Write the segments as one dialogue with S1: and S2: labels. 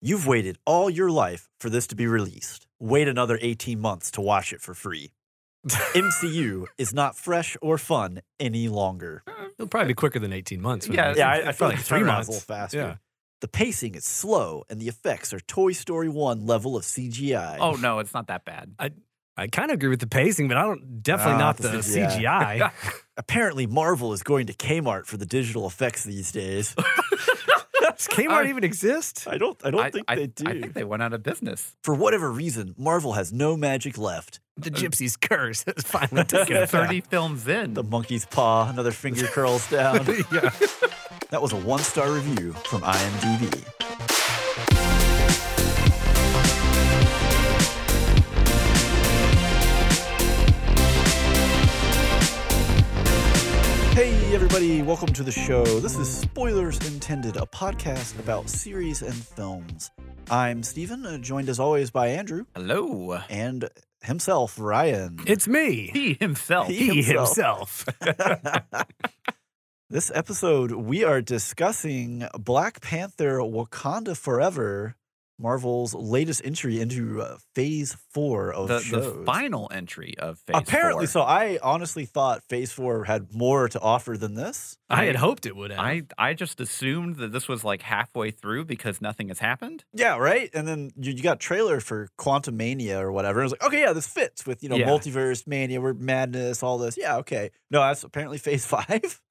S1: You've waited all your life for this to be released. Wait another 18 months to watch it for free. MCU is not fresh or fun any longer.
S2: It'll probably be quicker than 18 months.
S3: Yeah,
S1: Yeah, I, I feel like
S2: it's
S1: three miles a little faster.
S2: Yeah.
S1: The pacing is slow, and the effects are Toy Story 1 level of CGI.
S3: Oh no, it's not that bad.
S2: I kind of agree with the pacing, but I don't definitely
S1: Ah,
S2: not
S1: the
S2: the
S1: CGI.
S2: CGI.
S1: Apparently, Marvel is going to Kmart for the digital effects these days.
S2: Does Kmart
S3: I-
S2: even exist?
S1: I don't. I don't think they do.
S3: I think they went out of business.
S1: for whatever reason, Marvel has no magic left.
S2: The Gypsy's curse has finally taken effect.
S3: Thirty films in.
S1: The monkey's paw, another finger curls down. That was a one star review from IMDb. Hey, everybody, welcome to the show. This is Spoilers Intended, a podcast about series and films. I'm Steven, uh, joined as always by Andrew
S3: Hello.
S1: and himself, Ryan.
S2: It's me.
S3: He himself.
S1: He-
S2: He
S1: himself.
S2: himself.
S1: This episode, we are discussing Black Panther Wakanda Forever, Marvel's latest entry into uh, phase four of
S3: the,
S1: shows.
S3: the final entry of Phase
S1: Apparently,
S3: Four.
S1: so I honestly thought phase four had more to offer than this.
S2: I had hoped it would have.
S3: I I just assumed that this was like halfway through because nothing has happened.
S1: Yeah, right. And then you, you got trailer for Quantum Mania or whatever. And I was like, okay, yeah, this fits with you know
S2: Yeah.
S1: multiverse mania, we're madness, all this. Yeah, okay. No, that's apparently phase five.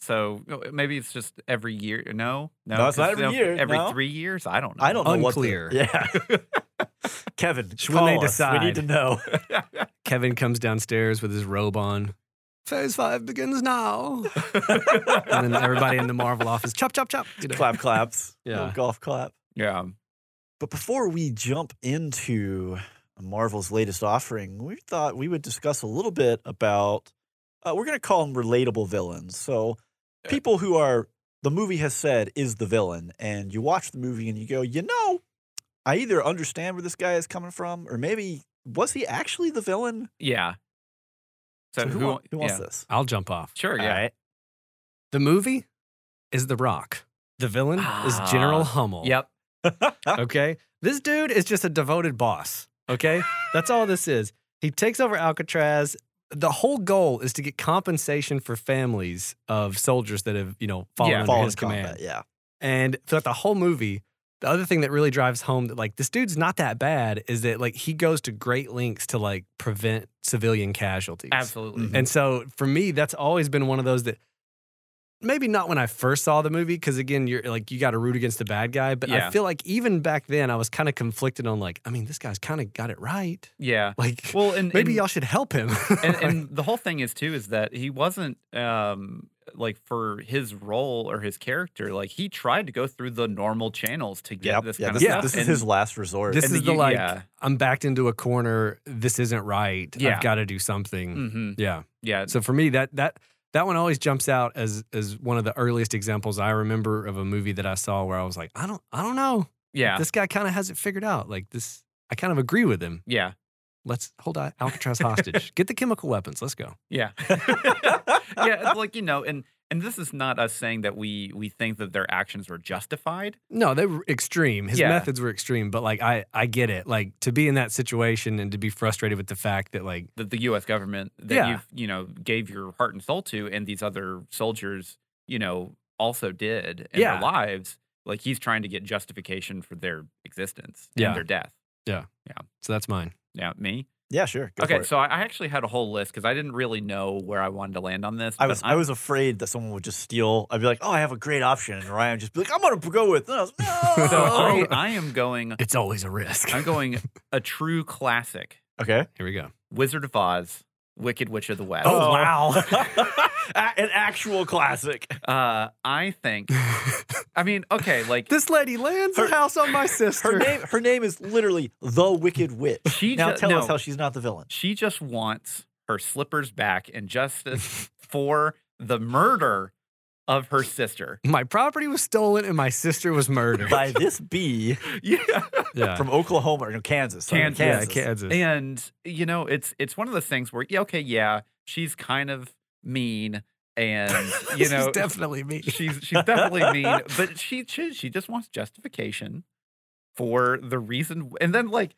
S3: So uh, maybe it's just every year. No, no,
S1: No, it's not
S3: 'cause,
S1: every
S3: you know,
S1: year,
S3: Every
S1: no.
S3: three years, I don't know.
S1: I don't know
S2: Unclear.
S1: what. the- yeah, Kevin,
S2: When
S1: call
S2: they
S1: us. we need
S2: decide.
S1: to know.
S2: Kevin comes downstairs with his robe on. Phase five begins now. and then everybody in the Marvel office, chop, chop, chop. You know.
S1: clap claps.
S2: Yeah.
S1: Little golf clap.
S3: Yeah. um,
S1: But before we jump into Marvel's latest offering, we thought we would discuss a little bit about uh, we're going to call them relatable villains. So
S3: Yeah.
S1: people who are the movie has said is the villain, and you watch the movie and you go, you know, I either understand where this guy is coming from, or maybe was he actually the villain?
S3: Yeah.
S1: who,
S3: So, Uh, who,
S1: wa- who wants
S3: yeah.
S1: this?
S2: I'll jump off.
S3: Sure. Yeah.
S1: All right.
S2: The movie is The Rock. The villain is General
S3: Ah,
S2: Hummel.
S3: Yep.
S2: Okay. This dude is just a devoted boss. Okay. That's all this is. He takes over Alcatraz. The whole goal is to get compensation for families of soldiers that have, you know, fallen
S3: Yeah.
S2: under
S1: Fallen
S2: his
S1: combat.
S2: command.
S1: Yeah.
S2: And throughout the whole movie, the other thing that really drives home that like this dude's not that bad is that like he goes to great lengths to like prevent civilian casualties.
S3: Absolutely.
S1: Mhm.
S2: And so for me, that's always been one of those that maybe not when I first saw the movie, because again, you're like, you got to root against the bad guy. But
S3: Yeah.
S2: I feel like even back then, I was kind of conflicted on like, I mean, this guy's kind of got it right.
S3: Yeah.
S2: Like,
S3: Well, and
S2: maybe
S3: and-
S2: y'all should help him.
S3: and, and the whole thing is too is that he wasn't um like for his role or his character like he tried to go through the normal channels to get
S1: Yep.
S3: this
S1: yeah,
S3: kind
S1: this,
S3: of
S1: is-
S3: stuff
S1: this is
S3: and-
S1: his last resort.
S2: this
S3: and
S2: is the,
S3: the-
S2: like,
S3: yeah.
S2: I'm backed into a corner. This isn't right.
S3: Yeah.
S2: I've got to do something.
S1: hmm.
S3: Mhm.
S2: Yeah.
S3: yeah
S2: So for me, that that that one always jumps out as as one of the earliest examples I remember of a movie that I saw where I was like, I don't I don't know.
S3: yeah
S2: This guy kind of has it figured out. Like this, I kind of agree with him.
S3: yeah
S2: Let's hold Al- Alcatraz hostage. Get the chemical weapons. Let's go.
S3: yeah yeah it's like you know and and this is not us saying that we we think that their actions were justified
S2: No, they were extreme. His
S3: Yeah.
S2: methods were extreme, but like I I get it. Like to be in that situation and to be frustrated with the fact that like
S3: that the U.S. government that
S2: Yeah.
S3: you you know gave your heart and soul to, and these other soldiers you know also did in
S2: Yeah.
S3: their lives. Like he's trying to get justification for their existence
S2: Yeah.
S3: and their death.
S2: so that's mine.
S3: Now me,
S1: yeah, sure. Go for
S3: okay.
S1: it.
S3: So I I actually had a whole list because I didn't really know where I wanted to land on this.
S1: I
S3: but
S1: was I
S3: I'm-
S1: was afraid that someone would just steal. I'd be like, oh, I have a great option, and Ryan would just be like, I'm gonna go with this. No.
S3: so
S1: Oh. um,
S3: I, I am going.
S2: It's always a risk.
S3: I'm going a true classic:
S1: okay.
S2: Here we go.
S3: Wizard of Oz, Wicked Witch of the West.
S2: Oh, wow.
S1: A- An actual classic.
S3: Uh, I think. I mean, okay, like
S2: this lady lands
S1: Her-
S2: her house on my
S1: Her
S2: sister.
S1: name her name is literally the Wicked Witch.
S3: she
S1: Now
S3: ju-
S1: tell us
S3: no.
S1: how she's not the villain.
S3: She just wants her slippers back and justice for the murder of her sister.
S2: my property was stolen and my sister was murdered.
S1: By this bee
S3: Yeah.
S2: yeah.
S1: from Oklahoma or no, Kansas. sorry,
S3: Kansas.
S2: Yeah,
S1: Kansas.
S2: Kansas.
S3: And you know, it's it's one of those things where yeah, okay, yeah, she's kind of mean and you know
S2: She's definitely me.
S3: she's she's definitely mean, but she she, she just wants justification for the reason. And then like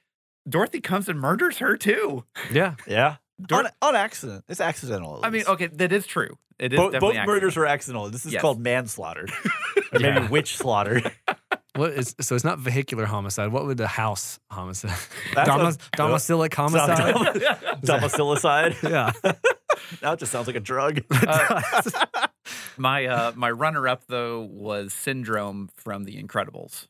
S3: Dorothy comes and murders her too.
S2: Yeah.
S1: Yeah.
S3: Dor-
S1: on, on accident. It's accidental. at
S3: I mean,
S1: least.
S3: okay, that is true. It is
S1: Bo- both
S3: definitely
S1: murders
S3: accidental.
S1: are accidental. This is
S3: Yes.
S1: called manslaughter, or maybe
S2: Yeah.
S1: witch slaughter.
S2: What is so? It's not vehicular homicide. What would the house homicide?
S1: That's
S2: Domus,
S1: a-
S2: domicilic
S1: Sounds
S2: homicide.
S1: dumb. Domicilicide.
S2: yeah.
S1: now it just sounds like a drug.
S3: Uh, my uh, my runner up though was Syndrome from The Incredibles.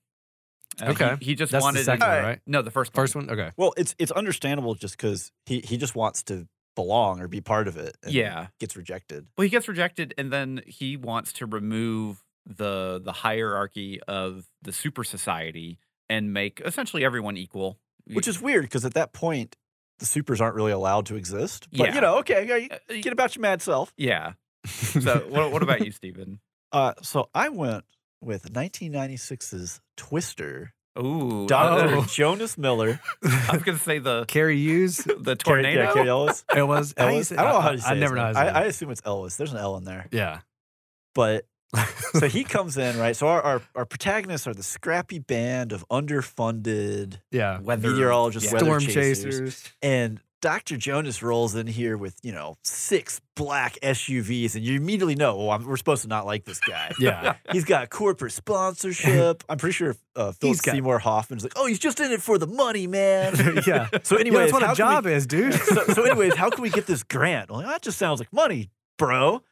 S3: Uh, he-
S2: Okay.
S3: he, just
S2: That's
S3: wanted
S2: the second one,
S1: Alright.
S2: right?
S3: no the first one.
S2: First one. Okay.
S1: Well, it's it's understandable just because he he just wants to belong or be part of it. and
S3: Yeah.
S1: gets rejected.
S3: Well, he gets rejected, and then he wants to remove the the hierarchy of the super society and make essentially everyone equal.
S1: Which is weird because at that point the supers aren't really allowed to exist. But
S3: Yeah.
S1: you know, okay, yeah, you-
S3: Uh, y-
S1: get about your mad self.
S3: yeah. So what, what about you, Stephen?
S1: Uh, so I went with 1996's Twister,
S3: Ooh,
S1: Dr.
S2: Oh.
S1: Jonas Miller,
S3: I was gonna say the
S2: Carrie Hughes.
S3: the
S1: Carrie-
S3: tornado.
S1: yeah, Carrie Ellis.
S2: It was.
S1: Ellis?
S2: you say-
S1: I don't know how to say
S2: I,
S1: his
S2: never know.
S1: name.
S2: How to say
S1: I, I
S2: it.
S1: assume it's Ellis. There's an L in there.
S2: yeah.
S1: But so he comes in, right? So our, our, our protagonists are the scrappy band of underfunded
S2: yeah.
S3: Weather.
S1: meteorologists,
S3: Yeah.
S1: weather
S2: Uh, Storm
S1: chasers.
S2: chasers.
S1: And Dr. Jonas rolls in here with, you know, six black SUVs, and you immediately know, well, I'm, we're supposed to not like this guy.
S2: Yeah.
S1: He's got corporate sponsorship. I'm pretty sure uh, Philip
S2: He's got-
S1: Seymour Hoffman's like, oh, he's just in it for the money, man.
S2: yeah.
S1: so,
S2: Anyway,
S1: anyways,
S2: that's what
S1: how
S2: a
S1: can we-
S2: job is, dude.
S1: so, so anyways, how can we get this grant? Well, that just sounds like money, bro.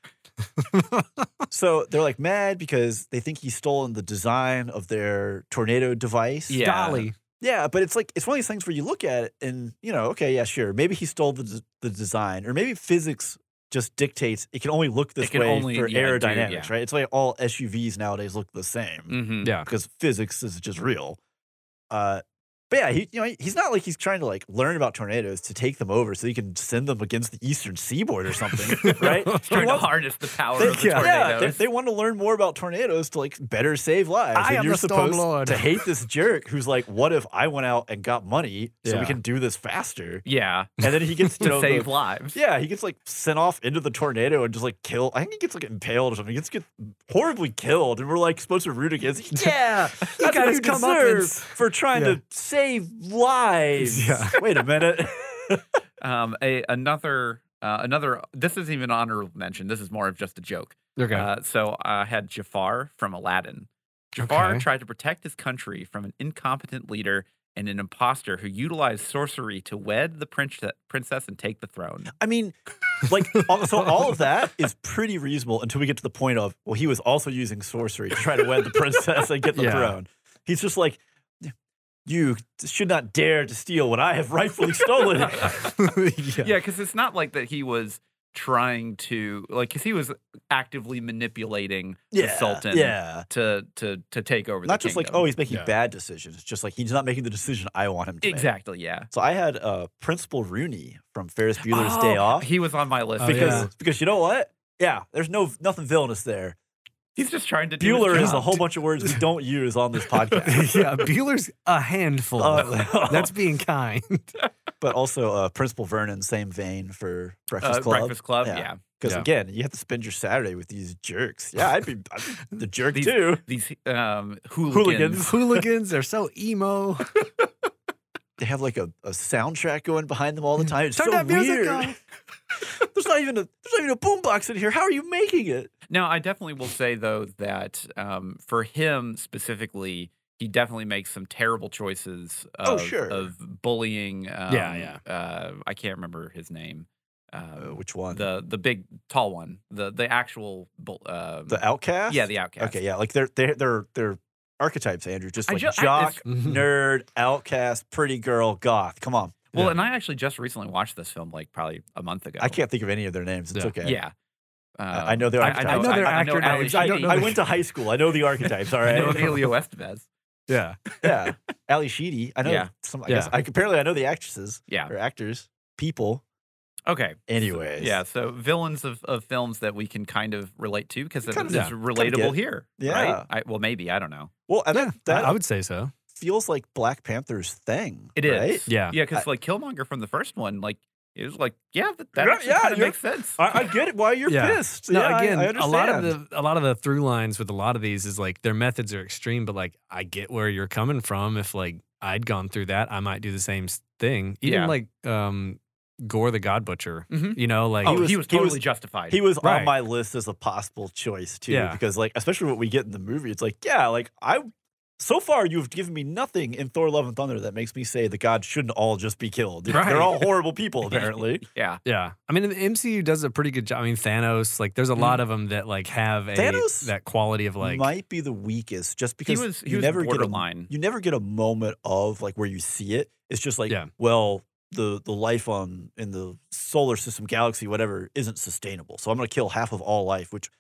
S1: so they're like mad because they think he's stolen the design of their tornado device.
S3: Yeah.
S2: Golly.
S1: Yeah, but it's like it's one of these things where you look at it and you know, okay, yeah, sure, maybe he stole the d- the design, or maybe physics just dictates it can only look this
S3: can
S1: way
S3: only-
S1: for
S3: yeah, do-
S1: aerodynamics,
S3: yeah.
S1: right? It's like all SUVs nowadays look the same
S3: Mhm.
S2: Yeah.
S1: because physics is just real. Uh, but yeah, he you know he's not like he's trying to like learn about tornadoes to take them over so he can send them against the eastern seaboard or something, right?
S3: Trying to
S1: Well,
S3: harness the power
S1: They,
S3: of the
S1: yeah,
S2: yeah.
S1: they,
S3: tornadoes.
S1: they want to learn more about tornadoes to like better save lives.
S2: I
S1: and
S2: am
S1: you're
S2: the storm
S1: supposed
S2: lord.
S1: to hate this jerk who's like, "What if I went out and got money so we
S2: Yeah.
S1: can do this faster?"
S3: yeah,
S1: And then he gets to
S3: to
S1: know the-
S3: save lives.
S1: yeah, he gets like sent off into the tornado and just like killed. I think he gets like impaled or something. He gets get horribly killed, and we're like supposed to root against. Yeah, that's what
S2: guys
S1: you
S2: come up and
S1: deserve
S2: s-
S1: for trying
S2: Yeah.
S1: to save lives.
S2: Yeah.
S1: Wait a minute.
S3: Um, a, another uh, another. This isn't even an honorable mention. This is more of just a joke.
S2: Okay.
S3: Uh, so I had Jafar from Aladdin. Jafar
S2: Okay.
S3: tried to protect his country from an incompetent leader and an imposter who utilized sorcery to wed the prince- princess and take the throne.
S1: I mean, like, all- so all of that is pretty reasonable until we get to the point of, well, he was also using sorcery to try to wed the princess and get the
S2: Yeah.
S1: throne. He's just like, you should not dare to steal what I have rightfully stolen.
S2: yeah.
S3: Yeah, because it's not like that he was trying to like because he was actively manipulating the sultan
S1: Yeah.
S3: to to to take over.
S1: not
S3: the
S1: just like
S3: kingdom.
S1: oh he's making
S2: Yeah.
S1: bad decisions just like he's not making the decision i want him to make.
S3: exactly yeah.
S1: so i had uh principal rooney from ferris bueller's
S3: Oh,
S1: day off
S3: He was on my list
S2: Oh,
S1: because
S2: yeah.
S1: because you know what yeah there's no nothing villainous there
S3: he's just trying to. do
S1: bueller is
S3: his
S1: a
S3: job.
S1: whole bunch of words we don't use on this podcast
S2: yeah, Bueller's a handful.
S1: Uh,
S2: That's being kind.
S1: but also uh, principal vernon same vein for breakfast
S3: uh,
S1: club
S3: Breakfast Club.
S1: Yeah.
S3: Yeah.
S1: because
S2: Yeah.
S1: again you have to spend your saturday with these jerks yeah i'd be, I'd be the jerk
S3: These-
S1: too
S3: These um
S1: Hooligans.
S2: Hooligans are so emo.
S1: they have like a, a soundtrack going behind them all
S3: Mm.
S1: the time it's
S2: Turn
S1: so
S2: that music
S1: weird
S2: off.
S1: there's not even a there's not even a boombox in here how are you making it
S3: Now, I definitely will say though that um, for him specifically, he definitely makes some terrible choices. Of,
S1: Oh, sure.
S3: Of bullying. Um,
S2: yeah.
S3: Uh, I can't remember his name.
S1: Uh,
S3: Um,
S1: which one?
S3: the the big tall one. The the actual. bull- Um,
S1: The outcast.
S3: yeah, the outcast.
S1: Okay, yeah, like they're they're they're they're archetypes, Andrew. Just
S3: I
S1: like
S3: ju- I-
S1: jock,
S3: it's-
S1: nerd, outcast, pretty girl, goth. Come on,
S3: Well,
S2: Yeah.
S3: and I actually just recently watched this film like probably a month ago.
S1: I can't think of any of their names. It's
S2: Yeah.
S1: okay.
S3: Yeah. Um,
S1: I I know their
S3: I,
S1: archetypes.
S3: I know,
S2: their
S3: I, I know
S2: actor
S3: Ali
S2: names. I don't
S3: Sheedy.
S2: know
S1: I
S2: their-
S1: went to high school. I know the archetypes. All
S3: I know
S1: right.
S3: Emilio Estevez.
S2: Yeah.
S1: yeah. Ali Sheedy. I know
S3: Yeah.
S1: some. I
S2: Yeah.
S1: guess I, apparently I know the actresses
S3: Yeah.
S1: or actors, people.
S3: Okay.
S1: Anyways.
S3: Yeah, so villains of, of films that we can kind of relate to because it's
S1: Kind
S2: of,
S3: relatable
S1: get.
S3: here.
S1: Yeah.
S3: Right? I, well, maybe. I don't know.
S1: Well, and
S2: yeah.
S1: that, that
S2: I, I would say so.
S1: feels like Black Panther's thing.
S3: It is.
S1: right?
S2: Yeah.
S3: Yeah, because like Killmonger from the first one, like It was like, yeah, that, that
S1: Yeah,
S3: actually
S1: yeah,
S3: kinda
S1: you're-
S3: makes sense.
S2: Oh,
S1: I, I get it. Why you're
S2: Yeah.
S1: pissed?
S2: No,
S1: yeah, I-
S2: again,
S1: I,
S2: a lot of
S1: understand.
S2: the a lot of the through lines with a lot of these is like their methods are extreme, but like I get where you're coming from. If like I'd gone through that, I might do the same s- thing. Even
S3: Yeah.
S2: like um, Gore the God Butcher,
S1: Mm-hmm.
S3: Mhm.
S2: you know, like
S3: oh, he
S1: was-
S3: was,
S1: he was-
S3: totally justified.
S1: He was
S2: Right.
S1: on my list as a possible choice too,
S2: Yeah.
S1: because like especially what we get in the movie, it's like yeah, like I. So far, you've given me nothing in Thor: Love and Thunder that makes me say the gods shouldn't all just be killed.
S2: Right.
S1: They're all horrible people, apparently.
S3: yeah.
S2: yeah. I mean, the MCU does a pretty good job. I mean, Thanos, like there's a lot of them that like have a
S1: Mm-hmm. Thanos
S2: that quality of like
S1: might be the weakest, just
S3: He
S1: because
S3: was he
S1: you
S3: was
S1: never get a
S3: borderline.
S1: you never get a moment of like where you see it. It's just like,
S2: Yeah.
S1: well, the the life on in the solar system, galaxy, whatever, isn't sustainable. So I'm gonna kill half of all life, which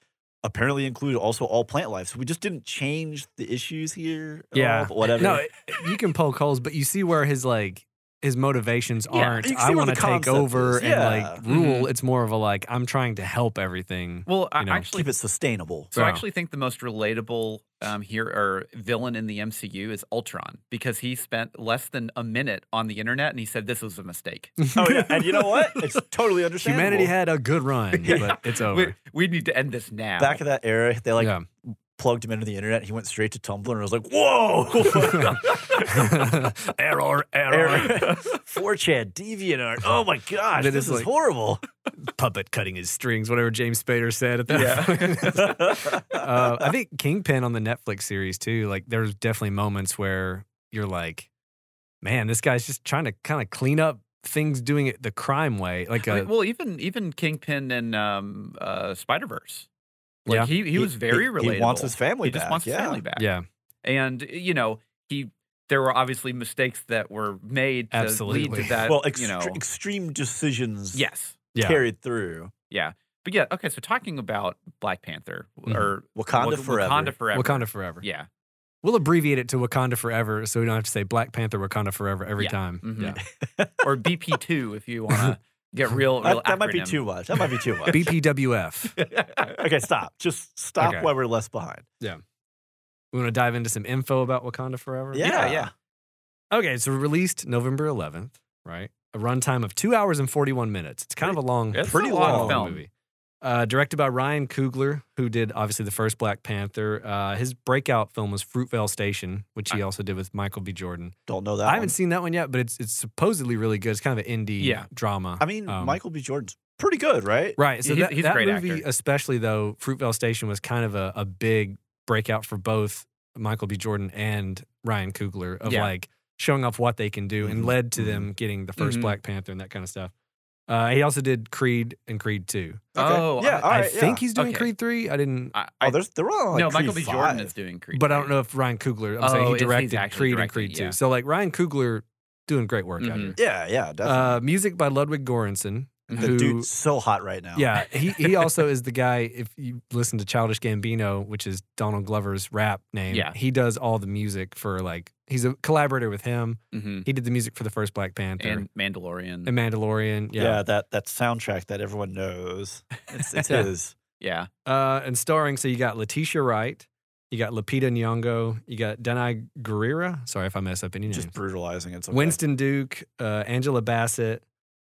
S1: apparently included also all plant life. So we just didn't change the issues here. at all,
S2: Yeah.
S1: but whatever.
S2: No, it- you can poke holes, but you see where his like his motivations
S3: Yeah,
S2: aren't.
S1: you can see
S2: I
S1: where
S2: want to
S1: the
S2: take
S1: concept
S2: over
S1: is.
S2: and like
S1: Yeah. Mm-hmm.
S2: rule. It's more of a like I'm trying to help everything.
S3: Well, I
S2: you know,
S3: actually
S1: keep it sustainable.
S3: So
S2: Wow.
S3: I actually think the most relatable um, here or villain in the MCU is Ultron because he spent less than a minute on the internet and he said this was a mistake.
S1: oh yeah, and you know what? It's totally understandable.
S2: Humanity had a good run,
S3: Yeah.
S2: but it's
S3: we,
S2: over.
S3: we need to end this now.
S1: back of that era, they like
S2: yeah.
S1: plugged him into the internet. He went straight to Tumblr, and I was like, whoa.
S2: error, error,
S1: Error. 4chan, DeviantArt. Oh my gosh,
S2: That
S1: this
S2: is
S1: is
S2: like-
S1: horrible.
S2: Puppet cutting his strings, whatever James Spader said at that. point. uh, I think Kingpin on the Netflix series too. Like, there's definitely moments where you're like, "Man, this guy's just trying to kind of clean up things, doing it the crime way." Like, uh,
S3: I mean,
S2: a,
S3: well, even even Kingpin and um, uh, Spider Verse, like
S2: Yeah.
S3: he, he was very
S1: he,
S3: relatable.
S1: He wants his family
S3: He just
S1: back,
S3: wants his
S1: yeah.
S3: family back.
S2: yeah,
S3: and you know he there were obviously mistakes that were made to lead
S2: Absolutely.
S3: to that.
S1: well,
S3: you know,
S1: extre- extreme decisions
S3: yes,
S2: yeah.
S1: carried through.
S3: but yeah, okay. So talking about Black Panther
S2: Mhm.
S3: or
S1: Mm-hmm. Wakanda
S3: Wak-
S1: forever.
S3: Wakanda forever.
S2: Wakanda forever.
S3: Yeah.
S2: We'll abbreviate it to Wakanda forever, so we don't have to say Black Panther Wakanda forever every
S3: Yeah.
S2: time.
S3: Mhm.
S2: Yeah.
S3: or BP two if you want to get real.
S1: That,
S3: real
S1: that might be
S3: acronym.
S1: too much. That might be too much.
S2: BPWF.
S1: okay, stop. Just stop
S2: Okay.
S1: while we're left behind.
S2: we want to dive into some info about Wakanda forever.
S1: Yeah,
S3: yeah.
S2: Okay, so released November 11th, right? A runtime of two hours and 41 minutes. It's kind of a long,
S3: It's
S1: pretty
S3: a long,
S1: long
S3: film.
S2: movie. Uh, directed by Ryan Coogler, who did obviously the first Black Panther. Uh, his breakout film was Fruitvale Station, which he also did with Michael B. Jordan.
S1: Don't know that.
S2: I
S1: one.
S2: haven't seen that one yet, but it's it's supposedly really good. It's kind of an indie
S3: Yeah.
S2: drama.
S1: I mean,
S2: um,
S1: Michael B. Jordan's pretty good, right?
S2: Right. So
S3: He's-
S2: that,
S3: he's a
S2: that
S3: great
S2: movie,
S3: actor.
S2: especially though, Fruitvale Station was kind of a, a big breakout for both Michael B. Jordan and Ryan Coogler of
S3: Yeah. Mm-hmm,
S2: like showing off what they can do and
S1: Mhm.
S2: led to them getting the 1st
S3: Mhm.
S2: Black Panther and that kind of stuff. Uh, he also did Creed and Creed 2.
S1: Okay.
S3: Oh,
S1: yeah.
S3: I-
S1: all
S2: I
S1: right,
S2: think
S1: yeah.
S2: he's doing
S3: Okay.
S2: Creed 3. I didn't,
S3: I,
S1: Oh,
S3: I,
S1: there's they're all on, like
S3: no, Michael B.
S1: Creed
S3: Jordan
S1: five.
S3: is doing Creed,
S2: but I don't
S3: right?
S2: know if Ryan Coogler, I'm saying he
S3: Oh, is- he's
S2: directed
S3: actually
S2: Creed and
S3: directed,
S2: Creed 2.
S3: yeah.
S2: So like Ryan Coogler doing great work out
S3: Mhm.
S2: here.
S1: Yeah, yeah, definitely.
S2: Uh, music by Ludwig Göransson.
S1: the
S2: who-
S1: dude's so hot right now.
S2: Yeah, he, he also is the guy. If you listen to Childish Gambino, which is Donald Glover's rap name,
S3: Yeah.
S2: he does all the music for like he's a collaborator with him.
S3: Mhm.
S2: He did the music for the first Black Panther and,
S3: and Mandalorian.
S2: Mandalorian.
S1: yeah,
S2: Yeah,
S1: That that soundtrack that everyone knows. It's, it's
S2: Yeah.
S1: his.
S3: yeah,
S2: Uh, and starring. So you got Letitia Wright, you got Lupita Nyong'o, you got Denai Guerrera. Sorry if I mess up any names.
S1: Just brutalizing. It's okay.
S2: Winston Duke, uh, Angela Bassett.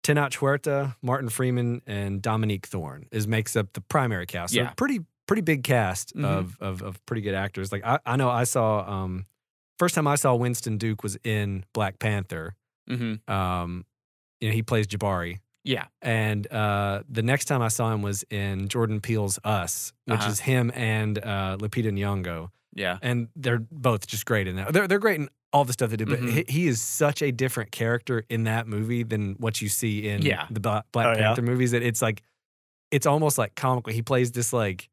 S2: Tenoch Huerta, Martin Freeman, and Dominique Thorne is makes up the primary cast. So
S3: Yeah.
S2: pretty pretty big cast
S3: Mhm.
S2: of, of of pretty good actors. Like I, I know I saw um first time I saw Winston Duke was in Black Panther.
S3: hmm
S2: Um, you know, he plays Jabari.
S3: yeah.
S2: And uh, the next time I saw him was in Jordan Peele's Us, which
S3: Uh-huh.
S2: is him and uh, Lupita Nyong'o
S3: Yeah.
S2: and they're both just great in that. They're they're great in all the stuff they do, but
S1: Mm-hmm.
S3: Mhm.
S2: he, he is such a different character in that movie than what you see in
S3: Yeah.
S2: the Bla- Black
S1: Oh, yeah?
S2: Panther movies. That it's like it's almost like comical. He plays this like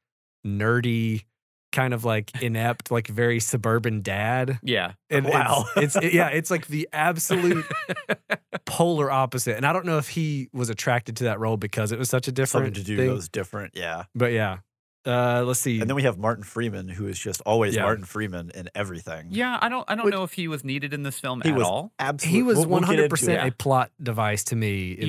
S2: nerdy, kind of like inept, like very suburban dad.
S3: Yeah.
S2: And it's-
S1: Wow.
S2: it's, it- yeah, it's like the absolute polar opposite. And I don't know if he was attracted to that role because it was such a
S1: Something
S2: different
S1: to do
S2: thing.
S1: goes different. Yeah.
S2: But yeah, uh, let's see.
S1: And then we have Martin Freeman, who is just always
S2: Yeah.
S1: Martin Freeman in everything.
S3: Yeah. I don't. I don't
S2: Which-
S3: know if he was needed in this film
S1: He
S3: at
S1: was
S3: all.
S1: Absolutely.
S2: he was
S1: We'll- we'll
S2: one
S1: get into
S2: hundred percent
S1: it.
S2: a plot device to me. In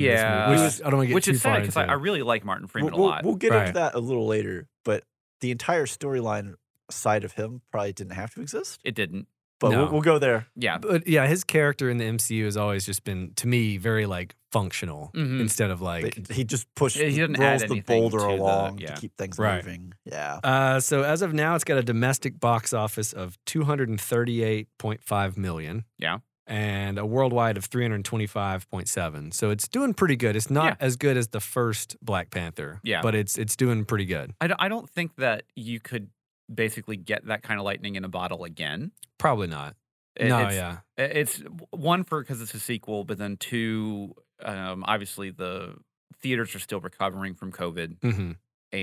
S2: this movie,
S3: Yeah.
S1: Which
S2: which is, I don't want to get
S3: Which
S2: too
S3: is
S2: far
S3: sad because I,
S2: into
S3: I
S2: it.
S3: really like Martin Freeman
S1: we'll,
S3: a
S1: we'll-
S3: lot.
S1: We'll get
S2: Right.
S1: into that a little later, but the entire storyline side of him probably didn't have to exist.
S3: it didn't.
S1: But
S2: No.
S1: we'll, we'll go there.
S3: Yeah.
S2: But yeah, his character in the MCU has always just been, to me, very like functional
S3: Mhm.
S2: instead of like.
S1: They- he just pushed,
S3: He didn't add
S1: rolls the
S3: anything
S1: boulder
S3: to the-
S1: along
S3: yeah.
S1: to keep things
S2: Right.
S1: moving. Yeah.
S2: Uh, so as of now, it's got a domestic box office of 238.5 million.
S3: Yeah.
S2: And a worldwide of 325.7. So it's doing pretty good. It's not as good as the first Black Panther.
S3: Yeah.
S2: But it's it's doing pretty good.
S3: I, d- I don't think that you could basically get that kind of lightning in a bottle again.
S2: Probably not.
S3: It-
S2: no,
S3: it's,
S2: yeah.
S3: it- It's one for because it's a sequel, but then two, um, obviously the theaters are still recovering from COVID.
S2: Mm-hmm.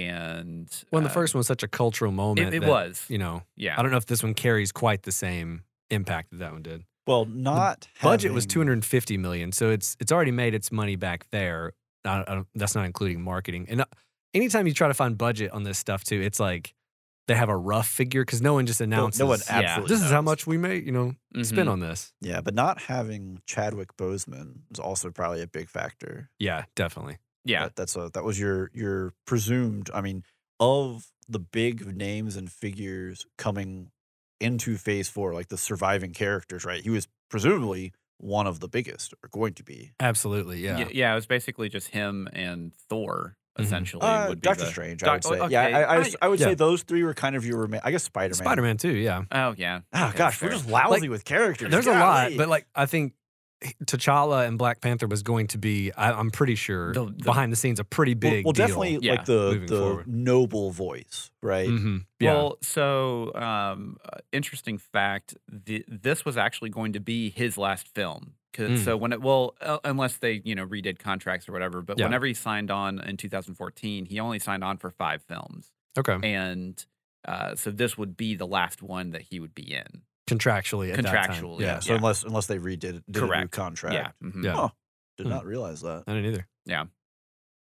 S3: And
S2: Well, and the
S3: uh,
S2: first one was such a cultural moment.
S3: it, it
S2: that,
S3: was.
S2: You know,
S3: Yeah.
S2: I don't know if this one carries quite the same impact that that one did.
S1: Well, not
S2: budget was
S1: having-
S2: 250 million so it's it's already made its money back there I, I don't, that's not including marketing and uh, anytime you try to find budget on this stuff too it's like they have a rough figure because no one just
S1: No,
S2: announces
S1: no one
S3: Yeah.
S1: absolutely.
S2: this is how
S1: knows.
S2: much we made you know spend
S3: Mhm.
S2: on this
S1: Yeah, but not having Chadwick Boseman is also probably a big factor.
S2: yeah definitely
S3: Yeah.
S1: That, that's a that was your your presumed. I mean, of the big names and figures coming into Phase Four, like the surviving characters, right? He was presumably one of the biggest, or going to be.
S2: absolutely yeah,
S3: Y- it was basically just him and Thor,
S2: Mhm.
S3: essentially.
S1: Uh,
S3: would be
S1: Doctor
S3: the-
S1: Strange, I
S3: Doc-
S1: would say.
S3: okay,
S1: Yeah, I, I,
S3: I-
S1: I would
S2: yeah.
S1: say those three were kind of your. Rema- I guess Spider Man.
S2: spider-man too yeah
S3: Oh, yeah.
S1: Oh
S3: Okay,
S1: gosh,
S3: fair.
S1: we're just lousy
S2: Like,
S1: with characters.
S2: there's a lot
S1: Golly.
S2: but like i think T'Challa and Black Panther was going to be, I, I'm pretty sure,
S3: The- the-
S2: behind the scenes, a pretty
S1: Well-
S2: big.
S1: well,
S2: deal.
S1: definitely
S3: Yeah,
S1: like the
S2: moving
S1: the
S2: forward.
S1: noble voice, right?
S2: Mhm, Yeah.
S3: Well, so um, uh, interesting fact: the, this was actually going to be his last film. 'Cause-
S2: Mm.
S3: So when it well, uh, unless they you know redid contracts or whatever, but
S2: Yeah.
S3: whenever he signed on in 2014, he only signed on for five films,
S2: okay.
S3: and uh, so this would be the last one that he would be in.
S2: Contractually. At That time.
S3: Contractually,
S1: Yeah.
S3: yeah.
S1: So unless unless they redid it, did a new
S3: Correct.
S1: contract.
S3: Yeah. mhm.
S2: Yeah.
S1: Oh, did
S2: Hmm.
S1: not realize that.
S2: I didn't either.
S1: I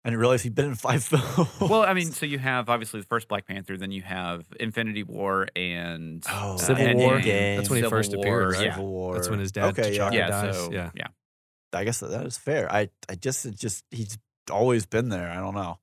S1: didn't realize he'd been in five films.
S3: Well, I mean, so you have obviously the first Black Panther, then you have Infinity War and
S1: oh,
S2: Civil
S1: Endgame,
S2: War.
S1: Endgame,
S2: That's when he
S3: Civil
S2: first appeared,
S3: War,
S2: right?
S3: yeah.
S1: Civil War.
S2: That's when his dad,
S1: Okay,
S2: T'Challa,
S1: yeah.
S3: Yeah,
S2: dies.
S3: so-
S2: yeah.
S1: I guess that, that is fair. I I just it just he's always been there. I don't know.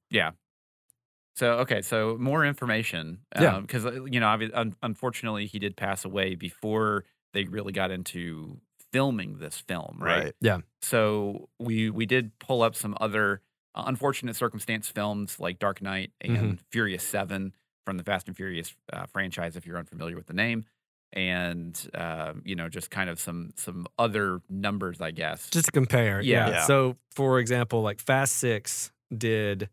S3: So okay, so more information.
S2: Yeah.
S3: because you know, obvi- un- unfortunately, he did pass away before they really got into filming this film, right? So we we did pull up some other uh, unfortunate circumstance films like Dark Knight and
S2: Mm-hmm.
S3: Furious Seven from the Fast and Furious uh, franchise, if you're unfamiliar with the name, and um, you know, just kind of some some other numbers, I guess.
S2: just to compare. Yeah.
S3: Yeah.
S1: Yeah.
S2: So, for example, like Fast Six did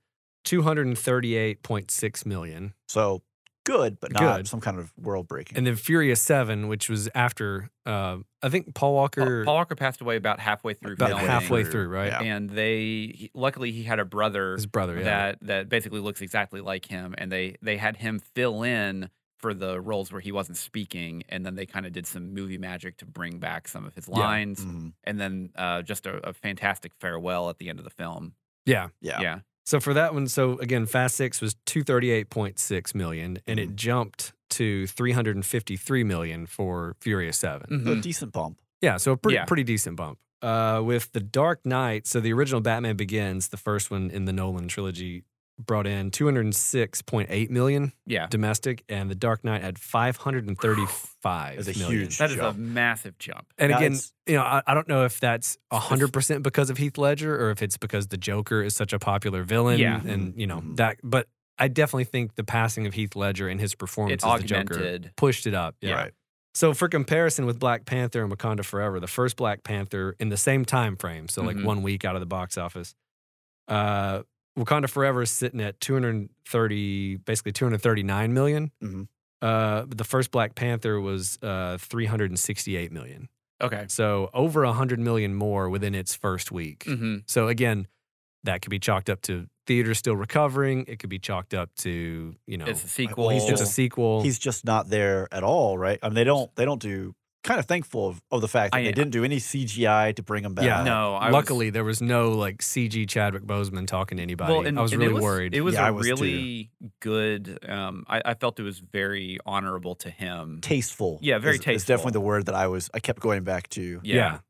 S2: 238.6 million,
S1: So good, but not
S2: Good.
S1: some kind of world breaking.
S2: and then Furious Seven, which was after, uh, I think Paul Walker,
S3: Paul, Paul Walker passed away about halfway through
S2: about
S3: filming,
S2: halfway through, right?
S1: Yeah.
S3: and they he, luckily he had a brother
S2: His brother, yeah.
S3: that that basically looks exactly like him and they they had him fill in for the roles where he wasn't speaking and then they kind of did some movie magic to bring back some of his
S2: Yeah. Mm.
S3: lines
S1: Mhm.
S3: and then uh, just a, a fantastic farewell at the end of the film
S2: yeah.
S1: yeah.
S3: yeah
S2: So for that one, so again, Fast Six was 238.6 million, and
S3: Mm-hmm.
S2: it jumped to 353 million for Furious Seven.
S1: So a
S3: Mhm.
S1: decent bump.
S2: Yeah, so a pretty,
S3: Yeah.
S2: pretty decent bump. Uh, with The Dark Knight, so the original Batman Begins, the first one in the Nolan trilogy, brought in 206.8 million
S3: yeah
S2: domestic, and The Dark Knight had 535
S1: That's a
S2: million.
S1: huge-
S3: that is a
S1: Jump.
S3: massive jump
S2: And
S1: Now
S2: again,
S1: it's-
S2: you know, I, I don't know if that's 100% because of Heath Ledger or if it's because the Joker is such a popular villain.
S3: Yeah.
S2: And, you know,
S1: Mhm.
S2: that, but I definitely think the passing of Heath Ledger and his performance
S3: it
S2: as the Joker
S3: augmented
S2: pushed it up. Yeah.
S1: Right.
S2: So for comparison with Black Panther and Wakanda Forever, the first Black Panther in the same time frame, so like
S3: Mhm.
S2: one week out of the box office, uh, Wakanda Forever is sitting at 230, basically 239 million.
S3: Mm-hmm.
S1: Mhm.
S2: Uh, but the first Black Panther was uh, 368 million.
S3: okay
S2: So over 100 million more within its first week.
S3: hmm
S2: So again, that could be chalked up to theaters still recovering. It could be chalked up to, you know,
S3: it's a
S2: it's
S3: sequel
S1: he's
S2: a
S1: just-
S2: sequel.
S1: He's just not there at all, right? I mean, they don't they don't do. Kind of thankful of, of the fact that
S3: I-
S1: they didn't do any CGI to bring him back.
S2: Yeah.
S3: no I was-
S2: Luckily, there was no like CG Chadwick Boseman talking to anybody. I was
S3: it
S2: really worried.
S3: It was
S1: Yeah,
S3: a
S1: I was too.
S3: really good. Um, I, I felt it was very honorable to him.
S1: tasteful.
S3: Yeah, very
S1: is, It's definitely
S3: tasteful.
S1: the word that I was I kept going back to.
S3: yeah.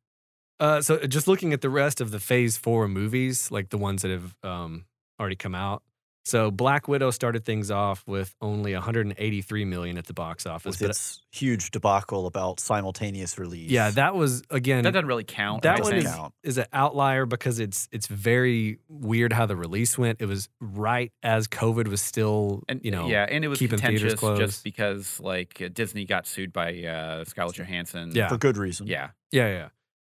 S2: Uh, so just looking at the rest of the Phase Four movies, like the ones that have um, already come out, So Black Widow started things off with only 183 million at the box office.
S1: with its huge debacle about simultaneous release.
S2: yeah, that was again
S3: That doesn't really count.
S2: that
S3: I
S1: doesn't
S2: one is,
S3: think.
S1: count.
S2: is an outlier because it's it's very weird how the release went. It was right as COVID was still,
S3: and
S2: you know,
S3: yeah, and it was
S2: keeping theaters
S3: contentious
S2: closed.
S3: just because like uh, Disney got sued by uh, Scarlett Johansson.
S2: Yeah.
S1: for good reason.
S3: yeah.
S2: Yeah, yeah.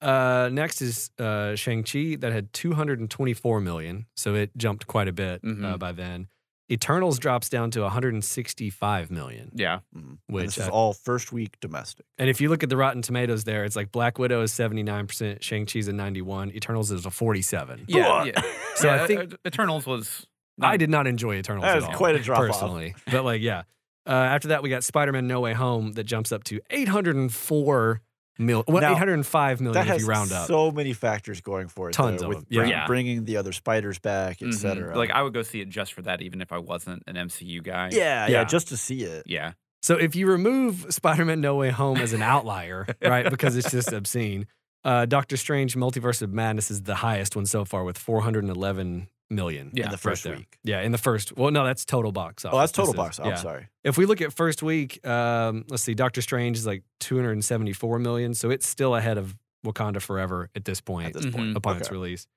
S2: Uh, next is uh, Shang Chi that had 224 million, so it jumped quite a bit uh,
S1: Mm-hmm.
S3: Mhm.
S2: by then. Eternals drops down to 165 million,
S3: Yeah.
S1: Mhm. And
S2: which uh,
S1: this is
S2: I-
S1: all first week domestic.
S2: and if you look at the Rotten Tomatoes there, it's like Black Widow is 79 percent, Shang Chi's a 91, Eternals is a 47.
S3: Yeah. yeah.
S2: So I
S3: Yeah,
S2: think-
S3: uh, Eternals was
S2: I did not enjoy Eternals
S1: That
S2: at
S1: was
S2: all,
S1: quite a drop off.
S2: personally, but like yeah. Uh, after that, we got Spider-Man: No Way Home that jumps up to 804 mil, well,
S1: Now,
S2: 805 million
S1: That
S2: if
S1: has
S2: you round up.
S1: so many factors going for it.
S2: Tons
S1: though,
S2: of
S1: with
S2: them. Yeah. Mm-hmm.
S1: bring-
S3: Yeah.
S1: bringing the other spiders back,
S3: Mhm.
S1: etc.
S3: Like I would go see it just for that, even if I wasn't an MCU guy.
S1: yeah, yeah,
S2: Yeah.
S1: just to see it.
S3: Yeah.
S2: So if you remove Spider-Man: No Way Home as an outlier, right, because it's just obscene, uh, Doctor Strange: Multiverse of Madness is the highest one so far with 411 million.
S3: Yeah,
S1: in the
S2: right
S1: first
S2: there.
S1: week.
S2: Yeah, in the first. Well, no, that's total box office.
S1: Oh, that's total
S2: This is-
S1: box. I'm
S2: yeah.
S1: sorry.
S2: If we look at first week, um, let's see, Doctor Strange is like 274 million, so it's still ahead of Wakanda Forever at this point
S1: At this
S3: Mhm.
S1: point,
S2: upon
S1: Okay.
S2: its release.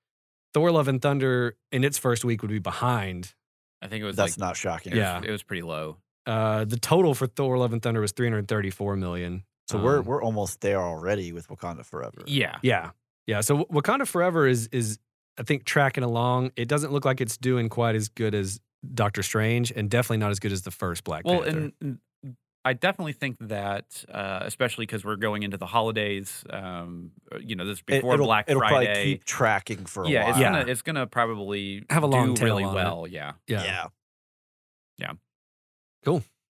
S2: Thor: Love and Thunder in its first week would be behind.
S3: I think it was
S1: that's
S3: like
S1: not shocking.
S3: it was-
S2: Yeah.
S3: it was, pretty low.
S2: Uh, the total for Thor: Love and Thunder was 334 million.
S1: So we're
S2: Um,
S1: we're almost there already with Wakanda Forever.
S3: Yeah.
S2: Yeah. Yeah. So Wa- Wakanda Forever is is I think tracking along. It doesn't look like it's doing quite as good as Doctor Strange and definitely not as good as the first Black
S3: Well,
S2: Panther.
S3: and and I definitely think that, uh, especially because we're going into the holidays. Um, you know, this is
S1: It,
S3: before
S1: it'll,
S3: Black
S1: it'll
S3: Friday.
S1: probably keep tracking for a
S3: yeah,
S1: while.
S3: it's
S2: Yeah.
S3: gonna it's gonna probably
S2: Have a long
S3: do
S2: tail
S3: really
S2: on it.
S3: well. Yeah.
S2: yeah.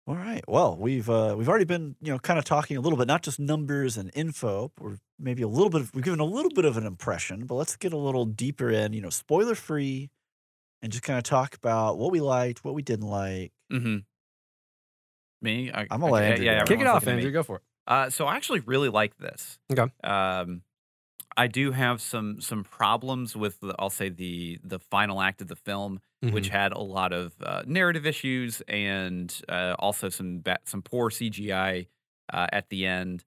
S1: All right. Well, we've uh, we've already been you know kind of talking a little bit, not just numbers and info, or maybe a little bit. Of, we've given a little bit of an impression, but let's get a little deeper in. You know, spoiler free, and just kind of talk about what we liked, what we didn't like.
S3: Mm-hmm. Me, I,
S1: I'm gonna let
S3: okay,
S1: Andrew
S3: yeah,
S1: go.
S3: yeah,
S2: Kick it
S3: everyone's
S2: off,
S3: looking at me.
S2: Andrew. Go for it.
S3: Uh, so I actually really like this.
S2: Okay.
S3: Um, I do have some some problems with the, I'll say the the final act of the film, which had a lot of uh, narrative issues and uh, also some ba- some poor CGI uh, at the end.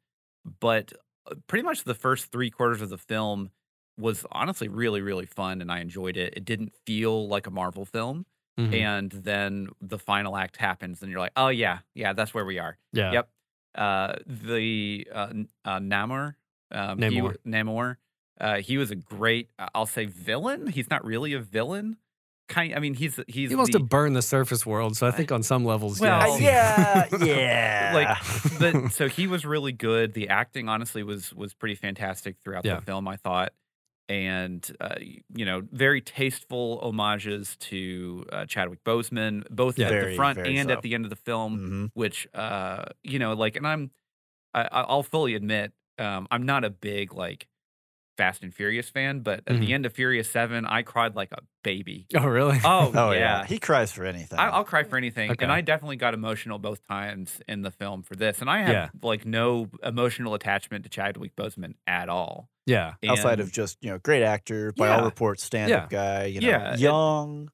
S3: But uh, pretty much the first three quarters of the film was honestly really really fun, and I enjoyed it. It didn't feel like a Marvel film,
S2: Mhm.
S3: and then the final act happens, and you're like, oh yeah, yeah, that's where we are.
S2: yeah.
S3: Yep. Uh, the uh, N- uh, Namor, um, he w- Namor, uh, he was a great. I- I'll say villain. He's not really a villain. Kind. I mean, he's he's
S2: He wants
S3: the,
S2: to burn the surface world, so I think on some levels,
S3: Well,
S2: yes.
S1: yeah, yeah.
S3: like Oh. the, so he was really good. The acting, honestly, was was pretty fantastic throughout
S2: Yeah.
S3: the film. I thought, and uh, y- you know, very tasteful homages to uh, Chadwick Boseman, both
S2: Yeah.
S3: at
S1: Very,
S3: the front
S1: very
S3: and
S1: so.
S3: at the end of the film.
S1: Mhm.
S3: which uh you know like and i'm I, I- i'll fully admit um i'm not a big like fast and furious fan but at
S1: Mm-hmm.
S2: Mhm.
S3: the end of furious seven i cried like a baby
S2: oh, really?
S3: oh,
S1: Oh yeah.
S3: yeah,
S1: he cries for anything.
S3: I, i'll cry for anything
S2: Okay.
S3: and i definitely got emotional both times in the film for this and i have
S2: Yeah.
S3: like no emotional attachment to chadwick boseman at all
S2: yeah.
S1: Outside
S3: And-
S1: of just you know great actor, by all
S3: Yeah.
S1: reports, stand up guy. You know,
S3: Yeah, it-
S1: young,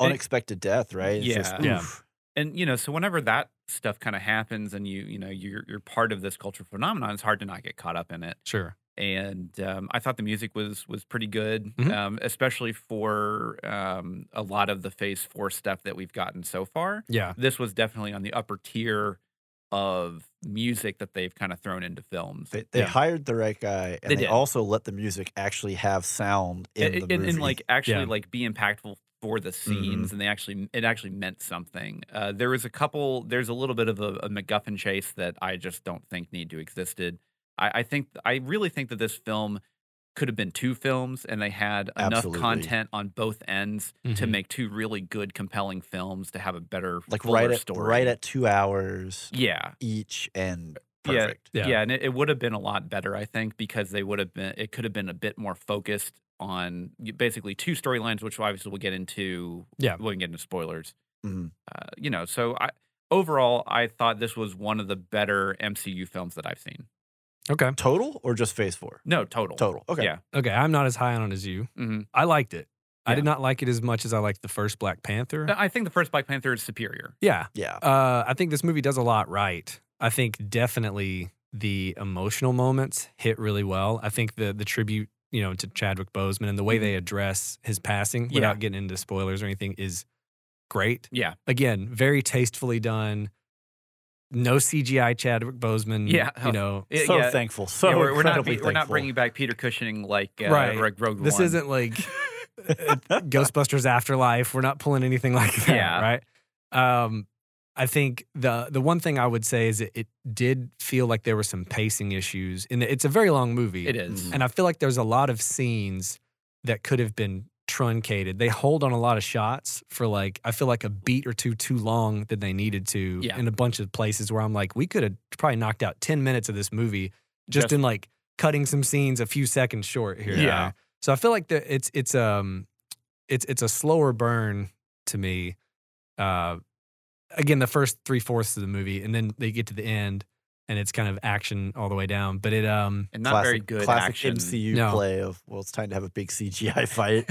S3: it-
S1: unexpected death. Right? It's just,
S3: Yeah.
S2: Yeah.
S1: oof.
S3: and you know so whenever that stuff kind of happens and you you know you're you're part of this cultural phenomenon it's hard to not get caught up in it
S2: Sure.
S3: and um, I thought the music was was pretty good,
S1: Mm-hmm.
S2: Mhm.
S3: um, especially for um, a lot of the Phase Four stuff that we've gotten so far.
S2: Yeah.
S3: This was definitely on the upper tier of music that they've kind of thrown into films.
S1: They, they
S2: Yeah.
S1: hired the right guy, and
S3: They
S1: they,
S3: did.
S1: also let the music actually have sound in
S3: and,
S1: the
S3: and-
S1: movie. Mm-hmm.
S3: and, like actually
S2: Yeah.
S3: like be impactful for the scenes and they actually it actually meant something uh, there was a couple there's a little bit of a, a macguffin chase that i just don't think need to existed I, I think i really think that this film could have been two films and they had
S1: Absolutely. Mm-hmm.
S3: enough content on both ends to
S2: Mhm.
S3: make two really good compelling films to have a better
S1: like
S3: fuller
S1: right at
S3: story
S1: right at two hours
S3: yeah
S1: each, and
S3: Yeah.
S1: perfect.
S2: Yeah.
S3: yeah, and it, it would have been a lot better, I think, because they would have been. It could have been a bit more focused on basically two storylines, which obviously we'll get into.
S2: Yeah.
S3: we can get into spoilers.
S1: Mhm.
S3: Uh, you know, so I overall, I thought this was one of the better MCU films that I've seen.
S2: Okay.
S1: Total or just Phase Four?
S3: No, total,
S1: Total. Okay.
S3: Yeah.
S2: Okay. I'm not as high on it as you.
S3: hmm
S2: I liked it. I did
S3: Yeah.
S2: not like it as much as I liked the first Black Panther.
S3: I think the first Black Panther is superior.
S2: Yeah.
S1: Yeah.
S2: Uh, I think this movie does a lot right. I think definitely the emotional moments hit really well. I think the the tribute, you know, to Chadwick Boseman and the way they address his passing
S3: Mm-hmm. Yeah.
S2: without getting into spoilers or anything is great.
S3: Yeah.
S2: Again, very tastefully done. No CGI Chadwick Boseman.
S3: Yeah. Oh.
S2: You know,
S3: It-
S1: so
S3: Eh, yeah,
S1: thankful. So
S3: yeah, we're, we're not
S1: incredibly
S3: be- we're not
S1: thankful.
S3: bringing back Peter Cushing like uh,
S2: Right.
S3: like Rogue
S2: this
S3: One.
S2: isn't like Ghostbusters Afterlife. We're not pulling anything like that,
S3: Yeah.
S2: right? Um, I think the the one thing I would say is it, it did feel like there were some pacing issues, and it's a very long movie.
S3: It
S1: Mm-hmm.
S3: is.
S2: and I feel like there's a lot of scenes that could have been truncated. They hold on a lot of shots for like I feel like a beat or two too long than they needed to
S3: Yeah.
S2: in a bunch of places where I'm like, we could have probably knocked out ten minutes of this movie just,
S3: Just-
S2: in like cutting some scenes a few seconds short here. and
S3: Yeah.
S2: there. So I feel like the, it's it's um it's it's a slower burn to me. Uh, again, the first three fourths of the movie, and then they get to the end, and it's kind of action all the way down. But it um
S3: and not
S1: classic,
S3: very good
S1: classic
S3: action.
S1: MCU
S2: No.
S1: play of well, it's time to have a big CGI fight.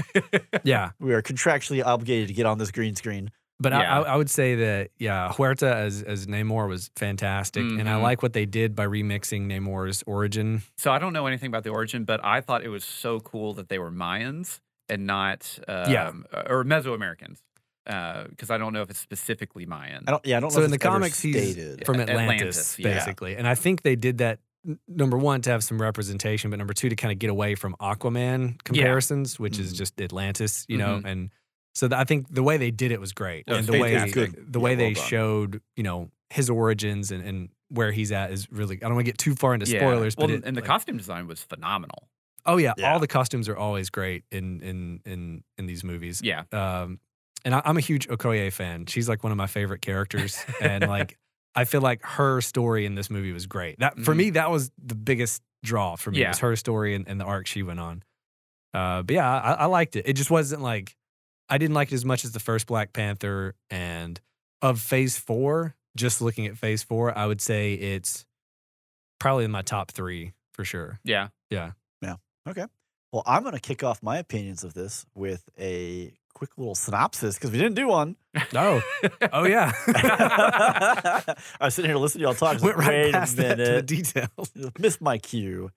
S2: yeah.
S1: we are contractually obligated to get on this green screen.
S2: But
S3: Yeah.
S2: I, I, I would say that yeah, Huerta as as Namor was fantastic, and I
S3: Mhm.
S2: like what they did by remixing Namor's origin.
S3: So I don't know anything about the origin, but I thought it was so cool that they were Mayans and not um,
S2: Yeah.
S3: or Mesoamericans because I don't know if it's specifically Mayan.
S1: I don't. Yeah, I don't
S2: So
S1: know.
S2: in
S1: if it's
S2: the
S1: ever
S2: comics, he's-
S1: stated.
S2: from
S3: Yeah,
S2: Atlantis,
S3: Atlantis, yeah.
S2: basically. And I think they did that n- number one to have some representation, but number two to kind of get away from Aquaman comparisons, which is
S3: Mm-hmm.
S1: Mhm.
S2: just Atlantis, you know. And so th- I think the way they did it was great,
S3: That
S2: and
S3: was
S2: the way
S1: fantastic. Good.
S2: the
S1: Yeah,
S2: way
S1: well
S2: they
S1: done.
S2: showed you know his origins and and where he's at is really. I don't want to get too far into
S3: Yeah.
S2: spoilers,
S3: Well,
S2: but it,
S3: and the
S2: like-
S3: costume design was phenomenal.
S2: oh yeah,
S1: Yeah.
S2: all the costumes are always great in in in in these movies
S3: Yeah,
S2: um, and I, I'm a huge Okoye fan. She's like one of my favorite characters, and like I feel like her story in this movie was great. That for
S3: Mhm.
S2: me, that was the biggest draw for me was her story and, and the arc she went on. Uh, but yeah, I, I liked it. It just wasn't like I didn't like it as much as the first Black Panther and of Phase Four. Just looking at Phase Four, I would say it's probably in my top three for sure.
S3: yeah.
S1: Well, I'm going to kick off my opinions of this with a quick little synopsis because we didn't do one.
S2: Oh, oh yeah,
S1: I was sitting here listening to y'all talk. I was
S2: went
S1: like,
S2: right
S1: Wait
S2: past
S1: a
S2: that
S1: minute.
S2: to the details.
S1: missed my cue.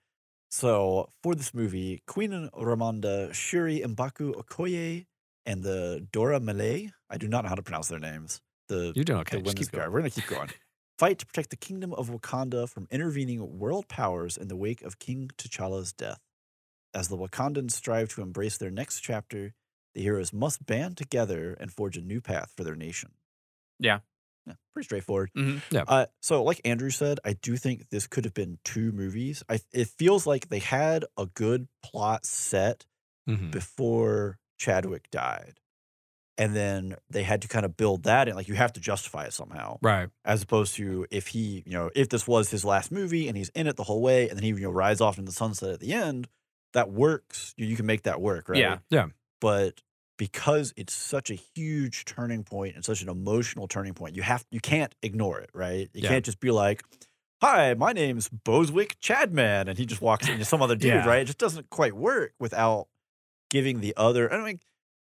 S1: So for this movie, Queen Ramonda Shuri Mbaku Okoye and the Dora Malay, I do not know how to pronounce their names. The,
S2: You're doing okay.
S1: the
S2: Just
S1: women's
S2: keep going.
S1: guard. We're gonna keep going. Fight to protect the kingdom of Wakanda from intervening world powers in the wake of King T'Challa's death. As the Wakandans strive to embrace their next chapter, the heroes must band together and forge a new path for their nation.
S3: Yeah.
S1: Yeah, pretty straightforward.
S3: Mhm.
S1: Uh, so, like Andrew said, I do think this could have been two movies. I, it feels like they had a good plot set
S2: Mhm.
S1: before Chadwick died. And then they had to kind of build that and like you have to justify it somehow,
S2: Right.
S1: as opposed to if he, you know, if this was his last movie and he's in it the whole way and then he, you know, rides off into the sunset at the end, that works. You, you can make that work, right?
S3: Yeah.
S2: Yeah.
S1: But because it's such a huge turning point and such an emotional turning point, you have you can't ignore it, right? You
S2: Yeah.
S1: can't just be like, "Hi, my name's Boswick Chadman," and he just walks into some other dude,
S2: Yeah.
S1: right? It just doesn't quite work without giving the other. I mean,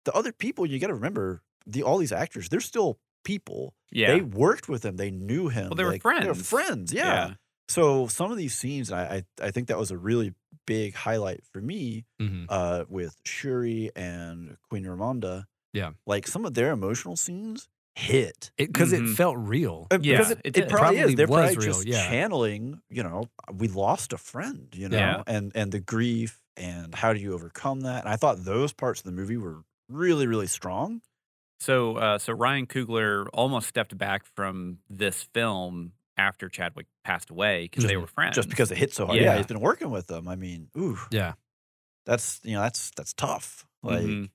S1: the other people you got to remember the all these actors, they're still people.
S3: Yeah.
S1: They worked with him. They knew him.
S3: Well, they were
S1: like, They were
S3: friends.
S1: friends. yeah. So some of these scenes, and I, I I think that was a really big highlight for me
S2: Mm-hmm.
S1: uh, with Shuri and Queen Ramonda.
S2: Yeah.
S1: like some of their emotional scenes hit
S2: because it,
S3: Mhm.
S2: felt real.
S1: Uh,
S3: Yeah,
S1: because it,
S3: it
S1: it
S3: did.
S1: probably,
S2: Probably
S1: is. They're
S2: was
S1: probably
S2: real,
S1: just
S2: yeah.
S1: channeling. You know, we lost a friend. You know,
S3: Yeah.
S1: and and the grief and how do you overcome that? And I thought those parts of the movie were really really strong.
S3: So, uh, so Ryan Coogler almost stepped back from this film after Chadwick passed away because
S2: Just-
S3: they were friends.
S1: just because it hit so hard. Yeah.
S2: Yeah.
S1: he's been working with them. I mean, ooh,
S2: Yeah. Mm-hmm.
S1: that's you know that's that's tough. Like
S3: Mhm.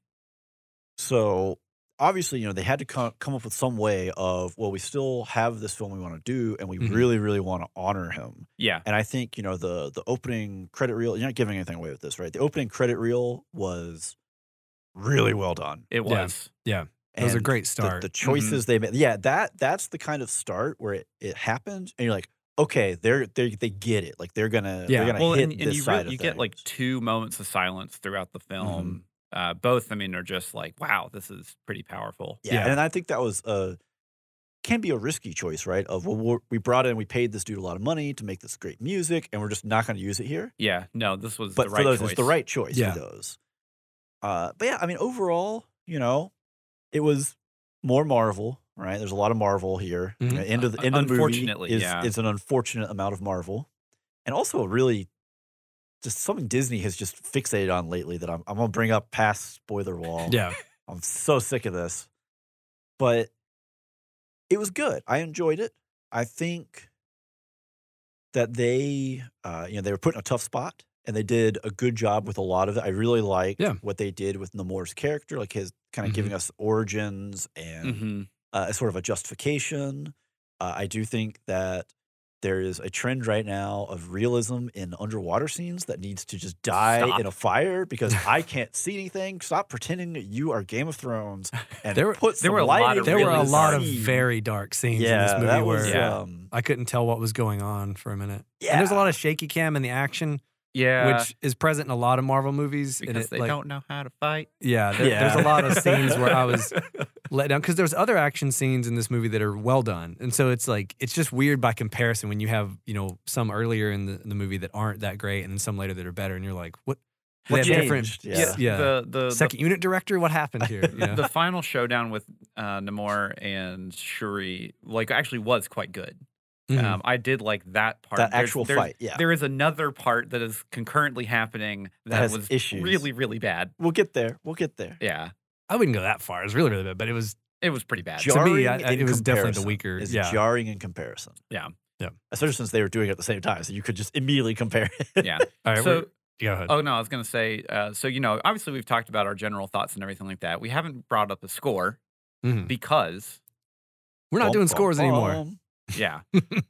S1: so, obviously, you know they had to come come up with some way of well, we still have this film we want to do, and we
S2: Mhm.
S1: really really want to honor him.
S3: yeah,
S1: And I think you know the the opening credit reel. You're not giving anything away with this, right? The opening credit reel was really well done.
S3: it
S2: Yeah.
S3: was.
S2: It was a
S1: And
S2: great
S1: the-
S2: start.
S1: The,
S3: Mm-hmm.
S1: choices they made. Yeah, that that's the kind of start where it, it happens, and you're like, okay, they're they they get it. Like they're gonna
S2: Yeah.
S1: they're gonna
S3: Well,
S1: hit
S3: and,
S1: this
S3: and you,
S1: side
S3: re-
S1: of Mm-hmm.
S3: you get like
S1: things.
S3: two moments of silence throughout the film uh, both, I mean, are just like, wow, this is pretty powerful.
S1: Yeah.
S2: Yeah.
S1: And I think that was a can be a risky choice, right? Of well, we're, we brought in, we paid this dude a lot of money to make this great music, and we're just not going to use it here.
S3: Yeah, no, this was
S1: But
S3: the right
S1: for those,
S3: choice.
S1: it's the right choice
S2: Yeah.
S1: for those. Uh, but yeah, I mean, overall, you know, it was more Marvel, right? There's a lot of Marvel here.
S2: Mhm.
S1: You know, end of the
S3: Uh,
S1: end of the movie
S3: unfortunately,
S1: is,
S3: yeah.
S1: is an unfortunate amount of Marvel, and also really just something Disney has just fixated on lately that I'm I'm gonna bring up past spoiler wall.
S2: Yeah.
S1: I'm so sick of this. But it was good. I enjoyed it. I think that they, uh, you know, they were put in a tough spot and they did a good job with a lot of it. I really liked
S2: Yeah.
S1: what they did with Namor's character, like his kind of
S2: Mhm.
S1: giving us origins and
S3: Mhm.
S1: uh, as sort of a justification. Uh, I do think that there is a trend right now of realism in underwater scenes that needs to just die
S3: Stop.
S1: in a fire because I can't see anything. Stop pretending that you are Game of Thrones and
S2: There were-
S1: put
S3: there
S1: some
S3: were a
S1: light
S3: lot
S1: into
S3: of
S2: There were
S1: this
S2: a
S3: really
S2: lot of
S1: scene.
S2: very dark scenes
S1: yeah,
S2: in this movie
S1: that
S2: where
S1: was,
S3: Yeah.
S1: um,
S2: I couldn't tell what was going on for a minute.
S1: yeah.
S2: And there's a lot of shaky cam in the action,
S3: Yeah,
S2: which is present in a lot of Marvel movies. and
S3: because
S2: it,
S3: they
S2: like-
S3: don't know how to fight.
S2: Yeah, there- there's a
S1: Yeah.
S2: lot of scenes where I was let down because there's other action scenes in this movie that are well done, and so it's like it's just weird by comparison when you have you know some earlier in the, the movie that aren't that great, and then some later that are better, and you're like, what? They
S1: What
S2: have different,
S1: changed? Yeah.
S2: yeah.
S3: The the the-
S2: Second unit director, what happened here? You know?
S3: the final showdown with uh, Namor and Shuri, like, actually was quite good.
S2: Mhm.
S3: Um, I did like that part.
S1: Mm-hmm. that
S3: There's-
S1: actual
S3: there's-
S1: fight. Yeah,
S3: There is another part that is concurrently happening that,
S1: has
S3: was
S1: issues.
S3: really, really bad.
S1: we'll get there. We'll get there.
S3: Yeah,
S2: I wouldn't go that far. It was really really bad, but it was
S3: it was pretty bad.
S1: Jar-
S2: to me,
S1: Jarring
S2: I, I-
S1: in
S2: it was definitely the
S1: comparison
S2: weaker.
S1: It's
S2: Yeah,
S1: jarring in comparison.
S3: Yeah.
S2: Yeah.
S1: Especially since they were doing it at the same time, so you could just immediately compare. it.
S3: yeah.
S2: All right,
S3: so,
S2: we're- go ahead.
S3: oh no, I was gonna say. Uh, so you know, obviously we've talked about our general thoughts and everything like that. We haven't brought up the score
S2: Mhm.
S3: because,
S2: We're not
S1: Bum,
S2: doing
S1: bum,
S2: scores anymore.
S1: bum.
S3: yeah,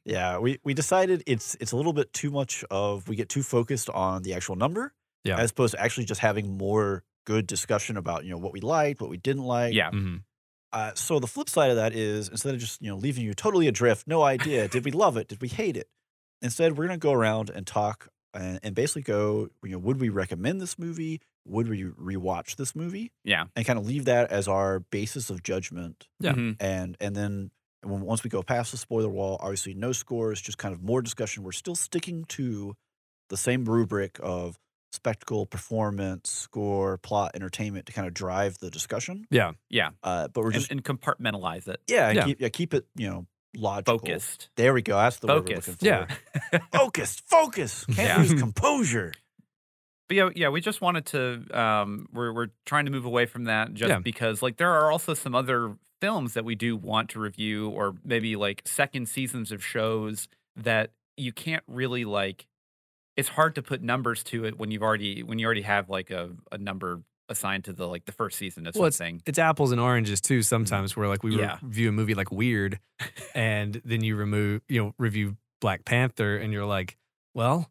S1: Yeah, we, we decided it's it's a little bit too much of we get too focused on the actual number
S2: Yeah.
S1: as opposed to actually just having more good discussion about, you know, what we liked, what we didn't like.
S3: yeah,
S2: Mhm.
S1: Uh, so the flip side of that is instead of just, you know, leaving you totally adrift, no idea, did we love it? Did we hate it? Instead, we're going to go around and talk and, and basically go, you know, would we recommend this movie? Would we rewatch this movie?
S3: Yeah.
S1: And kind of leave that as our basis of judgment
S2: Yeah.
S3: Mhm.
S1: and and then when, once we go past the spoiler wall, obviously no scores, just kind of more discussion. We're still sticking to the same rubric of spectacle, performance, score, plot, entertainment to kind of drive the discussion.
S2: Yeah.
S3: yeah,
S1: Uh, but we're
S3: and,
S1: just
S3: and compartmentalize it,
S1: yeah, and
S2: Yeah.
S1: Keep, yeah, keep it you know logical.
S3: focused.
S1: There we go. That's the word we're looking
S3: Focused.
S1: for.
S2: Yeah.
S1: focus, focus. Can't
S3: Yeah.
S1: lose composure.
S3: But yeah, yeah, we just wanted to. Um, we're we're trying to move away from that just
S2: Yeah.
S3: because like there are also some other films that we do want to review, or maybe like second seasons of shows that you can't really like. It's hard to put numbers to it when you've already when you already have like a, a number assigned to the like the first season of
S2: Well,
S3: something.
S2: It's apples and oranges too. Sometimes where like we
S3: Mm-hmm. Yeah.
S2: review a movie like Weird, and then you remove you know review Black Panther, and you're like, well,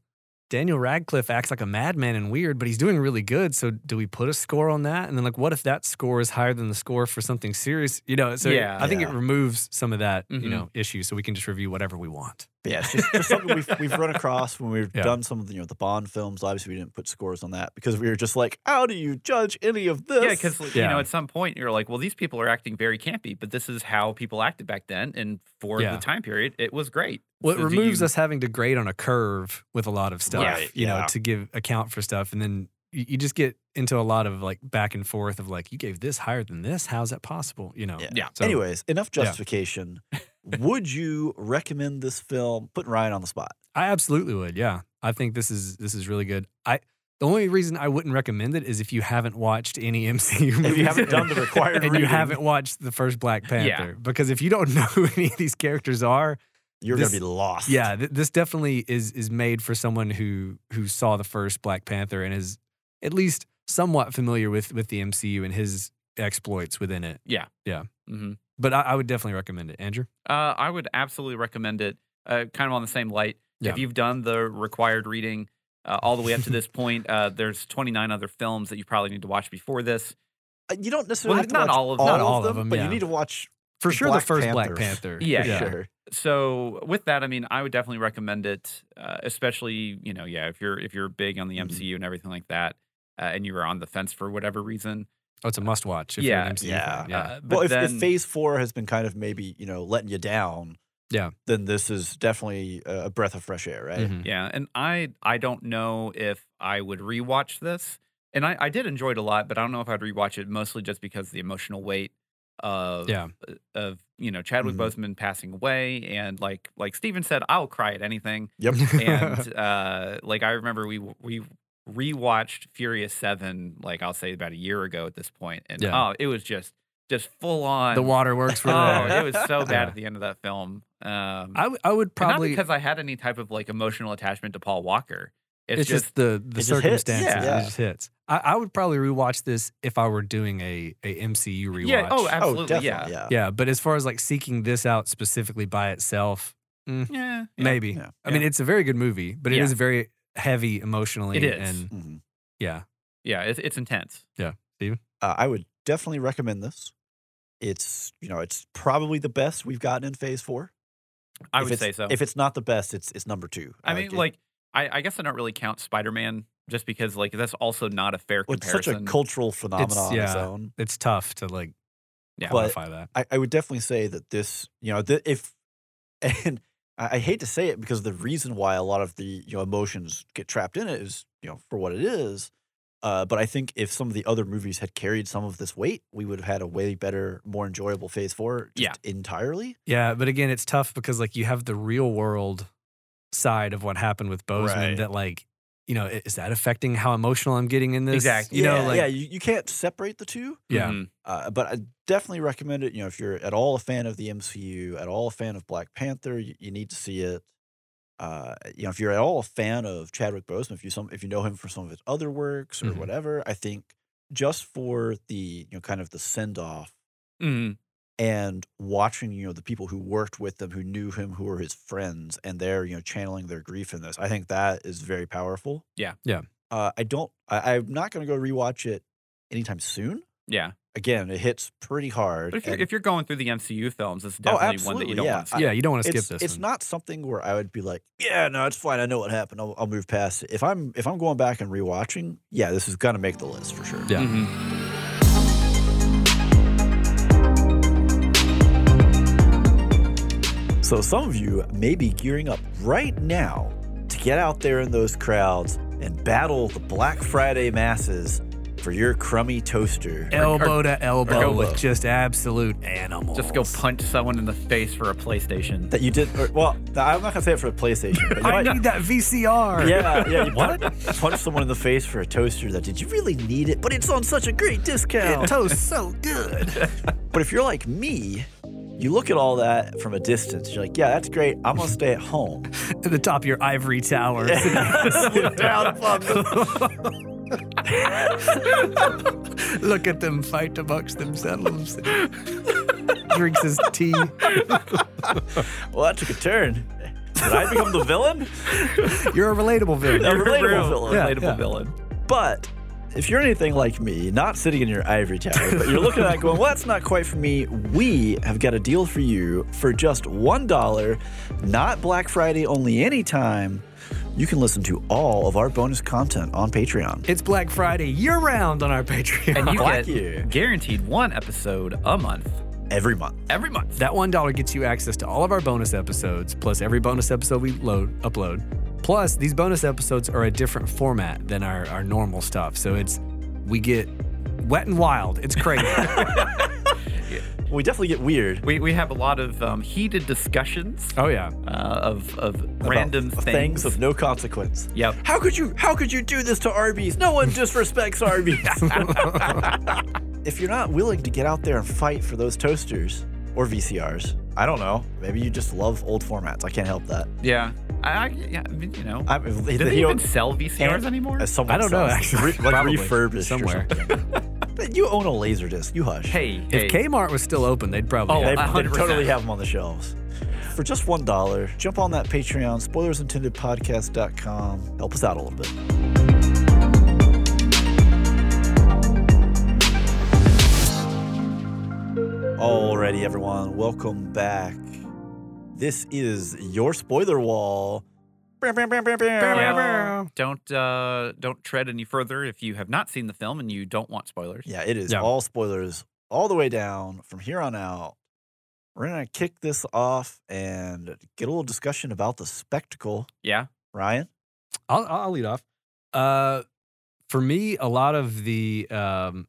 S2: Daniel Radcliffe acts like a madman in Weird, but he's doing really good. So do we put a score on that? And then like, what if that score is higher than the score for something serious? You know, so
S3: Yeah.
S2: I think it
S1: Yeah.
S2: removes some of that you
S3: Mhm.
S2: know issue, so we can just review whatever we want.
S1: But yeah, it's just, just something we've, we've run across when we've
S2: Yeah.
S1: done some of the, you know the Bond films. Obviously, we didn't put scores on that because we were just like, how do you judge any of this?
S3: Yeah, because you
S2: Yeah.
S3: know at some point you're like, well, these people are acting very campy, but this is how people acted back then, and for
S2: Yeah.
S3: the time period, it was great.
S2: Well, it
S3: So do
S2: removes
S3: you-
S2: us having to grade on a curve with a lot of stuff,
S3: Right,
S2: you know,
S1: yeah.
S2: to give account for stuff. And then you you just get into a lot of like back and forth of like, you gave this higher than this. How's that possible? You know?
S1: Yeah.
S3: Yeah.
S2: So-
S1: Anyways, enough
S2: Yeah.
S1: justification. Would you recommend this film? Putting Ryan on the spot.
S2: I absolutely would. Yeah. I think this is, this is really good. I, the only reason I wouldn't recommend it is if you haven't watched any MCU movies.
S1: If you haven't done the required
S2: and
S1: reading,
S2: you haven't watched the first Black Panther, because if you don't know who any of these characters are,
S1: you're
S2: this-
S1: gonna be lost.
S2: Yeah, th- this definitely is is made for someone who who saw the first Black Panther and is at least somewhat familiar with with the MCU and his exploits within it.
S3: Mhm.
S2: But I, I would definitely recommend it, Andrew.
S3: Uh, I would absolutely recommend it. Uh, kind of on the same light.
S2: Yeah.
S3: If you've done the required reading uh, all the way up to this point, uh, there's 29 other films that you probably need to watch before this.
S1: Uh, you don't necessarily
S3: Well,
S1: have to
S3: not
S1: watch
S3: all of-
S2: not all of them,
S1: but
S2: yeah.
S1: you need to watch
S2: For
S1: The
S2: sure,
S1: Black
S2: the first Black
S1: Panther.
S2: Panther.
S1: for
S3: Yeah, yeah.
S1: sure.
S3: So with that, I mean, I would definitely recommend it, uh, especially you know, yeah, if you're if you're big on the
S2: Mm-hmm.
S1: Mhm.
S3: MCU and everything like that. uh, and you were on the fence for whatever reason.
S2: Oh, it's a must watch. If
S3: Yeah,
S2: you're an MCU
S1: yeah.
S2: Fan. yeah.
S3: Uh, but
S1: well, if,
S3: then,
S1: if Phase Four has been kind of maybe you know letting you down,
S2: Yeah.
S1: then this is definitely a a breath of fresh air, right?
S2: Mhm.
S3: yeah, and I I don't know if I would rewatch this, and I, I did enjoy it a lot, but I don't know if I'd rewatch it mostly just because the emotional weight of uh,
S2: Yeah. Mm-hmm.
S3: of you know Chadwick Boseman passing away, and like like Steven said, I'll cry at anything.
S1: Yep. Oh,
S3: and uh, like I remember we we rewatched Furious Seven, like I'll say about a year ago at this point, and
S2: Yeah.
S3: oh, it was just just full on.
S2: the waterworks were
S3: oh,
S2: there.
S3: it was so bad
S2: Yeah.
S3: at the end of that film. Um,
S2: I, w- I would
S3: and
S2: probably.
S3: not because I had any type of like emotional attachment to Paul Walker. It's,
S2: it's, just,
S3: just,
S2: the the
S1: It just hits.
S2: circumstances.
S1: Yeah.
S2: It just hits. I, I would probably rewatch this if I were doing a, a MCU rewatch.
S3: yeah. Oh,
S1: oh,
S3: absolutely.
S1: definitely.
S3: yeah.
S1: Yeah. yeah.
S2: yeah. But as far as like seeking this out specifically by itself, mm,
S3: Yeah. yeah.
S2: maybe.
S1: Yeah.
S2: I mean,
S3: Yeah.
S2: it's a very good movie, but it
S3: Yeah.
S2: is very heavy emotionally.
S3: It is.
S2: And
S1: Mhm.
S2: yeah,
S3: Yeah. It's, it's intense.
S1: Uh, I would definitely recommend this. It's you know it's probably the best we've gotten in Phase Four.
S3: I
S1: If
S3: would
S1: it's-
S3: say so.
S1: If it's not the best, it's it's number two.
S3: I
S1: Uh,
S3: mean,
S1: it-
S3: like, I, I guess I don't really count Spider Man just because like that's also not a fair
S1: well, it's such
S3: comparison.
S1: a cultural phenomenon on its
S2: yeah.
S1: own.
S2: it's tough to like
S3: Yeah.
S1: But-
S2: quantify that.
S1: I, I would definitely say that this, you know, that if, and I, I hate to say it because the reason why a lot of the you know emotions get trapped in it is you know for what it is. Uh, but I think if some of the other movies had carried some of this weight, we would have had a way better, more enjoyable Phase Four. Just entirely.
S2: Yeah, but again, it's tough because like you have the real world side of what happened with Bozeman
S1: Right.
S2: that like, you know, i- is that affecting how emotional I'm getting in this?
S3: Exactly.
S2: You
S1: yeah,
S2: know, like
S1: yeah, you, you can't separate the two.
S2: yeah.
S3: Mhm.
S1: Uh, but I definitely recommend it. You know, if you're at all a fan of the MCU, at all a fan of Black Panther, you, you need to see it. Uh, you know, if you're at all a fan of Chadwick Boseman, if you some if you know him for some of his other works or
S2: Mhm.
S1: whatever, I think just for the you know kind of the send off
S3: Mhm.
S1: and watching you know the people who worked with them, who knew him, who were his friends, and they're you know channeling their grief in this. I think that is very powerful.
S3: Yeah.
S2: Yeah.
S1: Uh, I don't. I, I'm not going to go rewatch it anytime soon.
S3: Yeah.
S1: Again, it hits pretty hard.
S3: But if you're,
S1: and-
S3: if you're going through the MCU films, it's
S1: Oh,
S3: definitely one that you
S1: absolutely,
S3: don't
S1: yeah.
S3: want to see.
S1: I-
S2: yeah, you don't want to skip
S1: it's,
S2: this.
S1: it's
S2: one.
S1: not something where I would be like, yeah, no, it's fine. I know what happened. I'll, I'll move past it. If I'm if I'm going back and rewatching, yeah, this is gonna make the list for sure.
S2: Yeah.
S3: Mhm.
S1: So some of you may be gearing up right now to get out there in those crowds and battle the Black Friday masses for your crummy toaster.
S2: elbow to elbow,
S3: elbow.
S2: with just absolute animals.
S3: Just go punch someone in the face for a PlayStation.
S1: that you did or, well. no, I'm not gonna say it for the PlayStation. But you
S2: I
S1: might-
S2: need that VCR.
S1: Yeah, yeah. You what? Punch someone in the face for a toaster that did you really need it? But it's on such a great discount.
S2: It toasts so good.
S1: But if you're like me, you look at all that from a distance. You're like, yeah, that's great. I'm gonna stay at home.
S2: to the top of your ivory tower.
S1: Look down upon the-
S2: Look at them fight amongst themselves. Drinks his tea.
S1: well, that took a turn. Did I become the villain?
S2: You're a relatable villain.
S1: A relatable
S3: Real
S1: villain.
S2: Yeah,
S3: relatable
S2: yeah.
S3: villain.
S1: But if you're anything like me, not sitting in your ivory tower, but you're looking at it going, well, that's not quite for me, we have got a deal for you for just $1, not Black Friday, only anytime. You can listen to all of our bonus content on Patreon.
S2: It's Black Friday year round on our Patreon.
S3: And you
S1: Fuck
S3: get
S1: you.
S3: guaranteed one episode a month
S1: Every month.
S3: every month.
S2: that one dollar gets you access to all of our bonus episodes, plus every bonus episode we load upload. Plus, these bonus episodes are a different format than our, our normal stuff. So it's we get wet and wild. It's crazy.
S1: We definitely get weird.
S3: We, we have a lot of um, heated discussions
S2: oh yeah.
S3: uh, of, of
S1: about
S3: random things.
S1: things of no consequence.
S3: yep.
S1: How could you how could you do this to Arby's? No one disrespects Arby's. if you're not willing to get out there and fight for those toasters or VCRs, I don't know. Maybe you just love old formats. I can't help that.
S3: Yeah. I, I, yeah, I mean, you know.
S1: I, Do
S3: do they even sell
S1: Eh,
S3: VCRs
S1: uh,
S3: anymore?
S2: I don't know, actually.
S1: like
S2: Probably.
S1: refurbished
S2: Somewhere.
S1: Or something. you own a laser disc. You hush.
S3: Hey, hey.
S2: If Kmart was still open, they'd probably.
S3: Oh,
S1: They,
S2: have
S1: they
S2: it.
S3: 100%.
S1: totally have them on the shelves. For just $1, jump on that Patreon, spoilersintendedpodcast.com. Help us out a little bit. Alrighty, everyone, welcome back. This is your spoiler wall.
S3: Yeah.
S2: now.
S3: Don't uh, don't tread any further if you have not seen the film and you don't want spoilers.
S1: Yeah, it is
S2: Yeah.
S1: all spoilers all the way down from here on out. We're gonna kick this off and get a little discussion about the spectacle,
S3: Yeah.
S1: Ryan.
S2: I'll, I'll I'll lead off. Uh, for me, a lot of the, um,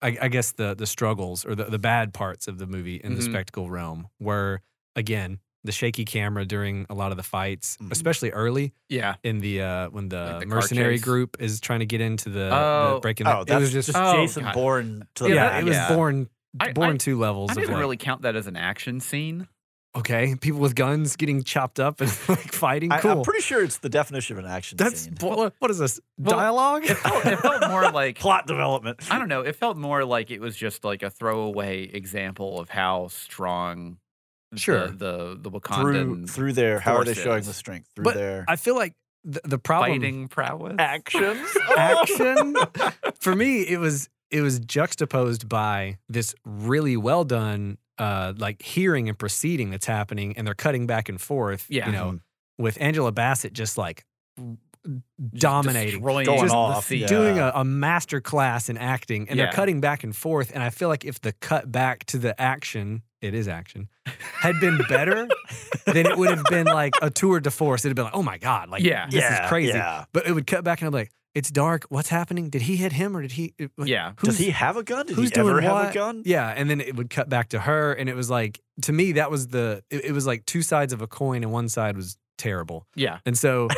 S2: I, I guess the the struggles or the, the bad parts of the movie in the
S3: Mhm.
S2: spectacle realm were again the shaky camera during a lot of the fights,
S1: Mhm.
S2: especially early
S3: Yeah.
S2: in the uh, when the,
S3: Mm-hmm. Like the car
S2: mercenary
S3: chase.
S2: group is trying to get into the, the
S3: Oh.
S2: breaking.
S1: Oh,
S2: it
S1: that's
S2: was
S1: just,
S2: just,
S3: Oh,
S1: Jason
S3: God.
S1: Bourne to the
S2: yeah,
S1: max.
S2: it was
S3: yeah.
S2: born
S3: I-
S2: born
S3: I-
S2: two levels.
S3: I
S2: of
S3: didn't
S2: like,
S3: really count that as an action scene.
S2: okay, people with guns getting chopped up and like fighting.
S1: I,
S2: cool.
S1: am pretty sure it's the definition of an action
S2: That's
S1: scene.
S2: what, what is this
S3: Well,
S2: dialogue?
S3: It felt, it felt more like
S1: Plot development.
S3: I don't know. It felt more like it was just like a throwaway example of how strong
S2: Sure.
S3: the the,
S1: through
S3: the Wakandan
S1: through there. How are they showing
S3: forces.
S1: the strength through
S2: But
S1: their
S2: I feel like the, the problem
S3: fighting prowess.
S1: actions?
S2: action for me it was it was juxtaposed by this really well done uh like hearing and proceeding that's happening and they're cutting back and forth
S3: Yeah.
S2: you know
S1: Mm-hmm.
S2: with Angela Bassett just like dominating
S3: Destroying
S1: Going
S2: just
S3: the
S1: off,
S3: scene.
S1: yeah.
S2: doing a, a master class in acting and they're
S3: Yeah.
S2: cutting back and forth and I feel like if the cut back to the action it is action had been better then it would have been like a tour de force it'd have been like oh my god like
S3: Yeah.
S2: this
S1: yeah,
S2: is crazy
S1: Yeah.
S2: but it would cut back and I'm like, it's dark. What's happening? Did he hit him or did he? it- like,
S3: Yeah.
S1: Does
S2: who's-
S1: he have a gun? Did
S2: who's
S1: he ever
S2: doing
S1: have a
S2: what?
S1: gun?
S2: Yeah. And then it would cut back to her. And it was like, to me, that was the, it, it was like two sides of a coin and one side was terrible.
S3: Yeah.
S2: And so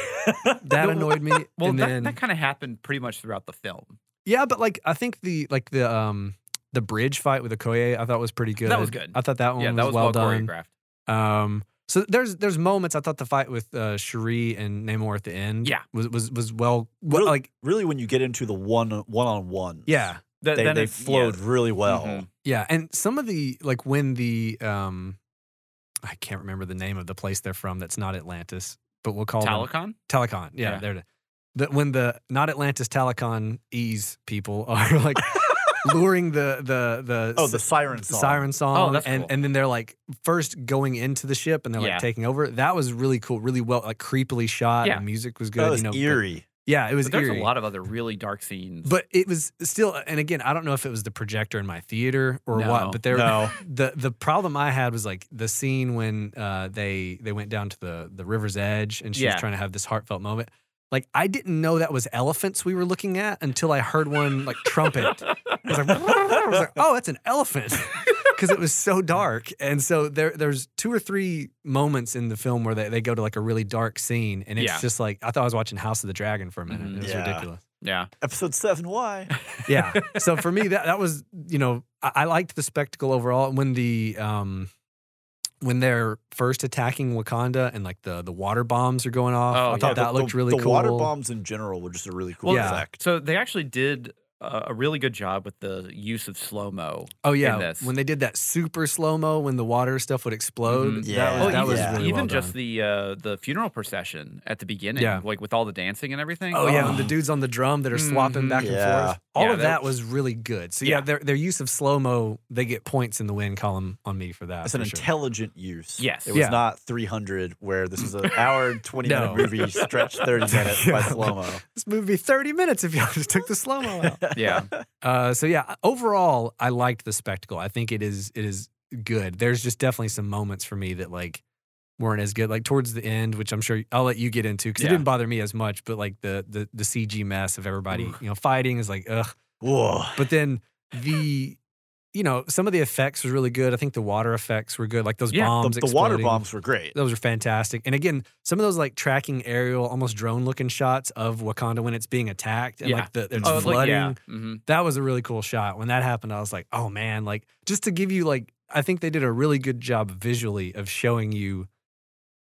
S2: that annoyed me.
S3: Well,
S2: and
S3: that,
S2: then,
S3: that kind of happened pretty much throughout the film.
S2: yeah, but like, I think the, like the, um, the bridge fight with Okoye, I thought was pretty good.
S3: That was good.
S2: I thought that one
S3: yeah,
S2: was,
S3: that was
S2: Oh, well,
S3: well,
S2: done.
S3: choreographed.
S2: Um, so there's there's moments I thought the fight with uh, Cherie and Namor at the end
S3: Yeah.
S2: was was was well, well
S1: Really-
S2: like
S1: really, when you get into the one one on one,
S2: yeah
S3: Th-
S1: they,
S3: then
S1: they
S3: it-
S1: flowed
S3: yeah.
S1: really well.
S3: Mhm.
S2: Yeah, and some of the like when the um I can't remember the name of the place they're from that's not Atlantis, but we'll call them
S3: Talocon.
S2: Telecon. Yeah,
S3: Yeah.
S2: there it is. That when the not Atlantis Telecon ease people are like luring the the the
S1: Oh, the
S2: s-
S1: siren song.
S2: siren song
S3: that's
S2: and
S3: cool.
S2: and then they're like first going into the ship and they're like
S3: Yeah.
S2: taking over. That was really cool, really well like creepily shot.
S3: Yeah.
S2: and music was good,
S1: That was
S2: you know. but-
S1: eerie.
S2: yeah, it was
S3: But there's
S2: eerie.
S3: a lot of other really dark scenes.
S2: But it was still, and again, I don't know if it was the projector in my theater or
S3: No.
S2: what, but there,
S1: No.
S2: the the problem I had was like the scene when uh, they they went down to the the river's edge and she was
S3: Yeah.
S2: trying to have this heartfelt moment. Like I didn't know that was elephants we were looking at until I heard one like trumpet. I was like, I was like oh, that's an elephant because it was so dark. And so there there's two or three moments in the film where they, they go to like a really dark scene and it's
S3: Yeah.
S2: just like I thought I was watching House of the Dragon for a minute.
S3: Mhm.
S2: It was
S1: Yeah.
S2: ridiculous.
S3: yeah,
S1: Episode seven. Why?
S2: Yeah. So for me, that that was you know I, I liked the spectacle overall. When the um when they're first attacking Wakanda and like the the water bombs are going off,
S3: Oh,
S2: I
S3: yeah.
S2: thought
S1: Yeah,
S2: that
S1: the-
S2: looked
S1: the-
S2: really
S1: the
S2: cool.
S1: water bombs in general were just a really cool
S2: Well, yeah.
S1: effect.
S3: So they actually did uh, a really good job with the use of slow mo.
S2: oh yeah,
S3: this.
S2: when they did that super slow mo when the water stuff would explode.
S3: Mhm.
S1: Yeah.
S2: That was,
S1: Oh,
S2: that was
S1: yeah.
S2: really
S3: even
S2: well
S3: just
S2: done.
S3: the uh, the funeral procession at the beginning,
S2: Yeah.
S3: like with all the dancing and everything.
S2: Oh yeah,
S1: Oh.
S2: when the dudes on the drum that are swapping
S3: Mhm.
S2: back and
S1: Yeah.
S2: forth. All
S3: Yeah,
S2: of that
S3: that-
S2: was really good. So yeah,
S3: Yeah.
S2: their their use of slow mo, they get points in the win column on me for that.
S1: It's an
S2: for sure.
S1: intelligent use.
S3: Yes.
S1: It was
S2: Yeah.
S1: not 300, where this is an hour and 20
S2: No.
S1: minute movie stretched 30 minutes by
S2: Yeah.
S1: slow mo.
S2: this movie would be thirty minutes if y'all just took the slow mo out.
S3: yeah,
S2: Uh, so yeah, overall, I liked the spectacle. I think it is it is good. There's just definitely some moments for me that like weren't as good. Like towards the end, which I'm sure I'll let you get into because it
S3: Yeah.
S2: didn't bother me as much. But like the the the CG mess of everybody
S3: Oof.
S2: you know fighting is like ugh.
S1: Whoa.
S2: But then the you know some of the effects was really good. I think the water effects were good. Like those
S3: Yeah, the-
S2: bombs,
S1: The, the water
S2: exploding.
S1: bombs were great.
S2: Those are fantastic. And again, some of those like tracking aerial, almost drone looking shots of Wakanda when it's being attacked and
S3: Yeah.
S2: like the, it's
S3: Oh,
S2: flooding
S3: like, yeah. Mhm.
S2: that was a really cool shot. When that happened, I was like, oh man, like just to give you like I think they did a really good job visually of showing you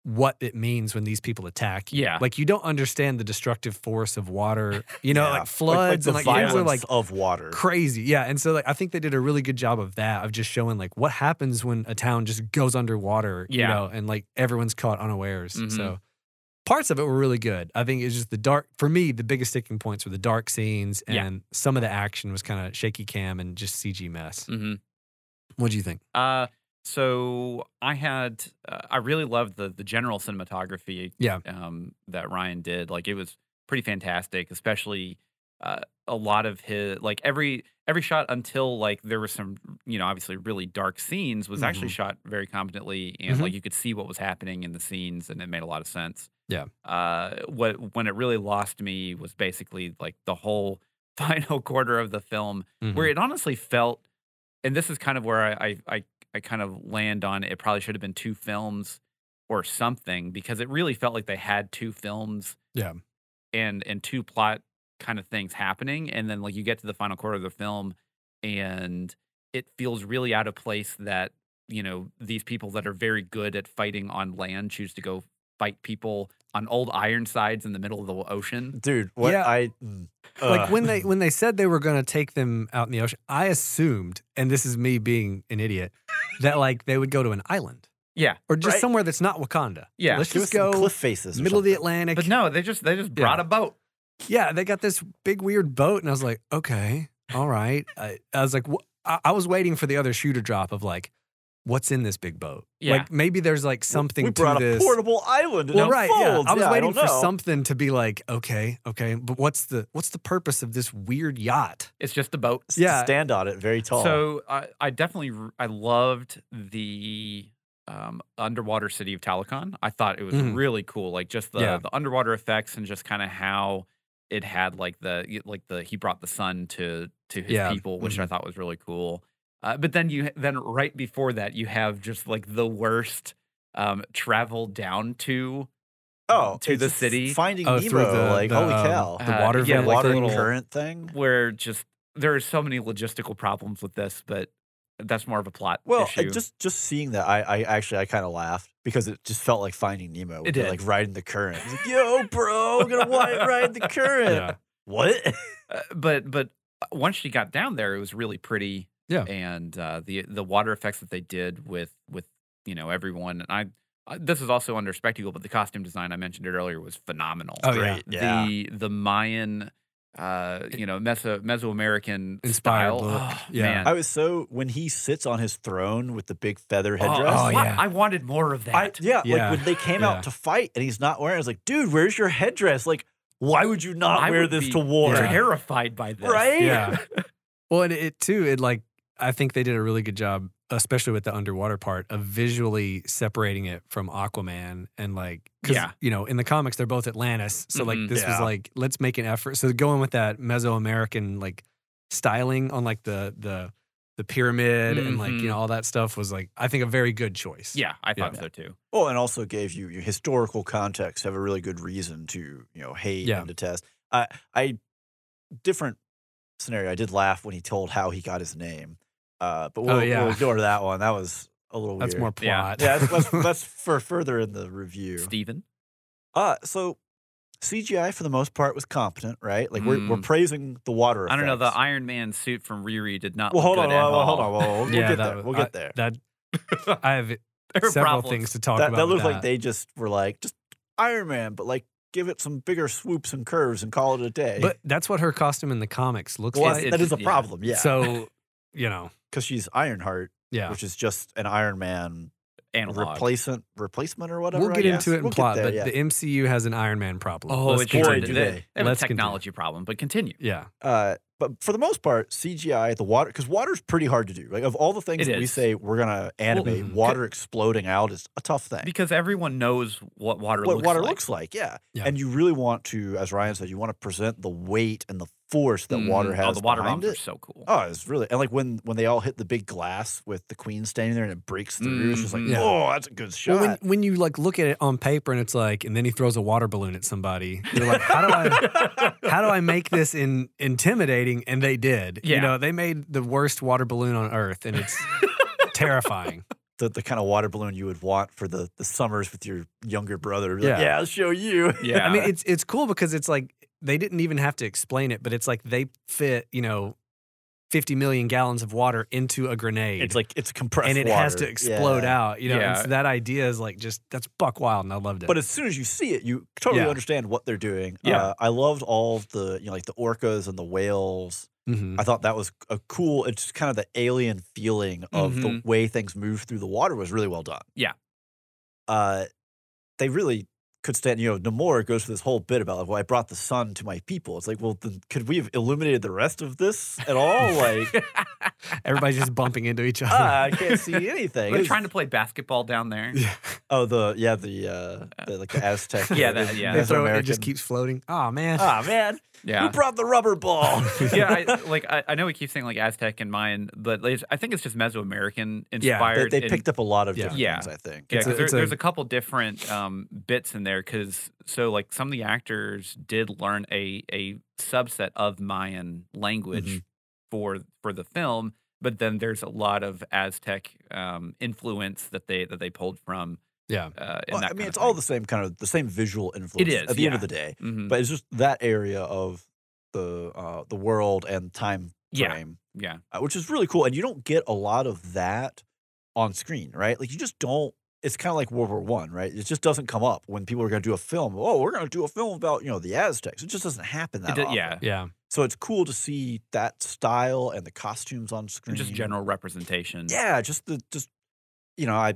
S2: what it means when these people attack. you.
S3: Yeah.
S2: Like you don't understand the destructive force of water, you know,
S1: Yeah.
S2: like floods
S1: the
S2: and like
S1: violence
S2: things are like
S1: of water.
S2: crazy. Yeah. And so like I think they did a really good job of that, of just showing like what happens when a town just goes underwater, you
S3: Yeah.
S2: know, and like everyone's caught unawares.
S3: Mhm.
S2: So parts of it were really good. I think it's just the dark for me, the biggest sticking points were the dark scenes and
S3: Yeah.
S2: some of the action was kind of shaky cam and just CG mess.
S3: Mhm.
S2: What do you think?
S3: Uh, So I had uh, I really loved the the general cinematography
S2: Yeah.
S3: um, that Ryan did. Like it was pretty fantastic, especially uh, a lot of his like every every shot until like there were some you know obviously really dark scenes was actually
S2: Mm-hmm.
S1: Mhm.
S3: shot very competently and
S2: Mhm.
S3: like you could see what was happening in the scenes and it made a lot of sense.
S2: Yeah.
S3: Uh, what when it really lost me was basically like the whole final quarter of the film
S2: Mhm.
S3: where it honestly felt and this is kind of where I, I i i kind of land on it probably should have been two films or something because it really felt like they had two films
S2: Yeah.
S3: and and two plot kind of things happening and then like you get to the final quarter of the film and it feels really out of place that you know these people that are very good at fighting on land choose to go fight people on old ironsides in the middle of the ocean
S1: Dude, what
S2: Yeah.
S1: I mm,
S2: like
S1: ugh.
S2: when they when they said they were going to take them out in the ocean i assumed and this is me being an idiot that like they would go to an island
S3: yeah
S2: or just
S1: Right.
S2: somewhere that's not wakanda
S3: Yeah.
S2: let's
S1: Give us
S2: just
S1: some
S2: go
S1: cliff faces. or
S2: middle of the
S1: something.
S2: atlantic
S3: but no they just they just brought
S2: Yeah.
S3: a boat
S2: yeah they got this big weird boat and i was like okay all right i, I was like wh- I, I was waiting for the other shoe to drop of like what's in this big boat
S3: Yeah.
S2: like maybe there's like something
S1: We brought
S2: to
S1: a
S2: this
S1: portable island. and
S2: well,
S1: it
S2: right. Yeah.
S1: folds.
S2: I was
S1: Yeah,
S2: waiting
S1: don't
S2: for
S1: know.
S2: something to be like, okay, okay, but what's the what's the purpose of this weird yacht?
S3: it's just a boat
S1: S-
S2: yeah.
S1: Stand on it very tall.
S3: So I, I definitely r- I loved the um, underwater city of Talakon. I thought it was
S1: Mm-hmm.
S2: Mhm.
S3: really cool, like just the,
S2: Yeah.
S3: the underwater effects and just kind of how it had like the y- like the he brought the sun to to his
S2: Yeah.
S3: people, which I
S1: Mm-hmm.
S3: thought was really cool. Uh, but then you then right before that you have just like the worst um, travel down to
S1: oh,
S3: to the
S1: it's
S3: city.
S1: Finding
S2: Oh, through
S1: Nemo.
S2: the-
S1: like,
S2: the,
S1: holy
S2: um,
S1: cow.
S2: the water
S3: Uh, yeah,
S1: The
S2: vent,
S3: like
S1: water
S3: the little-
S1: current thing.
S3: where just there are so many logistical problems with this, but that's more of a plot
S1: Well, I-
S3: issue.
S1: just just seeing that, I, I actually I kind of laughed because it just felt like Finding Nemo.
S3: It
S1: with the,
S3: did.
S1: like riding the current. It's like, Yo, bro, I'm gonna wi- ride the current.
S2: Yeah.
S1: What?
S3: Uh, but but once she got down there, it was really pretty.
S2: Yeah.
S3: And uh, the the water effects that they did with with you know everyone and I. I- This is also under spectacle, but the costume design I mentioned it earlier was phenomenal.
S2: Oh, yeah.
S1: Great, yeah.
S3: The the Mayan, uh, you know, Meso Mesoamerican
S2: Inspired
S3: style.
S2: look,
S3: Oh,
S2: yeah.
S3: man.
S1: I was so when he sits on his throne with the big feather headdress.
S2: oh,
S3: Why-
S2: yeah.
S3: I wanted more of that.
S1: I, yeah,
S2: Yeah.
S1: like when they came
S2: Yeah.
S1: out to fight and he's not wearing. it, I was like, dude, where's your headdress? Like, why would you not
S3: I
S1: wear
S3: would
S1: this
S3: be
S1: to war?
S2: Yeah.
S3: terrified by this.
S1: Right?
S2: Yeah. well, and it too, it like I think they did a really good job, especially with the underwater part, of visually separating it from Aquaman and like 'cause,
S3: Yeah.
S2: you know, in the comics they're both Atlantis. So
S3: Mhm.
S2: like this was
S1: Yeah.
S2: like, let's make an effort. So going with that Mesoamerican like styling on like the the the pyramid and like,
S3: Mhm.
S2: you know, all that stuff was like I think a very good choice.
S3: Yeah, I
S2: Yeah.
S3: thought so too.
S1: Well, and also gave you your historical context, have a really good reason to, you know, hate
S2: Yeah.
S1: and detest. I I different scenario. I did laugh when he told how he got his name. Uh,
S3: Oh,
S1: but we'll,
S2: yeah.
S1: we'll ignore that one. That was a little
S2: That's
S1: weird.
S2: more
S3: Yeah.
S2: plot.
S1: yeah, that's, that's, that's for further in the review.
S3: Steven?
S1: Uh, so CGI for the most part was competent, right? Like we're, we're
S3: Mm.
S1: praising the water.
S3: I don't know. The
S1: effects.
S3: Iron Man suit from Riri did not
S2: Oh,
S1: well,
S3: look
S1: hold on,
S3: good at
S1: well, well,
S3: all.
S1: hold on. Well, we'll
S2: Yeah,
S1: get
S2: that
S1: there.
S2: was-
S1: We'll get there.
S2: that I have
S3: There were
S2: several
S3: problems.
S2: things to talk
S1: that,
S2: about.
S1: that
S2: with
S1: looked like they just were like just Iron Man, but like give it some bigger swoops and curves and call it a day.
S2: But that's what her costume in the comics looks
S1: well,
S2: like.
S1: that is a
S3: yeah.
S1: problem, yeah.
S2: So, you know,
S1: because she's Ironheart,
S2: yeah.
S1: which is just an Iron Man
S3: Analog.
S1: replacement replacement or whatever.
S2: We'll
S1: I
S2: get
S1: guess.
S2: into it in
S1: We'll get
S2: plot,
S1: there,
S2: but
S1: yeah.
S2: the MCU has an Iron Man problem.
S3: Oh,
S2: Let's
S3: it's
S1: boy,
S2: continue.
S1: do
S3: they, they
S1: they.
S3: have a
S2: Let's continue.
S3: technology problem, but continue.
S2: Yeah.
S1: uh, but for the most part, CGI the water because water's pretty hard to do. Like of all the things
S3: It
S1: that we
S3: is.
S1: say we're gonna animate,
S2: mhm.
S1: water exploding out is a tough thing.
S3: Because everyone knows what water
S1: what
S3: looks
S1: water
S3: like.
S1: looks like, yeah.
S2: Yeah.
S1: And you really want to, as Ryan said, you want to present the weight and the force that
S2: Mm-hmm.
S3: Mm,
S1: water has
S3: Oh, the water
S1: behind
S3: bombs
S1: it.
S3: are so cool.
S1: Oh, it's really and like when when they all hit the big glass with the queen standing there and it breaks through. It's just like,
S3: Mhm. Yeah.
S1: oh, that's a good shot.
S2: Mm-hmm. Well, when, when you like look at it on paper and it's like, and then he throws a water balloon at somebody, you're like, how do I, how do I make this in intimidating? And they did. You
S3: Yeah.
S2: know, they made the worst water balloon on earth and it's terrifying.
S1: the, the kind of water balloon you would want for the the summers with your younger brother. Be like,
S2: Yeah.
S1: yeah, I'll show you.
S3: yeah.
S2: I mean, it's it's cool because it's like they didn't even have to explain it, but it's like they fit, you know, 50 million gallons of water into a grenade.
S1: It's like it's compressed
S2: and it has
S1: water.
S2: to explode
S1: Yeah.
S2: out, you know. and
S3: Yeah.
S2: so that idea is like just that's buck wild, and I loved it.
S1: But as soon as you see it, you totally
S2: Yeah.
S1: understand what they're doing.
S3: Yeah.
S1: Uh, I loved all of the you know like the orcas and the whales.
S2: Mhm.
S1: I thought that was a cool. It's just kind of the alien feeling of the
S3: Mhm.
S1: way things move through the water was really well done.
S3: Yeah.
S1: Uh, they really could stand. You know, Namor goes through this whole bit about like, well, I brought the sun to my people. It's like, well, then could we have illuminated the rest of this at all? Like,
S2: everybody's just bumping into each other.
S1: ah, I can't see anything.
S3: They're
S1: It's-
S3: trying to play basketball down there.
S2: yeah,
S1: Oh, the yeah, the uh, the, like the Aztec.
S3: Yeah, that- yeah.
S2: they throw it, it just keeps floating. Oh man,
S1: Ah, man, who
S3: Yeah.
S1: brought the rubber ball?
S3: yeah, I, like I, I know we keep saying like Aztec and Mayan, but like, I think it's just Mesoamerican
S1: they,
S3: inspired.
S1: they
S3: and-
S1: picked up a lot of
S2: Yeah.
S1: different
S3: Yeah.
S1: things. I think.
S3: Yeah,
S2: It's a-
S3: 'cause there-
S2: it's a-
S3: there's a couple different um, bits in there because so like some of the actors did learn a a subset of Mayan language
S1: Mm-hmm.
S3: for for the film, but then there's a lot of Aztec um, influence that they that they pulled from.
S2: Yeah.
S3: uh, in
S1: Well,
S3: that
S1: I
S3: kind
S1: mean,
S3: of
S1: it's all
S3: thing.
S1: the same kind of the same visual influence.
S3: is,
S1: at the end of
S3: yeah.
S1: the day,
S3: Mhm.
S1: but it's just that area of the uh, the world and time
S3: Yeah.
S1: frame,
S3: yeah,
S1: uh, which is really cool. And you don't get a lot of that on screen, right? Like you just don't. It's kind of like World War One, right? It just doesn't come up when people are going to do a film. Oh, we're going to do a film about you know the Aztecs. It just doesn't happen that
S3: It do-
S1: often.
S3: yeah,
S2: yeah,
S1: So it's cool to see that style and the costumes on screen.
S3: and just general representation.
S1: Yeah, just the just you know, I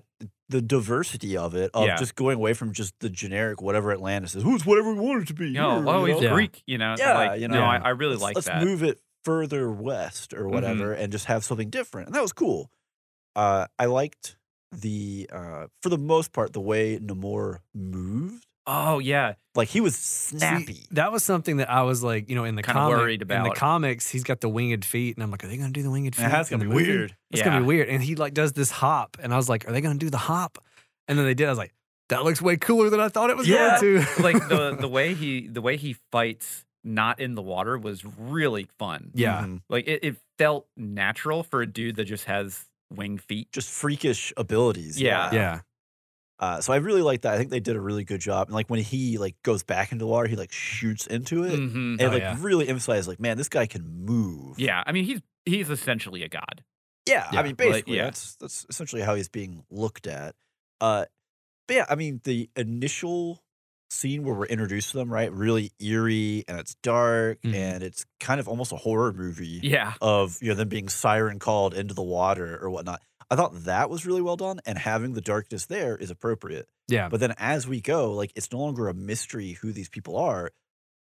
S1: the diversity of it of
S3: Yeah.
S1: just going away from just the generic whatever Atlantis is. Who's whatever we want it to be.
S3: You know,
S1: here,
S3: oh,
S1: you
S3: he's
S1: know?
S2: Yeah.
S3: Greek. You know,
S1: Yeah,
S3: like,
S1: you
S3: no,
S2: know.
S3: I, I really
S1: let's,
S3: like
S1: let's
S3: that.
S1: move it further west or whatever and just have something different. And that was cool. Uh, I liked the uh, for the most part the way Namor moved.
S3: Oh yeah,
S1: Like he was
S2: See,
S1: snappy.
S2: that was something that I was like, you know, in the
S3: Kinda
S2: comic,
S3: worried
S2: In
S3: about.
S2: the comics, he's got the winged feet, and I'm like, are they going to do the winged feet?
S1: Yeah, that's
S2: in
S1: gonna
S2: the
S1: be
S2: movie?
S1: weird.
S2: It's
S3: yeah.
S2: going to be weird. And he like does this hop, and I was like, are they going to do the hop? And then they did. I was like, that looks way cooler than I thought it was
S1: Yeah.
S2: going to.
S3: like the the way he the way he fights not in the water was really fun.
S2: yeah.
S1: Mhm.
S3: Like it, it felt natural for a dude that just has wing feet.
S1: Just freakish abilities.
S3: Yeah.
S2: yeah,
S1: Uh, so I really like that. I think they did a really good job. And like when he like goes back into the water, he like shoots into it.
S3: Mhm.
S1: and
S2: Oh,
S1: like
S2: yeah.
S1: really emphasize like man this guy can move
S3: Yeah, I mean he's he's essentially a god.
S1: yeah,
S2: Yeah.
S1: i mean basically
S3: yeah.
S1: that's that's essentially how he's being looked at uh but yeah i mean the initial scene where we're introduced to them right really eerie and it's dark
S2: Mhm.
S1: and it's kind of almost a horror movie
S3: Yeah,
S1: of you know them being siren called into the water or whatnot i thought that was really well done and having the darkness there is appropriate
S2: yeah.
S1: but then as we go like it's no longer a mystery who these people are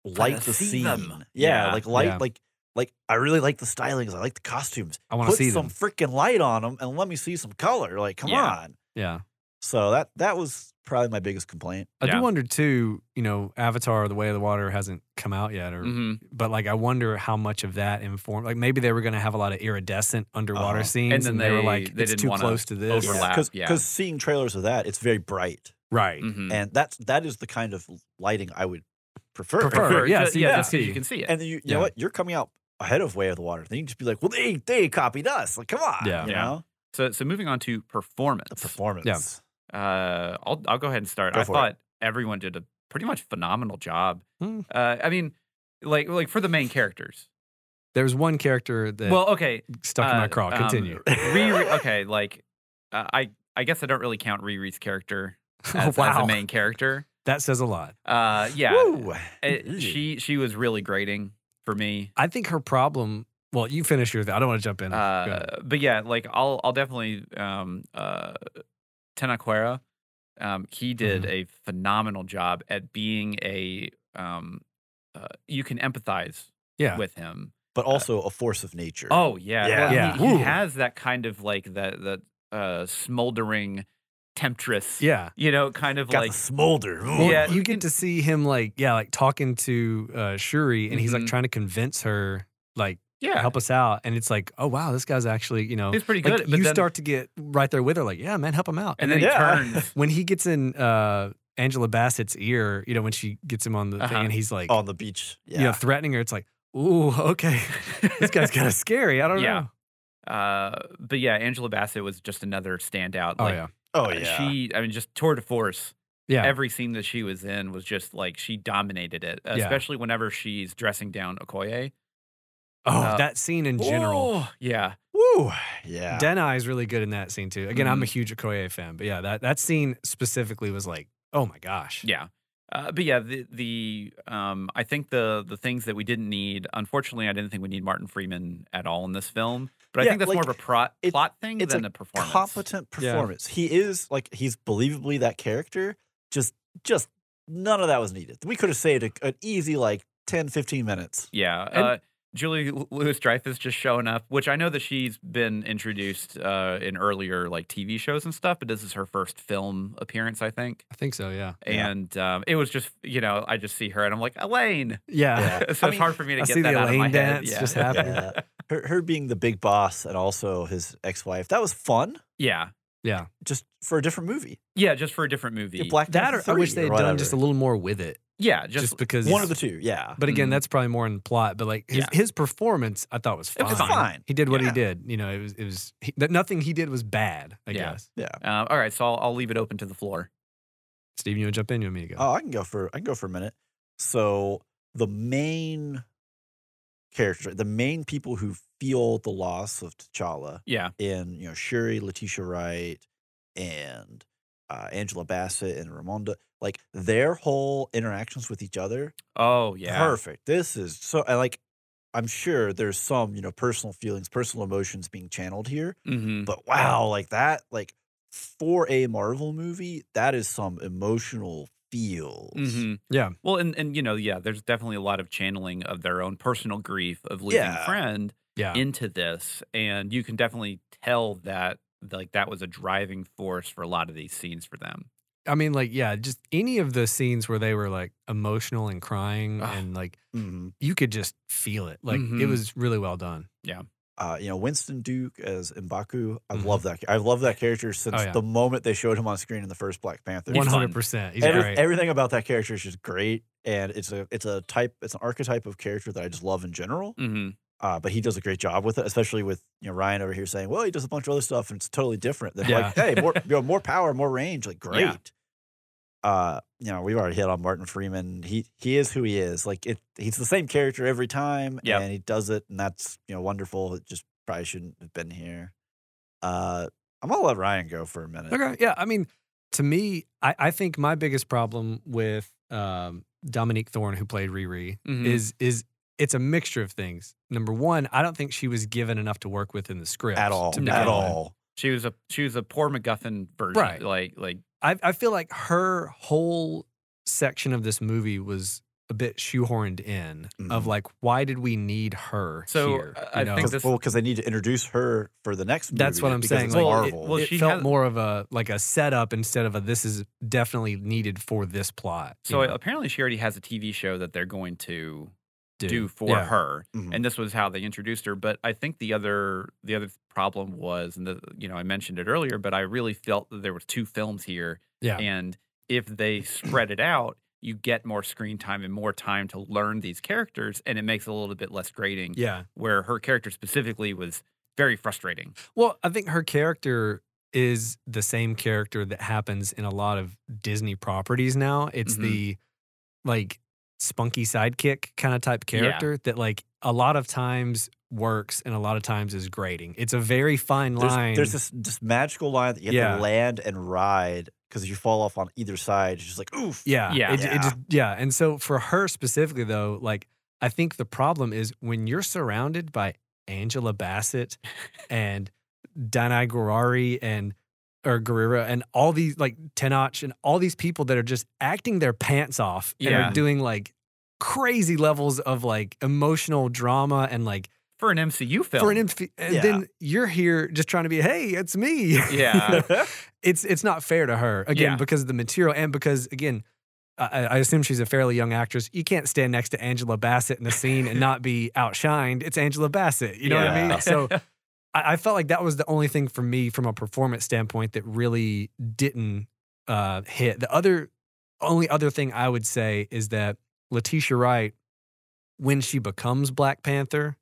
S1: like
S3: to
S1: the
S3: see
S1: scene
S3: them.
S1: Yeah,
S3: Yeah.
S1: like light
S2: Yeah.
S1: like like i really like the stylings i like the costumes
S2: I want to
S1: put
S2: see
S1: some
S2: them.
S1: freaking light on them and let me see some color like come
S3: Yeah.
S1: on
S2: Yeah,
S1: so that that was probably my biggest complaint
S2: I
S3: Yeah.
S2: do wonder too. You know, Avatar: The Way of the Water hasn't come out yet, or
S3: Mhm.
S2: but like I wonder how much of that informed. Like maybe they were going to have a lot of iridescent underwater
S1: Uh-huh.
S2: scenes,
S3: And then
S2: were
S3: they-
S2: like,
S3: they
S2: it's
S3: didn't
S2: too
S3: wanna
S2: close to this.
S3: overlap.
S1: because
S3: yeah.
S1: seeing trailers of that it's very bright
S2: Right.
S3: Mhm.
S1: and that's that is the kind of lighting i would prefer,
S2: Prefer.
S3: Or
S2: yeah,
S3: ju-
S2: see
S3: yeah,
S2: that.
S3: just so you can see it.
S1: and then you, you know
S2: Yeah.
S1: what you're coming out ahead of way of the water then you can just be like well they they copied us like come on
S2: Yeah.
S1: you
S3: Yeah.
S1: know
S3: so so moving on to
S1: the
S3: performance.
S1: performance
S3: uh, I'll I'll go ahead and start.
S1: Go
S3: I
S1: for it.
S3: thought everyone did a pretty much phenomenal job.
S2: Hmm.
S3: Uh, I mean, like like for the main characters.
S2: There was one character that
S3: Well, okay,
S2: stuck in my
S3: uh,
S2: craw.
S3: um,
S2: Continue.
S3: Riri,
S2: oh,
S3: okay, like uh, I I guess I don't really count Riri's character
S2: Oh,
S3: as, as the main character.
S2: that says a lot.
S3: Uh, yeah,
S1: Woo.
S3: it-
S1: Easy.
S3: she she was really grating for me.
S2: I think her problem. Well, you finish your. thing. I don't want to jump in. Go ahead.
S3: Uh, but yeah, like I'll I'll definitely um uh Tenaquera, um he did
S2: Mhm.
S3: a phenomenal job at being a um uh, you can empathize
S2: yeah.
S3: with him.
S1: but also a force of nature
S3: Oh yeah,
S1: Yeah.
S3: Well,
S2: Yeah.
S3: He, he
S2: Ooh.
S3: has that kind of like that that uh smoldering temptress.
S2: yeah.
S3: You know, kind of
S1: got
S3: like
S1: the smolder
S2: Well,
S3: Yeah.
S2: you get to see him like yeah, like talking to uh, Shuri, and he's like
S3: Mhm.
S2: trying to convince her like
S3: yeah,
S2: help us out, and it's like oh wow, this guy's actually you know
S3: he's pretty
S2: like
S3: good. but
S2: you
S3: then-
S2: start to get right there with her like yeah man, help him out,
S3: and then
S1: Yeah.
S3: he turns.
S2: when he gets in uh, Angela Bassett's ear, you know when she gets him on the
S3: Uh-huh.
S2: thing, and he's like
S1: on the beach. Oh, Yeah.
S2: you know threatening her, it's like ooh okay, this guy's kind of scary. I don't
S3: Yeah.
S2: know.
S3: Uh, but yeah, Angela Bassett was just another standout.
S2: Oh
S3: like,
S2: yeah,
S1: oh
S3: Uh,
S1: yeah.
S3: She, I mean, just tour de force.
S2: yeah.
S3: Every scene that she was in was just like she dominated it, especially whenever she's dressing down Okoye.
S2: Oh,
S3: Uh,
S2: that scene in general.
S3: Oh, yeah.
S1: Woo. Yeah.
S2: Denai is really good in that scene too. Again, I'm
S3: Mm-hmm.
S2: a huge Okoye fan, but yeah, that, that scene specifically was like, oh my gosh.
S3: Yeah. Uh, but yeah, the the um, I think the the things that we didn't need. Unfortunately, I didn't think we need Martin Freeman at all in this film. But I
S1: Yeah,
S3: think that's more
S1: like,
S3: of a pro-
S1: it-
S3: plot thing
S1: it's
S3: than
S1: a
S3: a performance.
S1: competent
S2: Yeah.
S1: performance. He is like he's believably that character. Just just none of that was needed. We could have saved a, an easy like 10 15 minutes.
S3: Yeah.
S2: And-
S3: uh, Julie Lewis Dreyfus just showing up, which I know that she's been introduced uh, in earlier like TV shows and stuff, but this is her first film appearance, I think.
S2: I think so, yeah.
S1: Yeah.
S3: And um, it was just, you know, I just see her and I'm like, Elaine.
S2: Yeah.
S1: Yeah.
S3: so it's
S1: mean,
S3: hard for me to
S2: I
S3: get
S2: see
S3: that
S2: the
S3: out of my
S2: Elaine dance
S3: head. Yeah.
S2: just happening.
S1: Yeah. her her being the big boss and also his ex-wife. That was fun
S3: yeah.
S2: Yeah.
S1: just for a different movie.
S3: Yeah, just for a different movie.
S1: Black
S2: That
S1: Panther
S2: or I wish
S1: 3
S2: they had
S1: or
S2: done just a
S1: whatever.
S2: little more with it.
S3: yeah,
S2: Just,
S3: just,
S2: because
S1: one of the two. Yeah.
S2: But again,
S3: Mm.
S2: that's probably more in plot. But like his,
S3: Yeah.
S2: his performance, I thought was
S3: It
S2: fine.
S3: was
S1: fine.
S2: He did what he
S1: Yeah.
S2: did. You know, it was it was he, that nothing he did was bad. I
S3: Yeah.
S2: guess.
S3: uh, all right, so I'll, I'll leave it open to the floor.
S2: Steve, you want to jump in? You want me to go?
S1: Oh, I can go for I can go for a minute. So the main character, the main people who feel the loss of T'Challa
S3: Yeah.
S1: in you know Shuri, Letitia Wright, and uh, Angela Bassett and Ramonda, like their whole interactions with each other,
S3: Oh, yeah.
S1: perfect. This is so I like. I'm sure there's some you know personal feelings, personal emotions being channeled here,
S3: Mm-hmm.
S1: but wow, like that, like for a Marvel movie, that is some emotional feels.
S3: hmm
S2: Yeah.
S3: Well, and and you know, yeah, there's definitely a lot of channeling of their own personal grief of losing a
S1: Yeah.
S3: friend
S2: yeah.
S3: into this, and you can definitely tell that like that was a driving force for a lot of these scenes for them.
S2: I mean, like, yeah, just any of the scenes where they were like emotional and crying,
S3: Ah.
S2: and like
S1: Mhm.
S2: you could just feel it. Like it
S3: Mhm.
S2: was really well done.
S1: uh, you know, Winston Duke as Mbaku. I
S2: Mhm.
S1: love that. I love that character since
S2: Oh, yeah.
S1: the moment they showed him on screen in the first Black Panther.
S3: He's
S2: One
S3: fun.
S2: hundred percent. He's
S1: Every-
S2: great.
S1: Everything about that character is just great, and it's a it's a type it's an archetype of character that I just love in general.
S3: Mm-hmm.
S1: Uh, but he does a great job with it, especially with you know Ryan over here saying, "Well, he does a bunch of other stuff, and it's totally different." They're like, "Hey, more you know, more power, more range, like great."
S3: Yeah.
S1: Uh, you know, we've already hit on Martin Freeman. He he is who he is. Like it, he's the same character every time,
S3: Yep.
S1: and he does it, and that's you know wonderful. It just probably shouldn't have been here. Uh, I'm gonna let Ryan go for a minute.
S2: Okay. Yeah. I mean, to me, I, I think my biggest problem with um, Dominique Thorne, who played Riri,
S3: Mhm.
S2: is is it's a mixture of things. Number one, I don't think she was given enough to work with in the script
S1: At all,
S2: to
S3: No.
S2: begin
S1: at
S2: with.
S1: all.
S3: She was a she was a poor MacGuffin version,
S2: Right.
S3: Like like
S2: I, I feel like her whole section of this movie was a bit shoehorned in of
S1: Mhm.
S2: like, why did we need her
S3: Mm-hmm. So,
S2: here?
S3: I- I
S2: you know?
S3: think
S1: Cause,
S3: this-
S1: well, because they need to introduce her for the next.
S2: That's
S1: movie
S2: what I'm
S1: because
S2: saying,
S1: It's
S2: like,
S1: Marvel.
S3: well,
S2: it
S3: she
S2: felt
S3: had-
S2: more of a like a setup instead of a this is definitely needed for this plot. you
S3: so.
S2: know,
S3: Apparently, she already has a TV show that they're going to
S2: dude.
S3: do for
S2: Yeah.
S3: her
S2: Mm-hmm.
S1: Mhm.
S3: and this was how they introduced her but i think the other the other problem was and the, you know i mentioned it earlier but i really felt that there was two films here
S2: Yeah.
S3: and if they spread it out you get more screen time and more time to learn these characters and it makes it a little bit less grating
S2: Yeah.
S3: where her character specifically was very frustrating
S2: Well, I think her character is the same character that happens in a lot of Disney properties now. It's
S1: Mm-hmm.
S3: Mhm.
S2: the like spunky sidekick kind of type
S3: Yeah.
S2: character that like a lot of times works and a lot of times is grating. It's a very fine line.
S1: There's, there's this just magical line that you have
S2: Yeah.
S1: to land and ride because if you fall off on either side, it's just like oof.
S2: yeah,
S3: Yeah.
S2: It, it just yeah. And so for her specifically though, like I think the problem is when you're surrounded by Angela Bassett and Danai Gurari and or Guerrera and all these like Tenach and all these people that are just acting their pants off and
S3: Yeah.
S2: are doing like crazy levels of like emotional drama and like
S3: for an mcu film
S2: for an inf- and
S1: Yeah.
S2: then you're here just trying to be hey it's me
S3: yeah
S2: it's it's not fair to her again
S3: Yeah.
S2: because of the material and because again I, I assume she's a fairly young actress you can't stand next to angela bassett in a scene and not be outshined it's angela bassett you know what i
S1: Yeah.
S2: mean so I, I felt like that was the only thing for me from a performance standpoint that really didn't uh, hit the other only other thing i would say is that letitia wright when she becomes black panther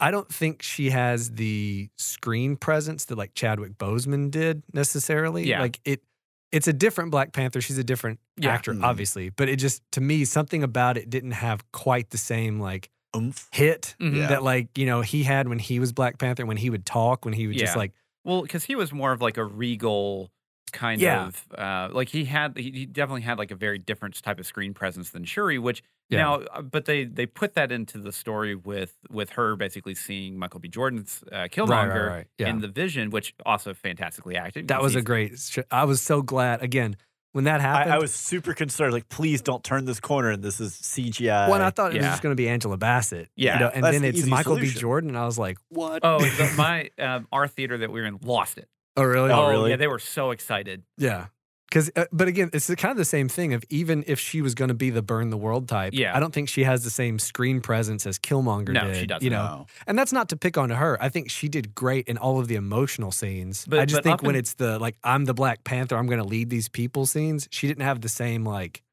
S2: I don't think she has the screen presence that like Chadwick Boseman did necessarily.
S3: Yeah.
S2: Like it it's a different Black Panther. She's a different
S3: Yeah.
S2: actor,
S1: Mhm.
S2: obviously. But it just to me, something about it didn't have quite the same like
S1: oomph.
S2: hit
S3: Mhm.
S1: Yeah.
S2: that like you know he had when he was Black Panther when he would talk when he would just
S3: Yeah.
S2: like
S3: Well, because he was more of like a regal kind
S2: Yeah.
S3: of uh, like he had he he definitely had like a very different type of screen presence than Shuri, which
S2: Yeah.
S3: now uh, but they they put that into the story with with her basically seeing Michael B. Jordan's uh, Killmonger
S2: right, right, right. yeah
S3: in the Vision, which also fantastically acted.
S2: that
S3: because
S2: was a
S3: he's-
S2: great sh- I was so glad again when that happened
S1: I, I was super concerned. Like, please don't turn this corner. And this is CGI.
S2: Well, and I thought it was
S3: Uh, yeah.
S2: just going to be Angela Bassett. you
S3: Yeah,
S2: know, and
S1: that's
S2: then
S1: the
S2: it's
S1: easy
S2: Michael B.
S1: solution.
S2: Jordan, and I was like, "What?
S3: Oh, the, my um, our theater that we were in lost it.
S2: oh, really?
S1: Oh, really?
S3: yeah, they were so excited.
S2: Yeah. Because, uh, but again, it's kind of the same thing. Of even if she was going to be the burn the world type,
S3: Yeah.
S2: I don't think she has the same screen presence as Killmonger
S3: No,
S2: did.
S3: she doesn't.
S2: You know,
S1: No.
S2: and that's not to pick on her. I think she did great in all of the emotional scenes.
S3: But-
S2: I just
S3: but
S2: think
S3: up
S2: when
S3: in-
S2: it's the like I'm the Black Panther, I'm going to lead these people scenes. She didn't have the same like,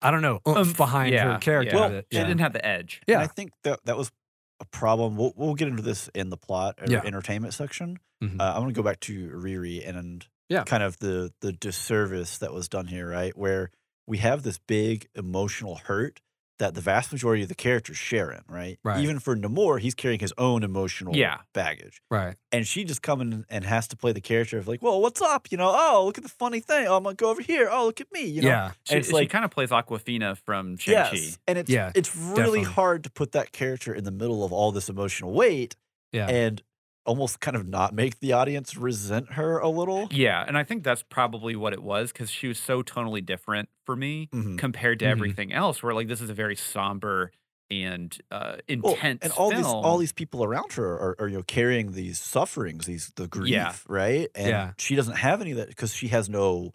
S2: I don't know, oomph
S3: Oomph,
S2: behind
S3: yeah,
S2: her character.
S3: yeah.
S1: Well,
S2: that-
S3: She didn't have the edge.
S1: And
S2: Yeah.
S1: I think that that was a problem. We'll, we'll get into this in the plot or
S2: Yeah.
S1: entertainment section.
S2: Mhm.
S1: Uh, I want to go back to Riri and
S2: Yeah.
S1: kind of the the disservice that was done here, right? Where we have this big emotional hurt that the vast majority of the characters share in, right?
S2: Right.
S1: Even for Namor, he's carrying his own emotional
S3: Yeah.
S1: baggage.
S2: right.
S1: And she just comes in and has to play the character of like, well, what's up? You know, oh, look at the funny thing. Oh, I'm gonna go over here. Oh, look at me. You know,
S2: yeah.
S3: She,
S1: it's like-
S3: she kind of plays Aquafina from Shang Chi.
S1: and it's
S2: Yeah,
S1: it's really
S2: definitely.
S1: hard to put that character in the middle of all this emotional weight
S2: Yeah.
S1: and almost kind of not make the audience resent her a little.
S3: Yeah, and I think that's probably what it was because she was so tonally different for me
S1: Mhm.
S3: compared to
S2: Mhm.
S3: everything else. Where like this is a very somber and uh,
S1: Well,
S3: intense
S1: and all
S3: film.
S1: these all these people around her are, are you know carrying these sufferings, these the grief,
S3: Yeah.
S1: right? And
S2: Yeah.
S1: she doesn't have any of that because she has no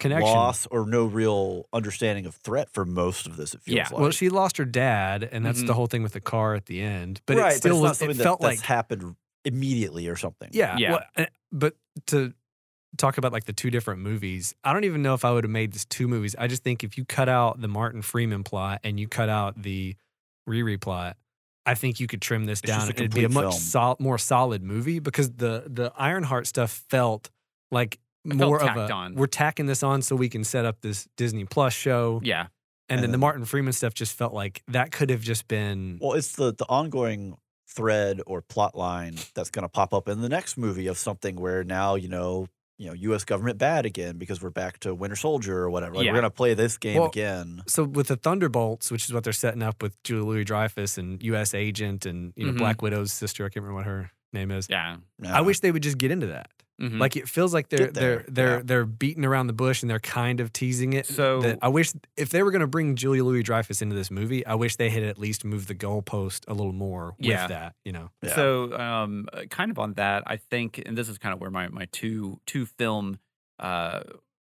S2: Connection.
S1: loss or no real understanding of threat for most of this. It feels
S3: Yeah.
S1: like
S2: Well, she lost her dad, and that's the
S3: Mhm.
S2: whole thing with the car at the end. But
S1: Mm-hmm. right,
S2: it still
S1: but
S2: was,
S1: it's not
S2: it
S1: something
S2: felt
S1: that,
S2: like
S1: that's happened immediately or something.
S2: yeah,
S3: Yeah.
S2: well, uh, but to talk about like the two different movies, I don't even know if I would have made this two movies. I just think if you cut out the Martin Freeman plot and you cut out the Riri plot, I think you could trim this
S1: It's
S2: down.
S1: just a
S2: and It'd be a
S1: complete
S2: much
S1: film.
S2: sol- more solid movie because the the Ironheart stuff felt like
S3: It felt
S2: more of
S3: tacked
S2: a
S3: on.
S2: we're tacking this on so we can set up this Disney Plus show.
S3: yeah,
S2: And,
S1: And
S2: then the
S1: then-
S2: Martin Freeman stuff just felt like that could have just been
S1: Well, it's the the ongoing thread or plot line that's going to pop up in the next movie of something where now you know you know U.S. government bad again because we're back to Winter Soldier or whatever. Like,
S3: Yeah.
S1: We're going to play this game
S2: Well,
S1: again.
S2: so with the Thunderbolts, which is what they're setting up with Julie Louis Dreyfus and U.S. Agent and you know
S3: Mhm.
S2: Black Widow's sister. I can't remember what her name is.
S3: yeah.
S2: I
S1: Nah.
S2: wish they would just get into that.
S3: Mhm.
S2: Like it feels like they're
S1: Get there,
S2: they're they're
S1: yeah.
S2: they're beating around the bush and they're kind of teasing it.
S3: So-
S2: that I wish if they were going to bring Julia Louis Dreyfus into this movie, I wish they had at least moved the goalpost a little more
S3: Yeah.
S2: with that. You know,
S1: Yeah.
S3: So, um, uh, kind of on that, I think, and this is kind of where my my two two film uh,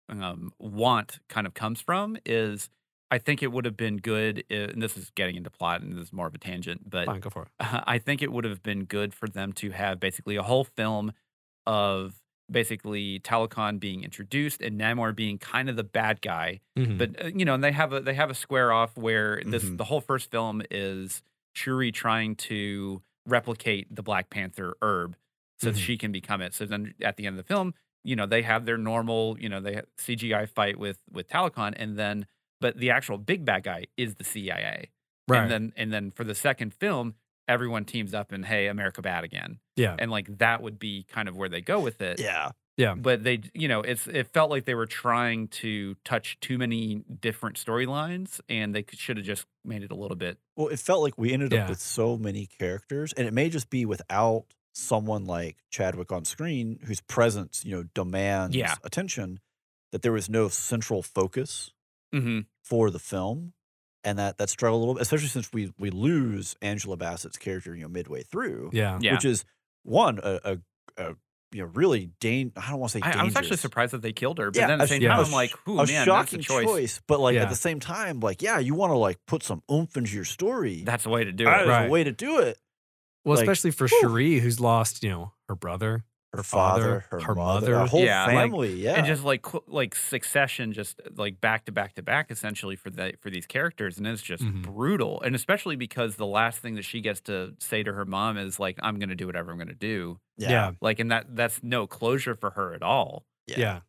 S3: um, want kind of comes from is I think it would have been good, i- and this is getting into plot, and this is more of a tangent, but
S2: fine, go for it.
S3: I think it would have been good for them to have basically a whole film of basically Talcon being introduced and Namor being kind of the bad guy
S2: Mhm.
S3: but uh, you know, and they have a they have a square off where this
S2: Mm-hmm.
S1: Mhm.
S3: the whole first film is Shuri trying to replicate the Black Panther herb so that
S2: Mhm.
S3: she can become it. So then at the end of the film, you know, they have their normal, you know, they ha- CGI fight with with Talcon, and then but the actual big bad guy is the CIA.
S2: right?
S3: And then and then for the second film, everyone teams up and hey, America bad again.
S2: yeah,
S3: And like that would be kind of where they go with it
S1: yeah,
S3: but they you know it's it felt like they were trying to touch too many different storylines and they could- should have just made it a little bit
S1: well, it felt like we ended
S2: Yeah.
S1: up with so many characters, and it may just be without someone like Chadwick on screen whose presence you know demands
S3: Yeah.
S1: attention. That there was no central focus
S3: mm-hmm.
S1: for the film and that that struggle a little bit, especially since we we lose Angela Bassett's character, you know, midway through,
S2: yeah,
S3: yeah
S1: which is one a, a, a you know really dan- I don't want to say
S3: I,
S1: dangerous.
S3: I was actually surprised that they killed her but
S1: Yeah,
S3: then at the
S1: a-
S3: same
S2: yeah.
S3: time
S2: a
S3: i'm like
S1: A
S3: ooh man
S1: shocking
S3: that's a choice.
S1: but like
S2: Yeah.
S1: at the same time, like yeah, you want to like put some oomph into your story.
S3: that's the way to do it
S1: That is
S2: Right.
S1: a way to do it.
S2: Well,
S1: Like,
S2: especially for
S1: whew.
S2: Cherie, who's lost, you know, her brother,
S1: Her father, her, mother, her whole
S3: Yeah, like-
S1: family, yeah,
S3: and just like qu- like succession just like back to back to back essentially for the for these characters and it's just
S1: Mm-hmm.
S2: Mhm.
S3: brutal and especially because the last thing that she gets to say to her mom is like i'm gonna do whatever i'm gonna do
S1: yeah,
S3: like and that that's no closure for her at all
S2: yeah. yeah.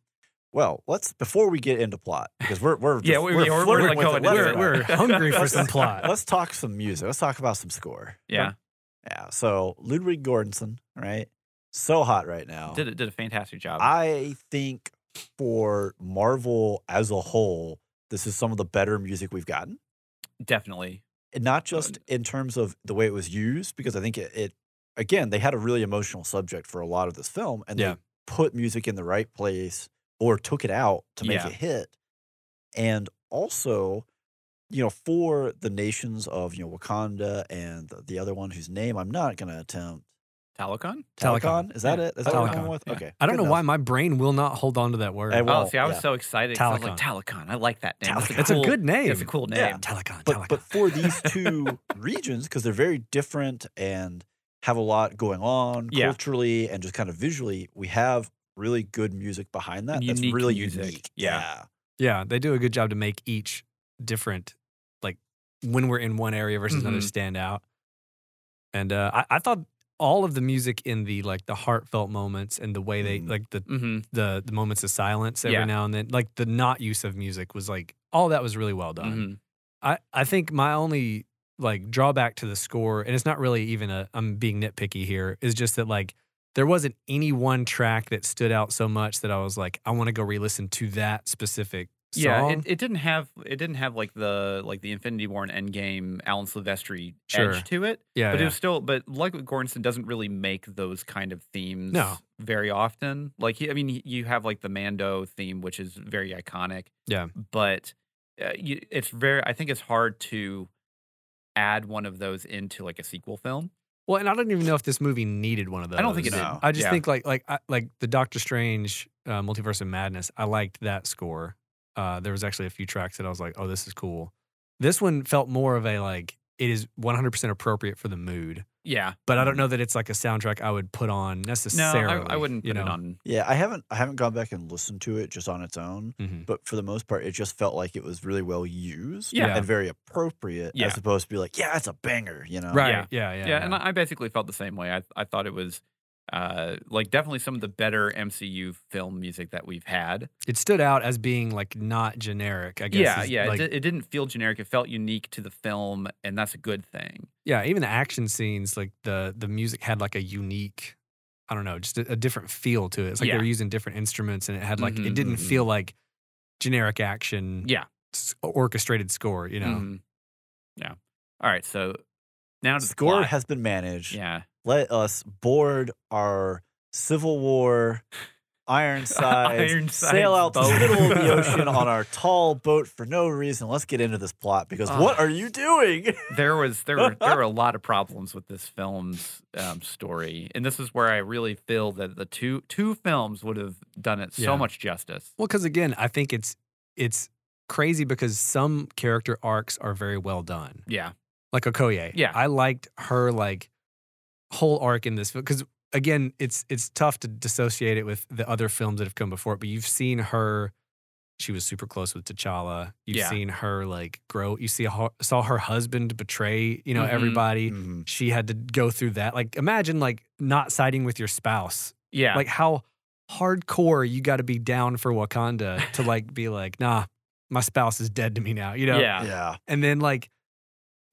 S1: Well, let's before we get into plot because we're we're
S3: Yeah,
S1: just-
S3: we-
S1: we're
S3: yeah, we're- we're,
S1: flirting
S3: like,
S1: with it
S3: going
S1: left
S3: there.
S1: and
S2: We're,
S1: right.
S2: we're hungry for some plot.
S1: Let's talk some music. Let's talk about some score.
S3: Yeah,
S1: Yeah. So Ludwig Gordonson, right? So hot right now.
S3: did it did a fantastic job.
S1: I think for Marvel as a whole, this is some of the better music we've gotten.
S3: Definitely.
S1: And not just in terms of the way it was used, because I think it, it again, they had a really emotional subject for a lot of this film and
S2: Yeah.
S1: they put music in the right place or took it out to make
S3: Yeah.
S1: it hit. And also, you know, for the nations of, you know, Wakanda and the, the other one whose name I'm not going to attempt.
S3: Talocon?
S2: Talikon.
S1: Talikon? Is that
S3: Yeah.
S1: it? Is that what we're
S2: Talikon,
S1: going with?
S3: yeah.
S1: Okay.
S2: I don't
S1: good
S2: know
S1: enough.
S2: why my brain will not hold on to that word.
S1: I will.
S3: oh, see, I was
S1: yeah.
S3: so excited. 'cause I was like,
S2: Talikon.
S3: Talicon. I like that name. That's
S2: it's a good name.
S3: It's a cool name.
S1: Yeah.
S2: Telecon,
S1: but but for these two regions because they're very different and have a lot going on
S3: Yeah.
S1: culturally and just kind of visually we have really good music behind that that's
S3: Unique
S1: really
S3: music,
S1: unique
S3: yeah.
S2: yeah, they do a good job to make each different, like when we're in one area versus another,
S3: Mhm.
S2: stand out. And uh, I, I thought all of the music in the like the heartfelt moments and the way they
S1: Mhm.
S2: like the
S3: Mm-hmm.
S2: the the moments of silence every
S3: Yeah.
S2: now and then, like the not use of music was like all that was really well done.
S3: hmm
S2: I, I think my only like drawback to the score, and it's not really even a I'm being nitpicky here, is just that like there wasn't any one track that stood out so much that I was like, I want to go re-listen to that specific song.
S3: Yeah, it, it didn't have it didn't have like the like the Infinity War and Endgame Alan Silvestri
S2: Sure.
S3: edge to it.
S2: yeah,
S3: but
S2: yeah.
S3: it was still but Ludwig Göransson doesn't really make those kind of themes
S2: No.
S3: very often. Like he, I mean, he- you have like the Mando theme, which is very iconic.
S2: Yeah.
S3: but uh, you, it's very. I think it's hard to add one of those into like a sequel film.
S2: well, and I don't even know if this movie needed one of those.
S3: I don't think it
S1: those.
S3: did.
S1: No.
S2: I just
S3: Yeah.
S2: think like like I, like the Doctor Strange uh, Multiverse of Madness. I liked that score. Uh, there was actually a few tracks that I was like, oh, this is cool. This one felt more of a like it is 100% appropriate for the mood.
S3: yeah.
S2: but I don't
S1: Mm.
S2: know that it's like a soundtrack I would put on
S3: No, I,
S2: necessarily.
S3: I wouldn't put
S2: you
S3: it
S2: know?
S3: on.
S1: yeah i haven't i haven't gone back and listened to it just on its own
S3: Mm-hmm.
S2: Mhm.
S1: but for the most part it just felt like it was really well used
S3: Yeah.
S1: and very appropriate
S3: Yeah.
S1: as opposed to be like yeah it's a banger you know
S2: Right.
S3: Yeah.
S2: Yeah. Yeah.
S3: Yeah, and I I basically felt the same way. I I thought it was. Uh, like definitely some of the better MCU film music that we've had.
S2: it stood out as being like not generic. I guess.
S3: Yeah,
S2: is,
S3: yeah.
S2: like-
S3: it, di- it didn't feel generic. It felt unique to the film, and that's a good thing.
S2: yeah. Even the action scenes, like the the music had like a unique, I don't know, just a, a different feel to it. It's like
S3: Yeah.
S2: they were using different instruments, and it had like it
S3: Mhm,
S2: didn't
S1: mhm.
S2: feel like generic action.
S3: Yeah.
S2: s- Orchestrated score, you know.
S3: Mhm. Yeah. All right. So now to the
S1: score
S3: plot.
S1: has been managed
S3: yeah.
S1: let us board our Civil War Ironsides,
S3: Ironsides
S1: sail out the
S3: boat.
S1: middle of the ocean on our tall boat for no reason. Let's get into this plot because what
S3: Ah.
S1: are you doing?
S3: There was there were there were a lot of problems with this film's um, story, and this is where I really feel that the two two films would have done it
S2: Yeah.
S3: so much justice.
S2: Well, because again, I think it's it's crazy because some character arcs are very well done.
S3: Yeah.
S2: like Okoye.
S3: Yeah.
S2: I liked her like whole arc in this film because again, it's it's tough to dissociate it with the other films that have come before it. But you've seen her; she was super close with T'Challa. You've
S3: Yeah.
S2: seen her like grow. You see ho- saw her husband betray you know
S3: Mhm.
S2: everybody.
S1: Mhm.
S2: She had to go through that. Like imagine like not siding with your spouse.
S3: Yeah.
S2: Like how hardcore you got to be down for Wakanda to like be like nah. My spouse is dead to me now, you know.
S3: yeah.
S1: yeah.
S2: And then like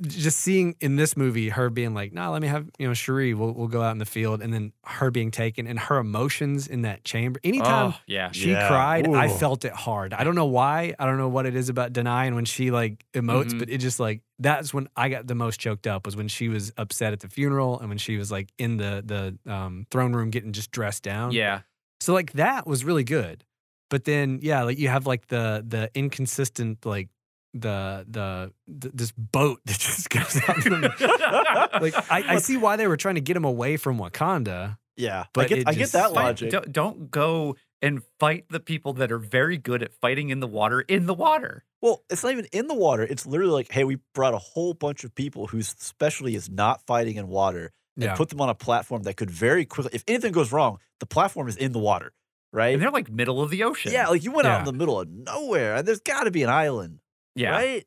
S2: just seeing in this movie her being like, nah, let me have, you know, Cherie, we'll we'll go out in the field and then her being taken and her emotions in that chamber. Anytime
S3: Oh, yeah.
S2: she
S1: Yeah.
S2: cried,
S1: Ooh.
S2: I felt it hard. I don't know why. I don't know what it is about Denai and when she like emotes,
S1: Mm-hmm.
S3: Mhm.
S2: but it just like that's when I got the most choked up was when she was upset at the funeral and when she was like in the the um, throne room getting just dressed down.
S3: Yeah.
S2: So like that was really good. But then yeah, like you have like the the inconsistent like the the th- this boat that just goes out. in the- like I, I see why they were trying to get him away from Wakanda.
S1: Yeah. I
S2: But
S1: get,
S2: it
S1: I get
S2: just-
S1: that
S3: Fight-
S1: logic.
S3: Don't, don't go and fight the people that are very good at fighting in the water in the water.
S1: Well, it's not even in the water. It's literally like, hey, we brought a whole bunch of people whose specialty is not fighting in water and
S2: Yeah.
S1: put them on a platform that could very quickly, if anything goes wrong, the platform is in the water, right?
S3: And they're like middle of the ocean.
S1: Yeah. Like you went out in
S2: Yeah.
S1: the middle of nowhere and there's got to be an island,
S3: Yeah.
S1: right?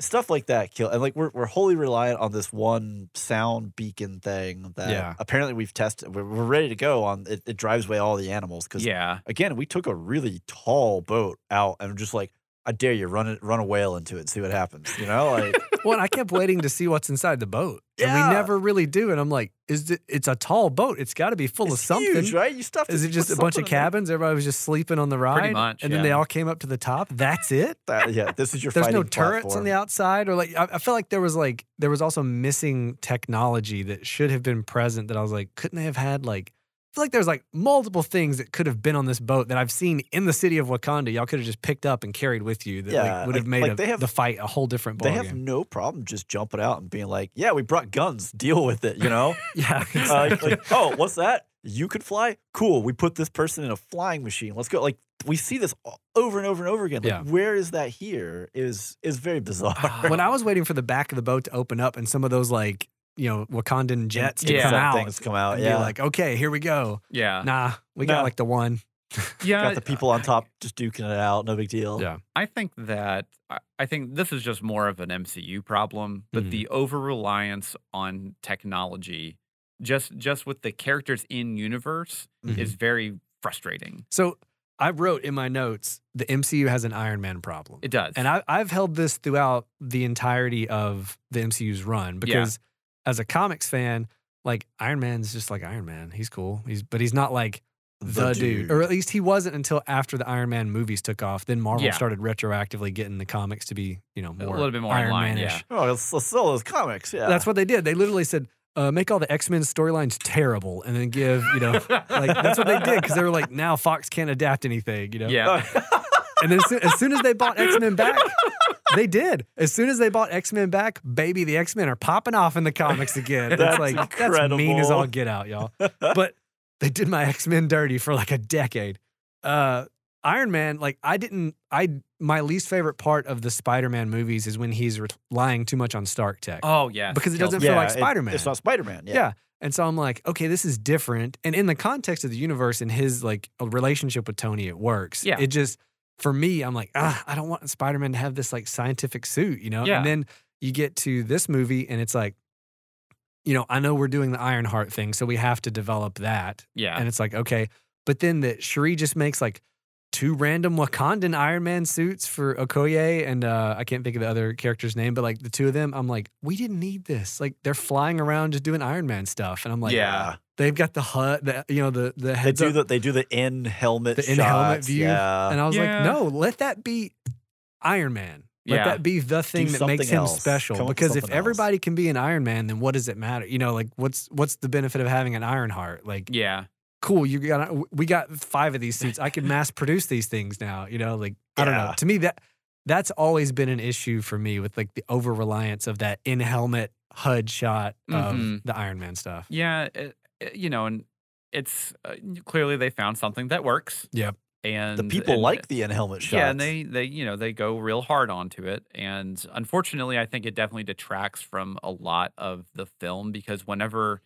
S1: stuff like that kill and like we're we're wholly reliant on this one sound beacon thing that
S2: Yeah.
S1: apparently we've tested we're, we're ready to go on it, it drives away all the animals because
S3: yeah.
S1: again we took a really tall boat out and just like I dare you run it run a whale into it and see what happens you know like
S2: Well, and I kept waiting to see what's inside the boat. And
S1: Yeah.
S2: we never really do. And I'm like, is it, it's a tall boat. It's got to be full
S1: it's
S2: of something.
S1: huge, right you stuffed
S2: Is it
S1: with
S2: just a bunch
S1: something
S2: of
S1: in there.
S2: cabins? Everybody was just sleeping on the ride.
S3: much,
S2: And then they
S3: yeah.
S2: all came up to the top. That's it.
S1: That- yeah this is your
S2: There's
S1: fighting
S2: no turrets on
S1: platform.
S2: the outside, or like I, I feel like there was like there was also missing technology that should have been present. That I was like, couldn't they have had like? I feel like there's like multiple things that could have been on this boat that I've seen in the city of Wakanda. Y'all could have just picked up and carried with you. That like,
S1: Yeah,
S2: would have
S1: like-
S2: made
S1: like
S2: a-
S1: they have-
S2: the fight a whole different
S1: they
S2: ballgame.
S1: have no problem just jumping out and being like yeah we brought guns deal with it you know
S2: yeah,
S1: Uh,
S2: exactly.
S1: like, oh, what's that? You could fly? Cool. We put this person in a flying machine. Let's go. Like we see this o- over and over and over again. Like,
S2: Yeah. Ah,
S1: Where is that here? Is is very bizarre.
S2: when I was waiting for the back of the boat to open up and some of those like you know Wakandan jets to
S3: Yeah.
S2: come out,
S1: things come out.
S2: and
S1: Yeah, Uh,
S2: be like, okay, here we go.
S3: Yeah.
S2: Nah, we got
S1: No.
S2: like the one.
S3: yeah.
S1: got the people on top just duking it out. No big deal.
S2: uh, Yeah.
S3: I think that I- I think this is just more of an MCU problem, but
S2: Mhm.
S3: the over reliance on technology, just just with the characters in universe,
S2: Mm-hmm.
S1: Mhm.
S3: is very frustrating.
S2: So I wrote in my notes the MCU has an Iron Man problem.
S3: It does,
S2: and I, I've held this throughout the entirety of the MCU's run because as a comics fan, like Iron Man's just like Iron Man. He's cool. He's but he's not like the, dude. Or at least he wasn't until after the Iron Man movies took off. Then Marvel
S3: Yeah.
S2: started retroactively getting the comics to be, you know,
S3: a
S2: more
S3: little bit more
S2: Iron
S3: online.
S2: Man-ish.
S3: Yeah,
S1: Oh, let's, let's sell those comics. Yeah.
S2: That's what they did. They literally said, uh, make all the X Men storylines terrible and then give, you know, like that's what they did because they were like, now Fox can't adapt anything, you know?
S3: yeah.
S1: Oh,
S2: And then so- as soon as they bought X Men back, they did. As soon as they bought X Men back, baby, the X Men are popping off in the comics again. It's
S1: That's
S2: like that's mean as
S1: incredible.
S2: all get out, y'all. But they did my X Men dirty for like a decade. Uh, Iron Man, like I didn't. I my least favorite part of the Spider Man movies is when he's relying too much on Stark tech.
S3: Oh yeah,
S2: Because it
S3: kills
S2: doesn't
S3: me.
S2: feel like
S1: it-
S2: Spider-Man.
S1: it's not Spider Man. Yeah.
S2: Yeah. And so I'm like, okay, this is different. And in the context of the universe and his like a relationship with Tony, it works.
S3: Yeah.
S2: It just for me, I'm like, ah, I don't want Spider Man to have this like scientific suit, you know?
S3: Yeah.
S2: And then you get to this movie and it's like, you know, I know we're doing the Ironheart thing, so we have to develop that.
S3: yeah.
S2: And it's like, okay. But then that Cherie just makes like two random Wakandan Iron Man suits for Okoye and uh, I can't think of the other character's name, but like the two of them, I'm like, we didn't need this. Like they're flying around just doing Iron Man stuff. And I'm like,
S3: Yeah.
S2: they've got the hut, the, you know, the, the
S1: They
S2: heads
S1: do
S2: up.
S1: the they do the in helmet
S2: The in-helmet
S1: shots,
S2: view.
S1: Yeah.
S2: and I was
S3: Yeah.
S2: like, no, let that be Iron Man. Let
S3: Yeah.
S2: that be the thing that
S1: something
S2: makes him
S1: else.
S2: special.
S1: Come up with
S2: because if
S1: something else.
S2: everybody can be an Iron Man, then what does it matter? You know, like what's what's the benefit of having an Iron Heart? Like
S3: yeah,
S2: cool you got we got five of these suits i can mass produce these things now you know like i don't know
S1: Yeah.
S2: to me that that's always been an issue for me with like the over reliance of that in helmet hud shot of
S3: Mhm.
S2: the iron man stuff
S3: yeah. it- it- you know, and it's uh, clearly they found something that works.
S2: Yep.
S3: And
S1: the people
S3: and- eh,
S1: like the in helmet shots.
S3: Yeah, and they they you know they go real hard onto it, and unfortunately, I think it definitely detracts from a lot of the film because whenever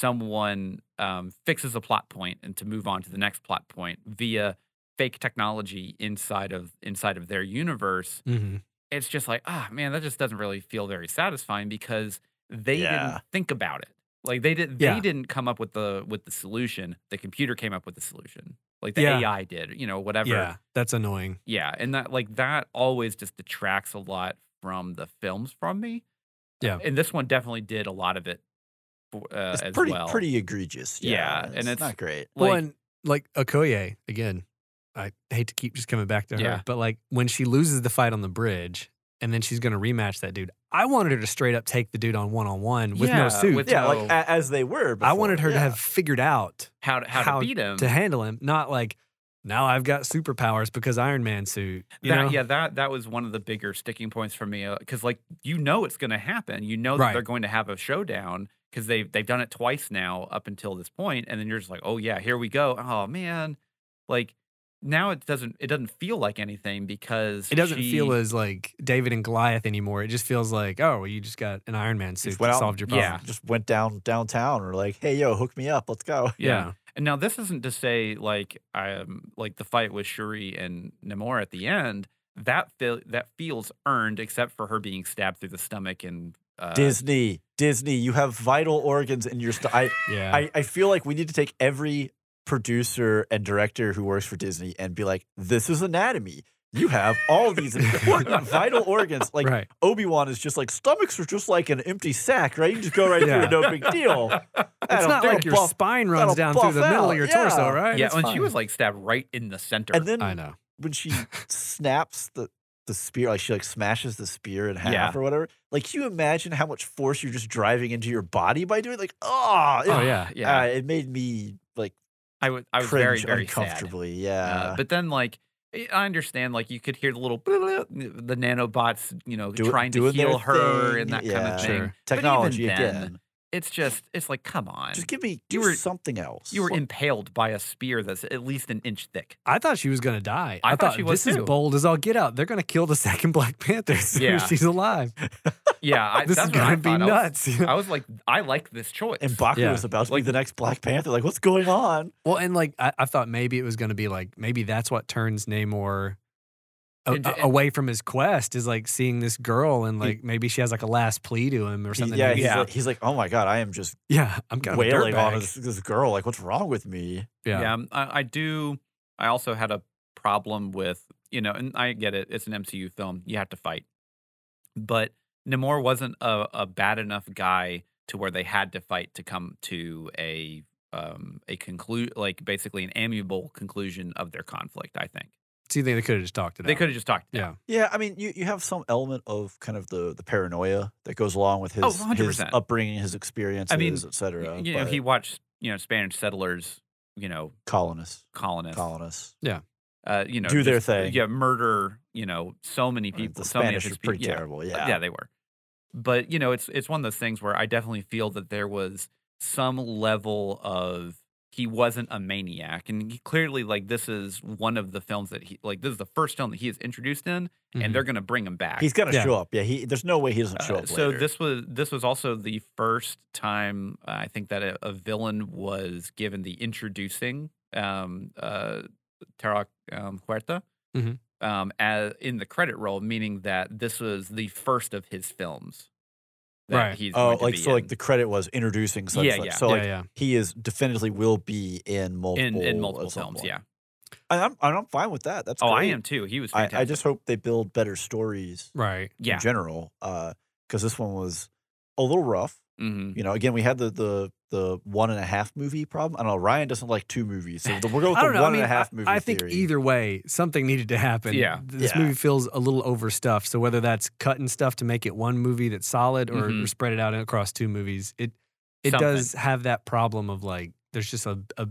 S3: someone um, fixes a plot point and to move on to the next plot point via fake technology inside of inside of their universe,
S2: mm-hmm.
S3: it's just like ah man, that just doesn't really feel very satisfying because they
S1: Yeah.
S3: didn't think about it. Like they did, they
S2: Yeah.
S3: didn't come up with the with the solution. The computer came up with the solution. Like the
S2: Yeah.
S3: AI did, you know, whatever.
S2: yeah that's annoying
S3: Yeah, and that like that always just detracts a lot from the films from me.
S2: Yeah.
S3: and this one definitely did a lot of it. for- Uh,
S1: it's
S3: as
S1: pretty
S3: well.
S1: pretty egregious.
S3: Yeah, and it's-
S1: not great.
S2: well
S3: Like,
S2: and like okoye again i hate to keep just coming back to her
S3: Yeah.
S2: but like when she loses the fight on the bridge and then she's going to rematch that dude i wanted her to straight up take the dude on one-on-one with
S3: Yeah,
S2: no suit
S3: with-
S1: Yeah,
S3: So-
S1: like a, as they were.
S2: i wanted
S1: before,
S2: her to
S1: yeah.
S2: have figured out
S3: how to, how,
S2: how
S3: to beat him?
S2: to handle him, not like now I've got superpowers because Iron Man suit. You
S3: that,
S2: know?
S3: Yeah, that that was one of the bigger sticking points for me because like you know it's going to happen. You know
S2: Right.
S3: that they're going to have a showdown because they they've done it twice now up until this point, and then you're just like, oh yeah, here we go. Oh man, like now it doesn't it doesn't feel like anything because
S2: It doesn't
S3: she-
S2: feel as like David and Goliath anymore. It just feels like, oh, well, you just got an Iron Man suit
S1: Just
S2: that
S1: went out
S2: solved your
S3: and-
S2: problem.
S3: yeah.
S1: just went down downtown or like, hey yo, hook me up, let's go.
S3: yeah. And now this isn't to say like um like the fight with Shuri and Namor at the end. that feel that feels earned, except for her being stabbed through the stomach and uh,
S1: Disney, Disney, you have vital organs in your. St- I,
S2: Yeah.
S1: I, I feel like we need to take every producer and director who works for Disney and be like, this is anatomy. You have all these important vital organs. Like
S2: right.
S1: Obi Wan is just like stomachs are just like an empty sack, right? You just go right
S2: Yeah.
S1: through, no big deal.
S2: It's
S1: That'll-
S2: not like
S1: that'll
S2: your
S1: buff-
S2: spine runs
S1: that'll
S2: down through
S1: buff
S2: the middle
S1: out,
S2: of your
S1: yeah.
S2: torso, right?
S3: yeah,
S2: It's
S3: and she
S2: fine.
S3: was like stabbed right in the center.
S1: And then
S2: I know.
S1: when she snaps the the spear, like she like smashes the spear in half
S3: Yeah.
S1: or whatever. Like, can you imagine how much force you're just driving into your body by doing? Like, oh, it,
S2: Oh yeah.
S3: yeah,
S1: uh, it made me like
S3: I was I was very
S1: cringe
S3: very sad.
S1: uncomfortably.
S3: Uh,
S1: Yeah,
S3: but then like I- I understand like you could hear the little the nanobots you know
S1: Do-
S3: trying to
S1: doing their
S3: heal her
S1: thing,
S3: and that kind
S1: yeah.
S3: of thing.
S2: Sure.
S3: But even
S1: technology
S3: then,
S1: again.
S3: It's just it's like come on.
S1: Just give me do
S3: you were-
S1: something else.
S3: you were impaled by a spear that's at least an inch thick.
S2: I thought she was gonna die.
S3: I thought she was
S2: this is
S3: too.
S2: bold as all get out. They're gonna kill the second Black Panther as soon as
S3: Yeah.
S2: she's alive.
S3: Yeah, I,
S2: this
S3: that's
S2: is
S3: what I
S2: gonna be
S3: thought. I was-
S2: nuts. you know?
S3: I was like, I like this choice.
S1: and Baku
S2: Yeah.
S1: was about to
S3: Like-
S1: be the next Black Panther. Like, what's going on?
S2: Well, and like I, I thought maybe it was going to be like maybe that's what turns Namor a-
S3: Into-
S2: a- away from his quest is like seeing this girl and like maybe she has like a last plea to him
S1: He-
S2: or something.
S1: yeah,
S2: Maybe-
S1: he's,
S3: Yeah.
S1: Like, he's like, oh my god, I am just
S2: yeah. I'm kind of a
S1: wailing on
S2: dirtbag.
S1: this, this girl. Like, what's wrong with me?
S2: Yeah,
S3: Yeah, um, I, I do. I also had a problem with you know, and I get it. It's an MCU film. You have to fight, but Namor wasn't a, a bad enough guy to where they had to fight to come to a um a conclude like basically an amiable conclusion of their conflict. I think
S2: See, they could have just talked it
S3: they
S2: out.
S3: could have just talked. it out.
S2: Yeah,
S1: Yeah, I mean, you, you have some element of kind of the the paranoia that goes along with his,
S3: Oh,
S1: his
S3: 100%.
S1: upbringing, his experiences, et
S3: Y-
S1: cetera.
S3: you know,
S1: but
S3: he watched you know Spanish settlers, you know
S1: colonists,
S3: colonists.
S1: colonists.
S3: Uh, you know,
S1: Do their
S3: just,
S1: thing.
S3: Yeah, murder. You know, so many
S1: I mean,
S3: people.
S1: uh, the
S3: so many
S1: Spanish
S3: of his
S1: was
S3: people.
S1: pretty
S3: yeah.
S1: terrible.
S3: yeah.
S1: Yeah,
S3: they were. But you know, it's it's one of those things where I definitely feel that there was some level of he wasn't a maniac, and he clearly like this is one of the films that he like this is the first film that he is introduced in,
S2: Mhm.
S3: and they're gonna bring him back.
S1: Mm-hmm. he's gonna
S2: Yeah.
S1: show up. Yeah, he. There's no way he doesn't show
S3: Uh,
S1: up.
S3: so
S1: later.
S3: this was this was also the first time uh, I think that a, a villain was given the introducing um, uh, Tarak um, Huerta
S2: Mhm.
S1: Mm-hmm.
S3: um, as in the credit roll, meaning that this was the first of his films. that
S2: Right.
S3: He's
S1: oh,
S3: going to
S1: like
S3: be
S1: so, like
S3: in.
S1: the credit was introducing such.
S3: Yeah,
S1: such.
S3: yeah.
S1: So
S2: yeah,
S1: like
S2: yeah.
S1: he is definitively will be in
S3: in,
S1: multiple
S3: in
S1: at
S3: multiple
S1: some
S3: films.
S1: point.
S3: Yeah.
S1: and I'm and I'm fine with that. That's
S3: Oh, I
S1: great.
S3: am too. He was
S1: I,
S3: fantastic.
S1: I just hope they build better stories
S2: Right.
S3: yeah.
S1: in general, because this one was a little rough.
S3: Mhm.
S1: You know, again, we had the the the one and a half movie problem. I don't know. Ryan doesn't like two movies, so the- we'll go with
S2: I
S1: the
S2: don't know. I
S1: one
S2: mean,
S1: and a half
S2: I-
S1: movie.
S2: I think
S1: theory.
S2: either way, something needed to happen.
S3: Yeah.
S2: This
S1: Yeah.
S2: movie feels a little overstuffed. So whether that's cutting stuff to make it one movie that's solid or,
S3: Mhm.
S2: or spread it out across two movies, it it
S3: Something.
S2: does have that problem of like there's just a, a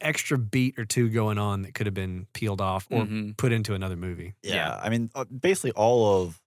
S2: extra beat or two going on that could have been peeled off or
S3: Mhm.
S2: put into another movie.
S1: Yeah.
S3: Yeah.
S1: I mean, uh, basically all of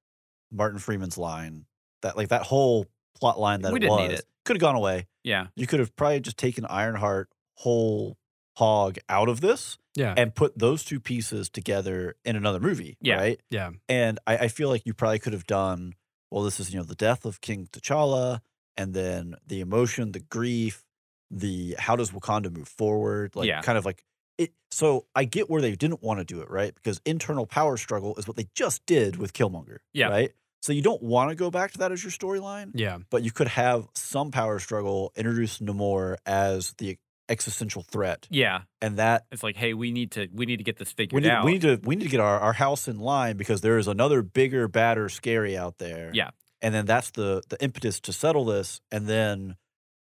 S1: Martin Freeman's line that like that whole plot line that
S3: We
S1: it
S3: didn't
S1: was
S3: need it.
S1: could have gone away.
S3: Yeah.
S1: You could have probably just taken Ironheart whole hog out of this
S2: Yeah.
S1: and put those two pieces together in another movie,
S3: Yeah.
S1: right?
S2: Yeah.
S1: And I, I feel like you probably could have done well. This is you know the death of King T'Challa, and then the emotion, the grief, the how does Wakanda move forward? Like
S3: Yeah.
S1: kind of like it. So I get where they didn't want to do it, right? Because internal power struggle is what they just did with Killmonger,
S3: Yeah.
S1: right? So you don't want to go back to that as your storyline,
S2: Yeah.
S1: but you could have some power struggle, introduce Namor as the existential threat,
S3: Yeah.
S1: and that
S3: It's like, hey, we need to we need to get this
S1: we
S3: figured
S1: need,
S3: out.
S1: we need to we need to get our, our house in line because there is another bigger, badder, scary out there.
S3: Yeah.
S1: And then that's the the impetus to settle this. And then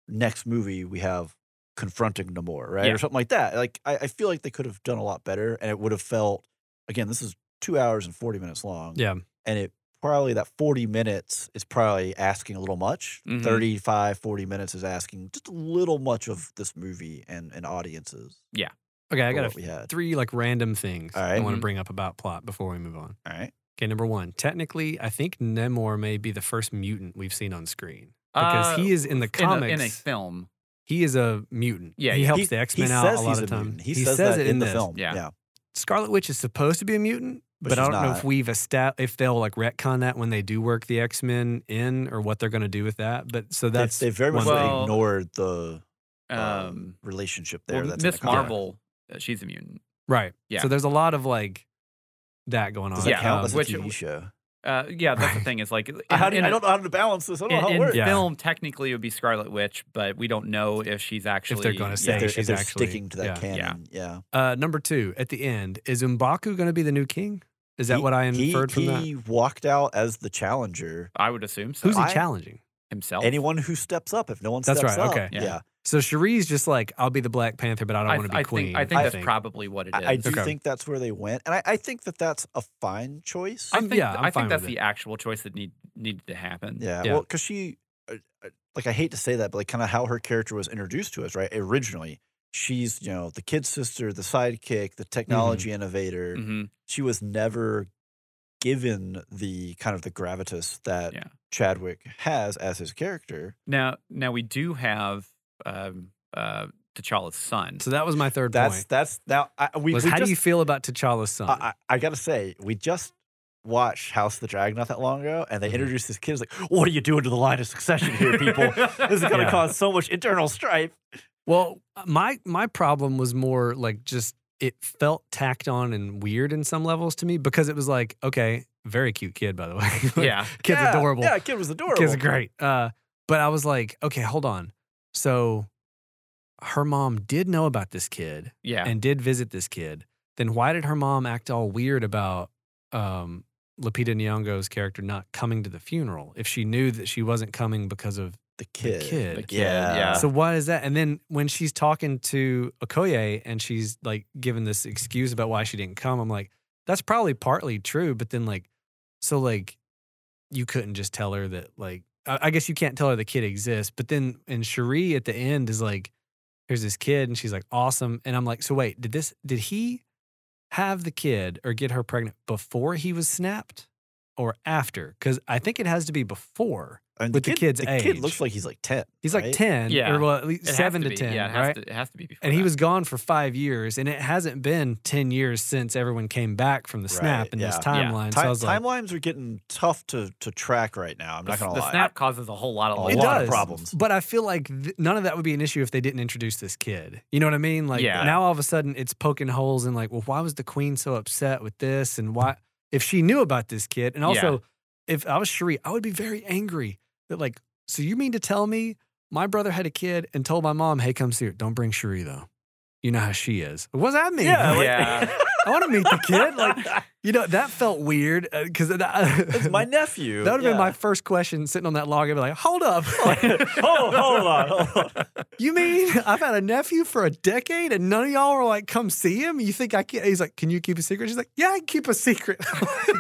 S1: next movie we have confronting Namor, right?
S3: Yeah.
S1: Or something like that. Like I, I feel like they could have done a lot better and it would have felt again, this is two hours and forty minutes long.
S2: Yeah.
S1: And it probably that 40 minutes is probably asking a little much.
S3: Mhm.
S1: 35, 40 minutes is asking just a little much of this movie and, and audiences.
S2: Okay. I
S1: for
S2: got
S1: what
S2: a,
S1: we had.
S2: three like random things
S1: All
S2: I
S1: right.
S2: want to
S3: Mhm.
S2: bring up about plot before we move on.
S1: All right.
S2: Okay, number one. Technically, I think Namor may be the first mutant we've seen on screen because
S3: Uh,
S2: he is in the
S3: in a, in a
S2: comics.
S3: film.
S2: he is a mutant.
S3: Yeah,
S2: he
S3: yeah.
S2: helps
S1: He-
S2: the X
S1: he
S2: Men out
S1: says
S2: a lot
S1: he's
S2: of times.
S1: mutant. He, says that in, the
S2: this.
S1: film.
S3: Yeah.
S2: Scarlet Witch is supposed to be a mutant, but,
S1: But
S2: I
S1: she's
S2: don't know
S1: not.
S2: if we've estab- if they'll like retcon that when they do work the X Men in or what they're going to do with that. But so
S1: They-
S2: that's
S1: they, very much
S2: one
S3: Well-
S2: thing.
S1: ignored the um,
S3: Um,
S1: relationship there.
S3: well,
S1: that's in the
S3: Miss
S1: comic.
S3: Marvel, uh, she's a mutant.
S2: right.
S3: Yeah.
S2: So there's a lot of like that going on.
S1: Does that
S3: Yeah,
S1: count
S2: Um,
S1: as a
S3: which-
S1: TV show?
S3: Uh, yeah, that's
S2: Right.
S3: the thing. Is like
S1: I, how
S3: in-
S1: do you-
S3: in
S1: I
S3: a-
S1: don't know how to balance this. I don't know
S3: in,
S1: how it
S3: in
S1: works.
S2: Yeah.
S3: film, technically, it would be Scarlet Witch, but we don't know if she's actually
S2: gonna
S1: If
S2: say
S1: they're- if
S2: she's
S1: they're
S2: actually-
S1: sticking to that
S2: yeah.
S3: Yeah.
S1: canon. Yeah.
S2: uh, number two at the end is Mbaku going to be the new king? Is that
S1: He-
S2: what I
S1: he,
S2: inferred from that?
S1: He walked out as the challenger.
S3: I would assume so.
S2: Who's he
S1: I-
S2: challenging?
S3: himself?
S1: Anyone who steps up, if no one
S2: That's
S1: steps
S2: right,
S1: up,
S2: okay.
S3: Yeah.
S1: yeah.
S2: So Cherie's just like, I'll be the Black Panther, but I don't
S3: I,
S2: want to be
S3: I
S2: queen.
S3: Think, I think
S2: I
S3: that's
S2: think.
S3: probably what it is.
S1: I, I do
S2: Okay.
S1: think that's where they went, and I, I think that that's a fine choice.
S3: I
S2: I'm-
S3: think,
S2: yeah,
S3: th-
S2: I'm
S3: I
S2: fine
S3: think that's
S2: with
S3: the actual choice that need, needed to happen.
S1: yeah,
S2: yeah.
S1: well, because she, uh, uh, like, I hate to say that, but like, kind of how her character was introduced to us, right? Originally, she's you know the kid sister, the sidekick,
S2: Mm-hmm.
S1: the technology innovator.
S2: Mm.
S3: Mhm.
S1: She was never given the kind of the gravitas that
S3: Yeah.
S1: Chadwick has as his character.
S3: Now, now we do have um, uh, T'Challa's son.
S2: So that was my third
S1: That's
S2: point.
S1: that's now I, we,
S2: was
S1: we
S2: how
S1: just
S2: do you feel about T'Challa's son?
S1: I, I I gotta say, we just watched House of the Dragon not that long ago, and they
S2: Mhm.
S1: introduced this kid. It's like, what are you doing to the line of succession here, people? this is gonna
S2: Yeah.
S1: cause so much internal strife.
S2: well, my my problem was more like just it felt tacked on and weird in some levels to me because it was like, okay, very cute kid by the way. Like,
S3: yeah.
S2: kid's
S1: Yeah,
S2: adorable.
S1: Yeah, kid was adorable.
S2: Kid's great. Uh, but I was like, okay, hold on. So her mom did know about this kid
S3: Yeah.
S2: and did visit this kid. Then why did her mom act all weird about um, Lupita Nyong'o's character not coming to the funeral if she knew that she wasn't coming because of
S1: The kid.
S2: the kid?
S3: The kid,
S1: Yeah.
S3: yeah.
S2: So why is that? And then when she's talking to Okoye and she's like giving this excuse about why she didn't come, I'm like, that's probably partly true. But then like, so like, you couldn't just tell her that like, I I guess you can't tell her the kid exists. But then and Cherie at the end is like, here's this kid, and she's like, awesome. And I'm like, so wait, did this? Did he have the kid or get her pregnant before he was snapped? Or after, because I think it has to be before.
S1: And
S2: With the kid's
S1: the kid
S2: age.
S1: looks like he's like ten.
S2: He's like
S1: right?
S2: ten,
S3: Yeah.
S2: or well, at least
S3: It has
S2: seven to,
S3: be.
S2: ten,
S3: Yeah, it has,
S2: right?
S3: to, it has to be before.
S2: And he
S3: that.
S2: was gone for five years, and it hasn't been 10 years since everyone came back from the snap
S1: Right,
S2: in this
S1: yeah.
S3: Yeah.
S2: timeline. So I
S1: Time,
S2: was like,
S1: timelines are getting tough to to track right now. I'm
S3: The,
S1: not gonna
S3: the
S1: lie.
S3: snap causes a whole lot of
S1: a
S3: life.
S1: lot of
S2: It does.
S1: problems.
S2: but I feel like th- none of that would be an issue if they didn't introduce this kid. You know what I mean? Like,
S3: Yeah.
S2: now all of a sudden it's poking holes in, like, well, why was the queen so upset with this? And why, if she knew about this kid, and also if I was Cherie, I would be very angry that, like, so you mean to tell me my brother had a kid and told my mom, hey, come see her. Don't bring Cherie, though. You know how she is. What does that mean?
S1: Yeah,
S2: Like,
S3: Yeah.
S2: I want to meet the kid. Like, you know, that felt weird because
S1: it's my nephew.
S2: that would have been
S1: yeah.
S2: my first question sitting on that log. I'd be like, hold up.
S1: hold, hold on. Hold on.
S2: you mean I've had a nephew for a decade and none of y'all are like, come see him? You think I can't? He's like, can you keep a secret? She's like, yeah, I can keep a secret.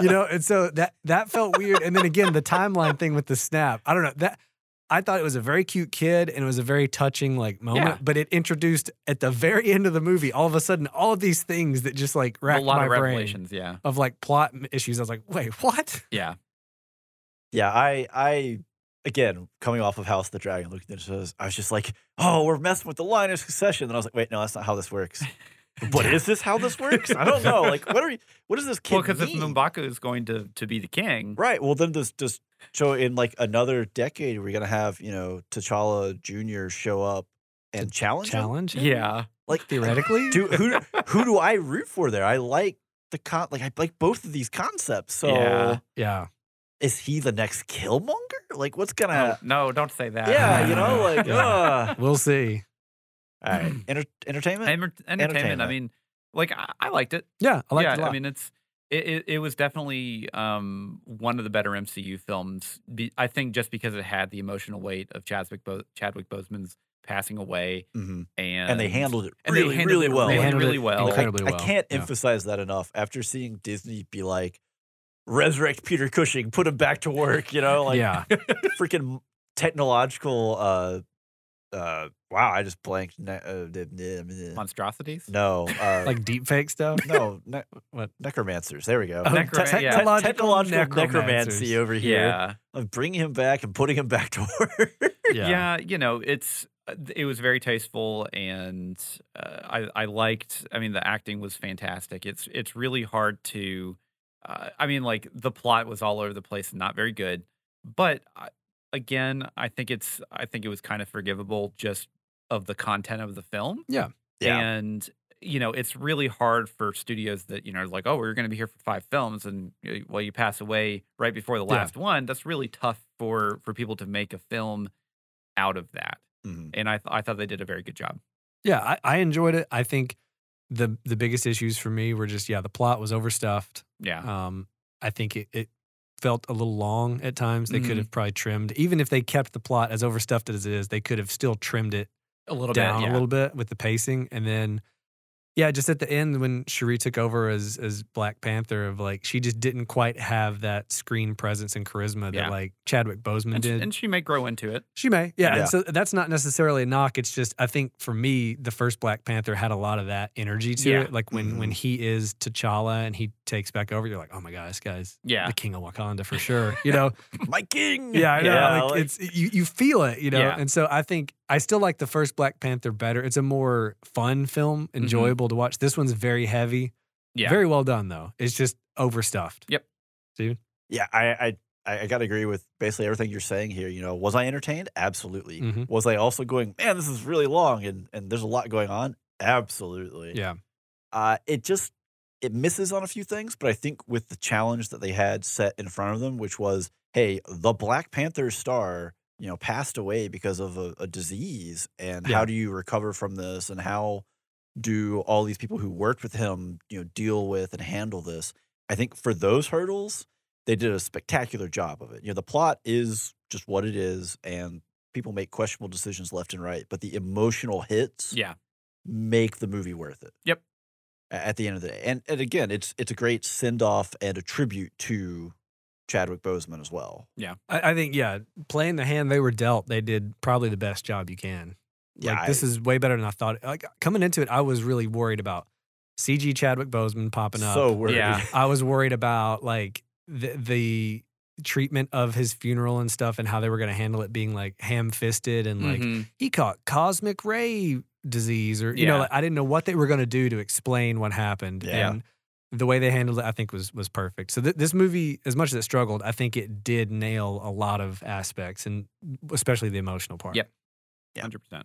S2: you know, and so that that felt weird. And then again, the timeline thing with the snap. I don't know. That I thought it was a very cute kid and it was a very touching like moment,
S3: Yeah.
S2: but it introduced at the very end of the movie, all of a sudden, all of these things that just like
S3: a
S2: racked
S3: lot
S2: my
S3: of
S2: brain
S3: revelations. Yeah.
S2: of like plot m- issues. I was like, wait, what?
S3: Yeah.
S1: Yeah, I I again coming off of House of the Dragon, looking at this, I was just like, oh, we're messing with the line of succession. Then I was like, wait, no, that's not how this works. but is this how this works? I don't know. Like, what are you, what does this kid
S3: Well, because if
S1: mean?
S3: Mumbaku is going to, to be the king,
S1: Right. Well, then does does so in like another decade we're gonna have you know T'Challa Junior show up and challenge him?
S2: Challenge? him?
S3: yeah,
S1: Like
S2: Theoretically?
S1: do who who do I root for there? I like the con like I like both of these concepts. So
S3: Yeah.
S2: yeah.
S1: is he the next Killmonger? Like what's gonna
S3: no, Oh, no, don't say that.
S1: Yeah, you know, like
S2: Yeah.
S1: uh,
S2: We'll see.
S1: all right, Enter- entertainment.
S3: Enter- entertainment, I
S1: Entertainment.
S3: mean, like I, I liked it.
S2: Yeah, I like
S3: yeah,
S2: it a lot.
S3: I mean, it's it, it, it was definitely um, one of the better MCU films. Be, I think just because it had the emotional weight of Chadwick Bo- Chadwick Boseman's passing away,
S1: Mhm.
S3: and
S1: And they handled it
S3: and they
S1: really,
S3: handled
S1: really
S3: it
S1: well.
S3: really,
S2: They handled
S3: really
S2: it
S3: well.
S1: I,
S2: incredibly
S1: I
S2: well.
S1: can't
S2: Yeah.
S1: emphasize that enough. After seeing Disney be like, resurrect Peter Cushing, put him back to work. You know, like
S2: yeah.
S1: freaking technological. Uh, uh, wow, I just blanked. Ne- uh, d- d- d-
S3: monstrosities.
S1: No, uh,
S2: like deep fake stuff.
S1: no, ne-
S2: What?
S1: necromancers. There we go.
S2: Oh,
S3: Necro-
S1: Te- te-
S3: yeah.
S1: technological
S2: necromancers.
S1: necromancy over here.
S3: Yeah.
S1: Of bringing him back and putting him back to work.
S3: yeah, you know, it's uh, th- it was very tasteful, and uh, I I liked. I mean, the acting was fantastic. It's it's really hard to. Uh, I mean, like the plot was all over the place, and not very good. But I, again, I think it's I think it was kind of forgivable just of the content of the film.
S1: Yeah.
S3: And you know, it's really hard for studios that, you know, like, oh, we're going to be here for five films. And uh, well, you pass away right before the
S2: Yeah.
S3: last one. That's really tough for for people to make a film out of that.
S1: Mhm.
S3: And I, th- I thought they did a very good job.
S2: Yeah, I, I enjoyed it. I think the the biggest issues for me were just yeah, the plot was overstuffed.
S3: Yeah.
S2: Um, I think it, it felt a little long at times. They could
S3: Mhm.
S2: have probably trimmed, even if they kept the plot as overstuffed as it is, they could have still trimmed it
S3: A little
S2: down
S3: bit.
S2: a
S3: yeah.
S2: little bit with the pacing, and then yeah, just at the end when Cherie took over as as Black Panther, of like she just didn't quite have that screen presence and charisma
S3: Yeah.
S2: that like Chadwick Boseman
S3: And, she-
S2: did.
S3: and she may grow into it.
S2: She may, yeah.
S1: Yeah.
S2: And so that's not necessarily a knock. It's just I think for me, the first Black Panther had a lot of that energy to
S3: Yeah. Mm-hmm.
S2: it. Like when when he is T'Challa and he takes back over, you're like, oh my god, this guy's
S3: Yeah.
S2: the king of Wakanda for sure. You know,
S1: My king.
S2: yeah, I know.
S1: Yeah,
S2: like,
S1: like-
S2: it's you you feel it, you know.
S3: Yeah.
S2: And so I think I still like the first Black Panther better. It's a more fun film, enjoyable to watch. This one's very heavy,
S3: Mm-hmm. Yeah.
S2: very well done though. It's just overstuffed.
S3: Yep.
S1: Yeah, I I I I gotta agree with basically everything you're saying here. You know, was I entertained? Absolutely.
S2: Mhm.
S1: Was I also going, man, this is really long and and there's a lot going on? Absolutely.
S2: Yeah.
S1: Uh, it just it misses on a few things, but I think with the challenge that they had set in front of them, which was, hey, the Black Panther star, you know, passed away because of a, a disease, and
S2: Yeah.
S1: how do you recover from this, and how do all these people who worked with him, you know, deal with and handle this? I think for those hurdles, they did a spectacular job of it. You know, the plot is just what it is, and people make questionable decisions left and right, but the emotional hits
S3: Yeah.
S1: make the movie worth it.
S3: Yep.
S1: a- At the end of the day, and and again, it's it's a great send off and a tribute to Chadwick Boseman as well.
S2: I, I think yeah, playing the hand they were dealt, they did probably the best job you can.
S1: Yeah,
S2: like this
S1: I-
S2: is way better than I thought. Like coming into it, I was really worried about CG Chadwick Boseman popping up.
S1: so worried.
S3: Yeah.
S2: I was worried about like the, the treatment of his funeral and stuff, and how they were going to handle it being like ham fisted and like
S3: Mhm.
S2: he caught cosmic ray disease or you know
S3: Yeah.
S2: like, I didn't know what they were going to do to explain what happened
S1: Yeah.
S2: and the way they handled it I think was was perfect. So th- this movie as much as it struggled I think it did nail a lot of aspects and especially the emotional part.
S3: Yep.
S1: Yeah.
S3: 100%.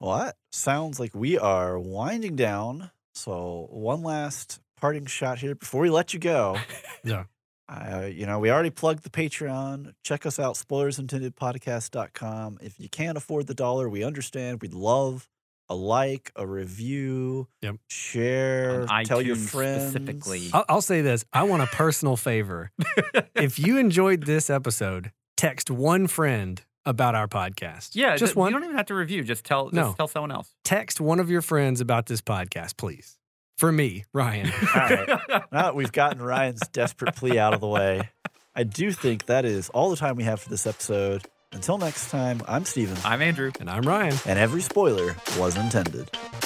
S1: Well, that sounds like we are winding down. So one last parting shot here before we let you go.
S2: Yeah.
S1: Uh, you know, we already plugged the Patreon. Check us out, spoilersintendedpodcast.com. If you can't afford the dollar, we understand. We'd love a like, a review,
S2: Yep.
S1: share,
S3: On
S1: tell your
S3: iTunes
S1: friends.
S3: specifically.
S2: I'll, I'll say this, I want a personal favor. if you enjoyed this episode, text one friend about our podcast.
S3: Yeah.
S2: Just
S3: th-
S2: one.
S3: You don't even have to review. Just tell, just
S2: No.
S3: tell someone else.
S2: text one of your friends about this podcast, please. For me, Ryan.
S1: All right. Now that we've gotten Ryan's desperate plea out of the way, I do think that is all the time we have for this episode. Until next time, I'm Steven,
S3: I'm Andrew.
S2: and I'm Ryan.
S1: and every spoiler was intended.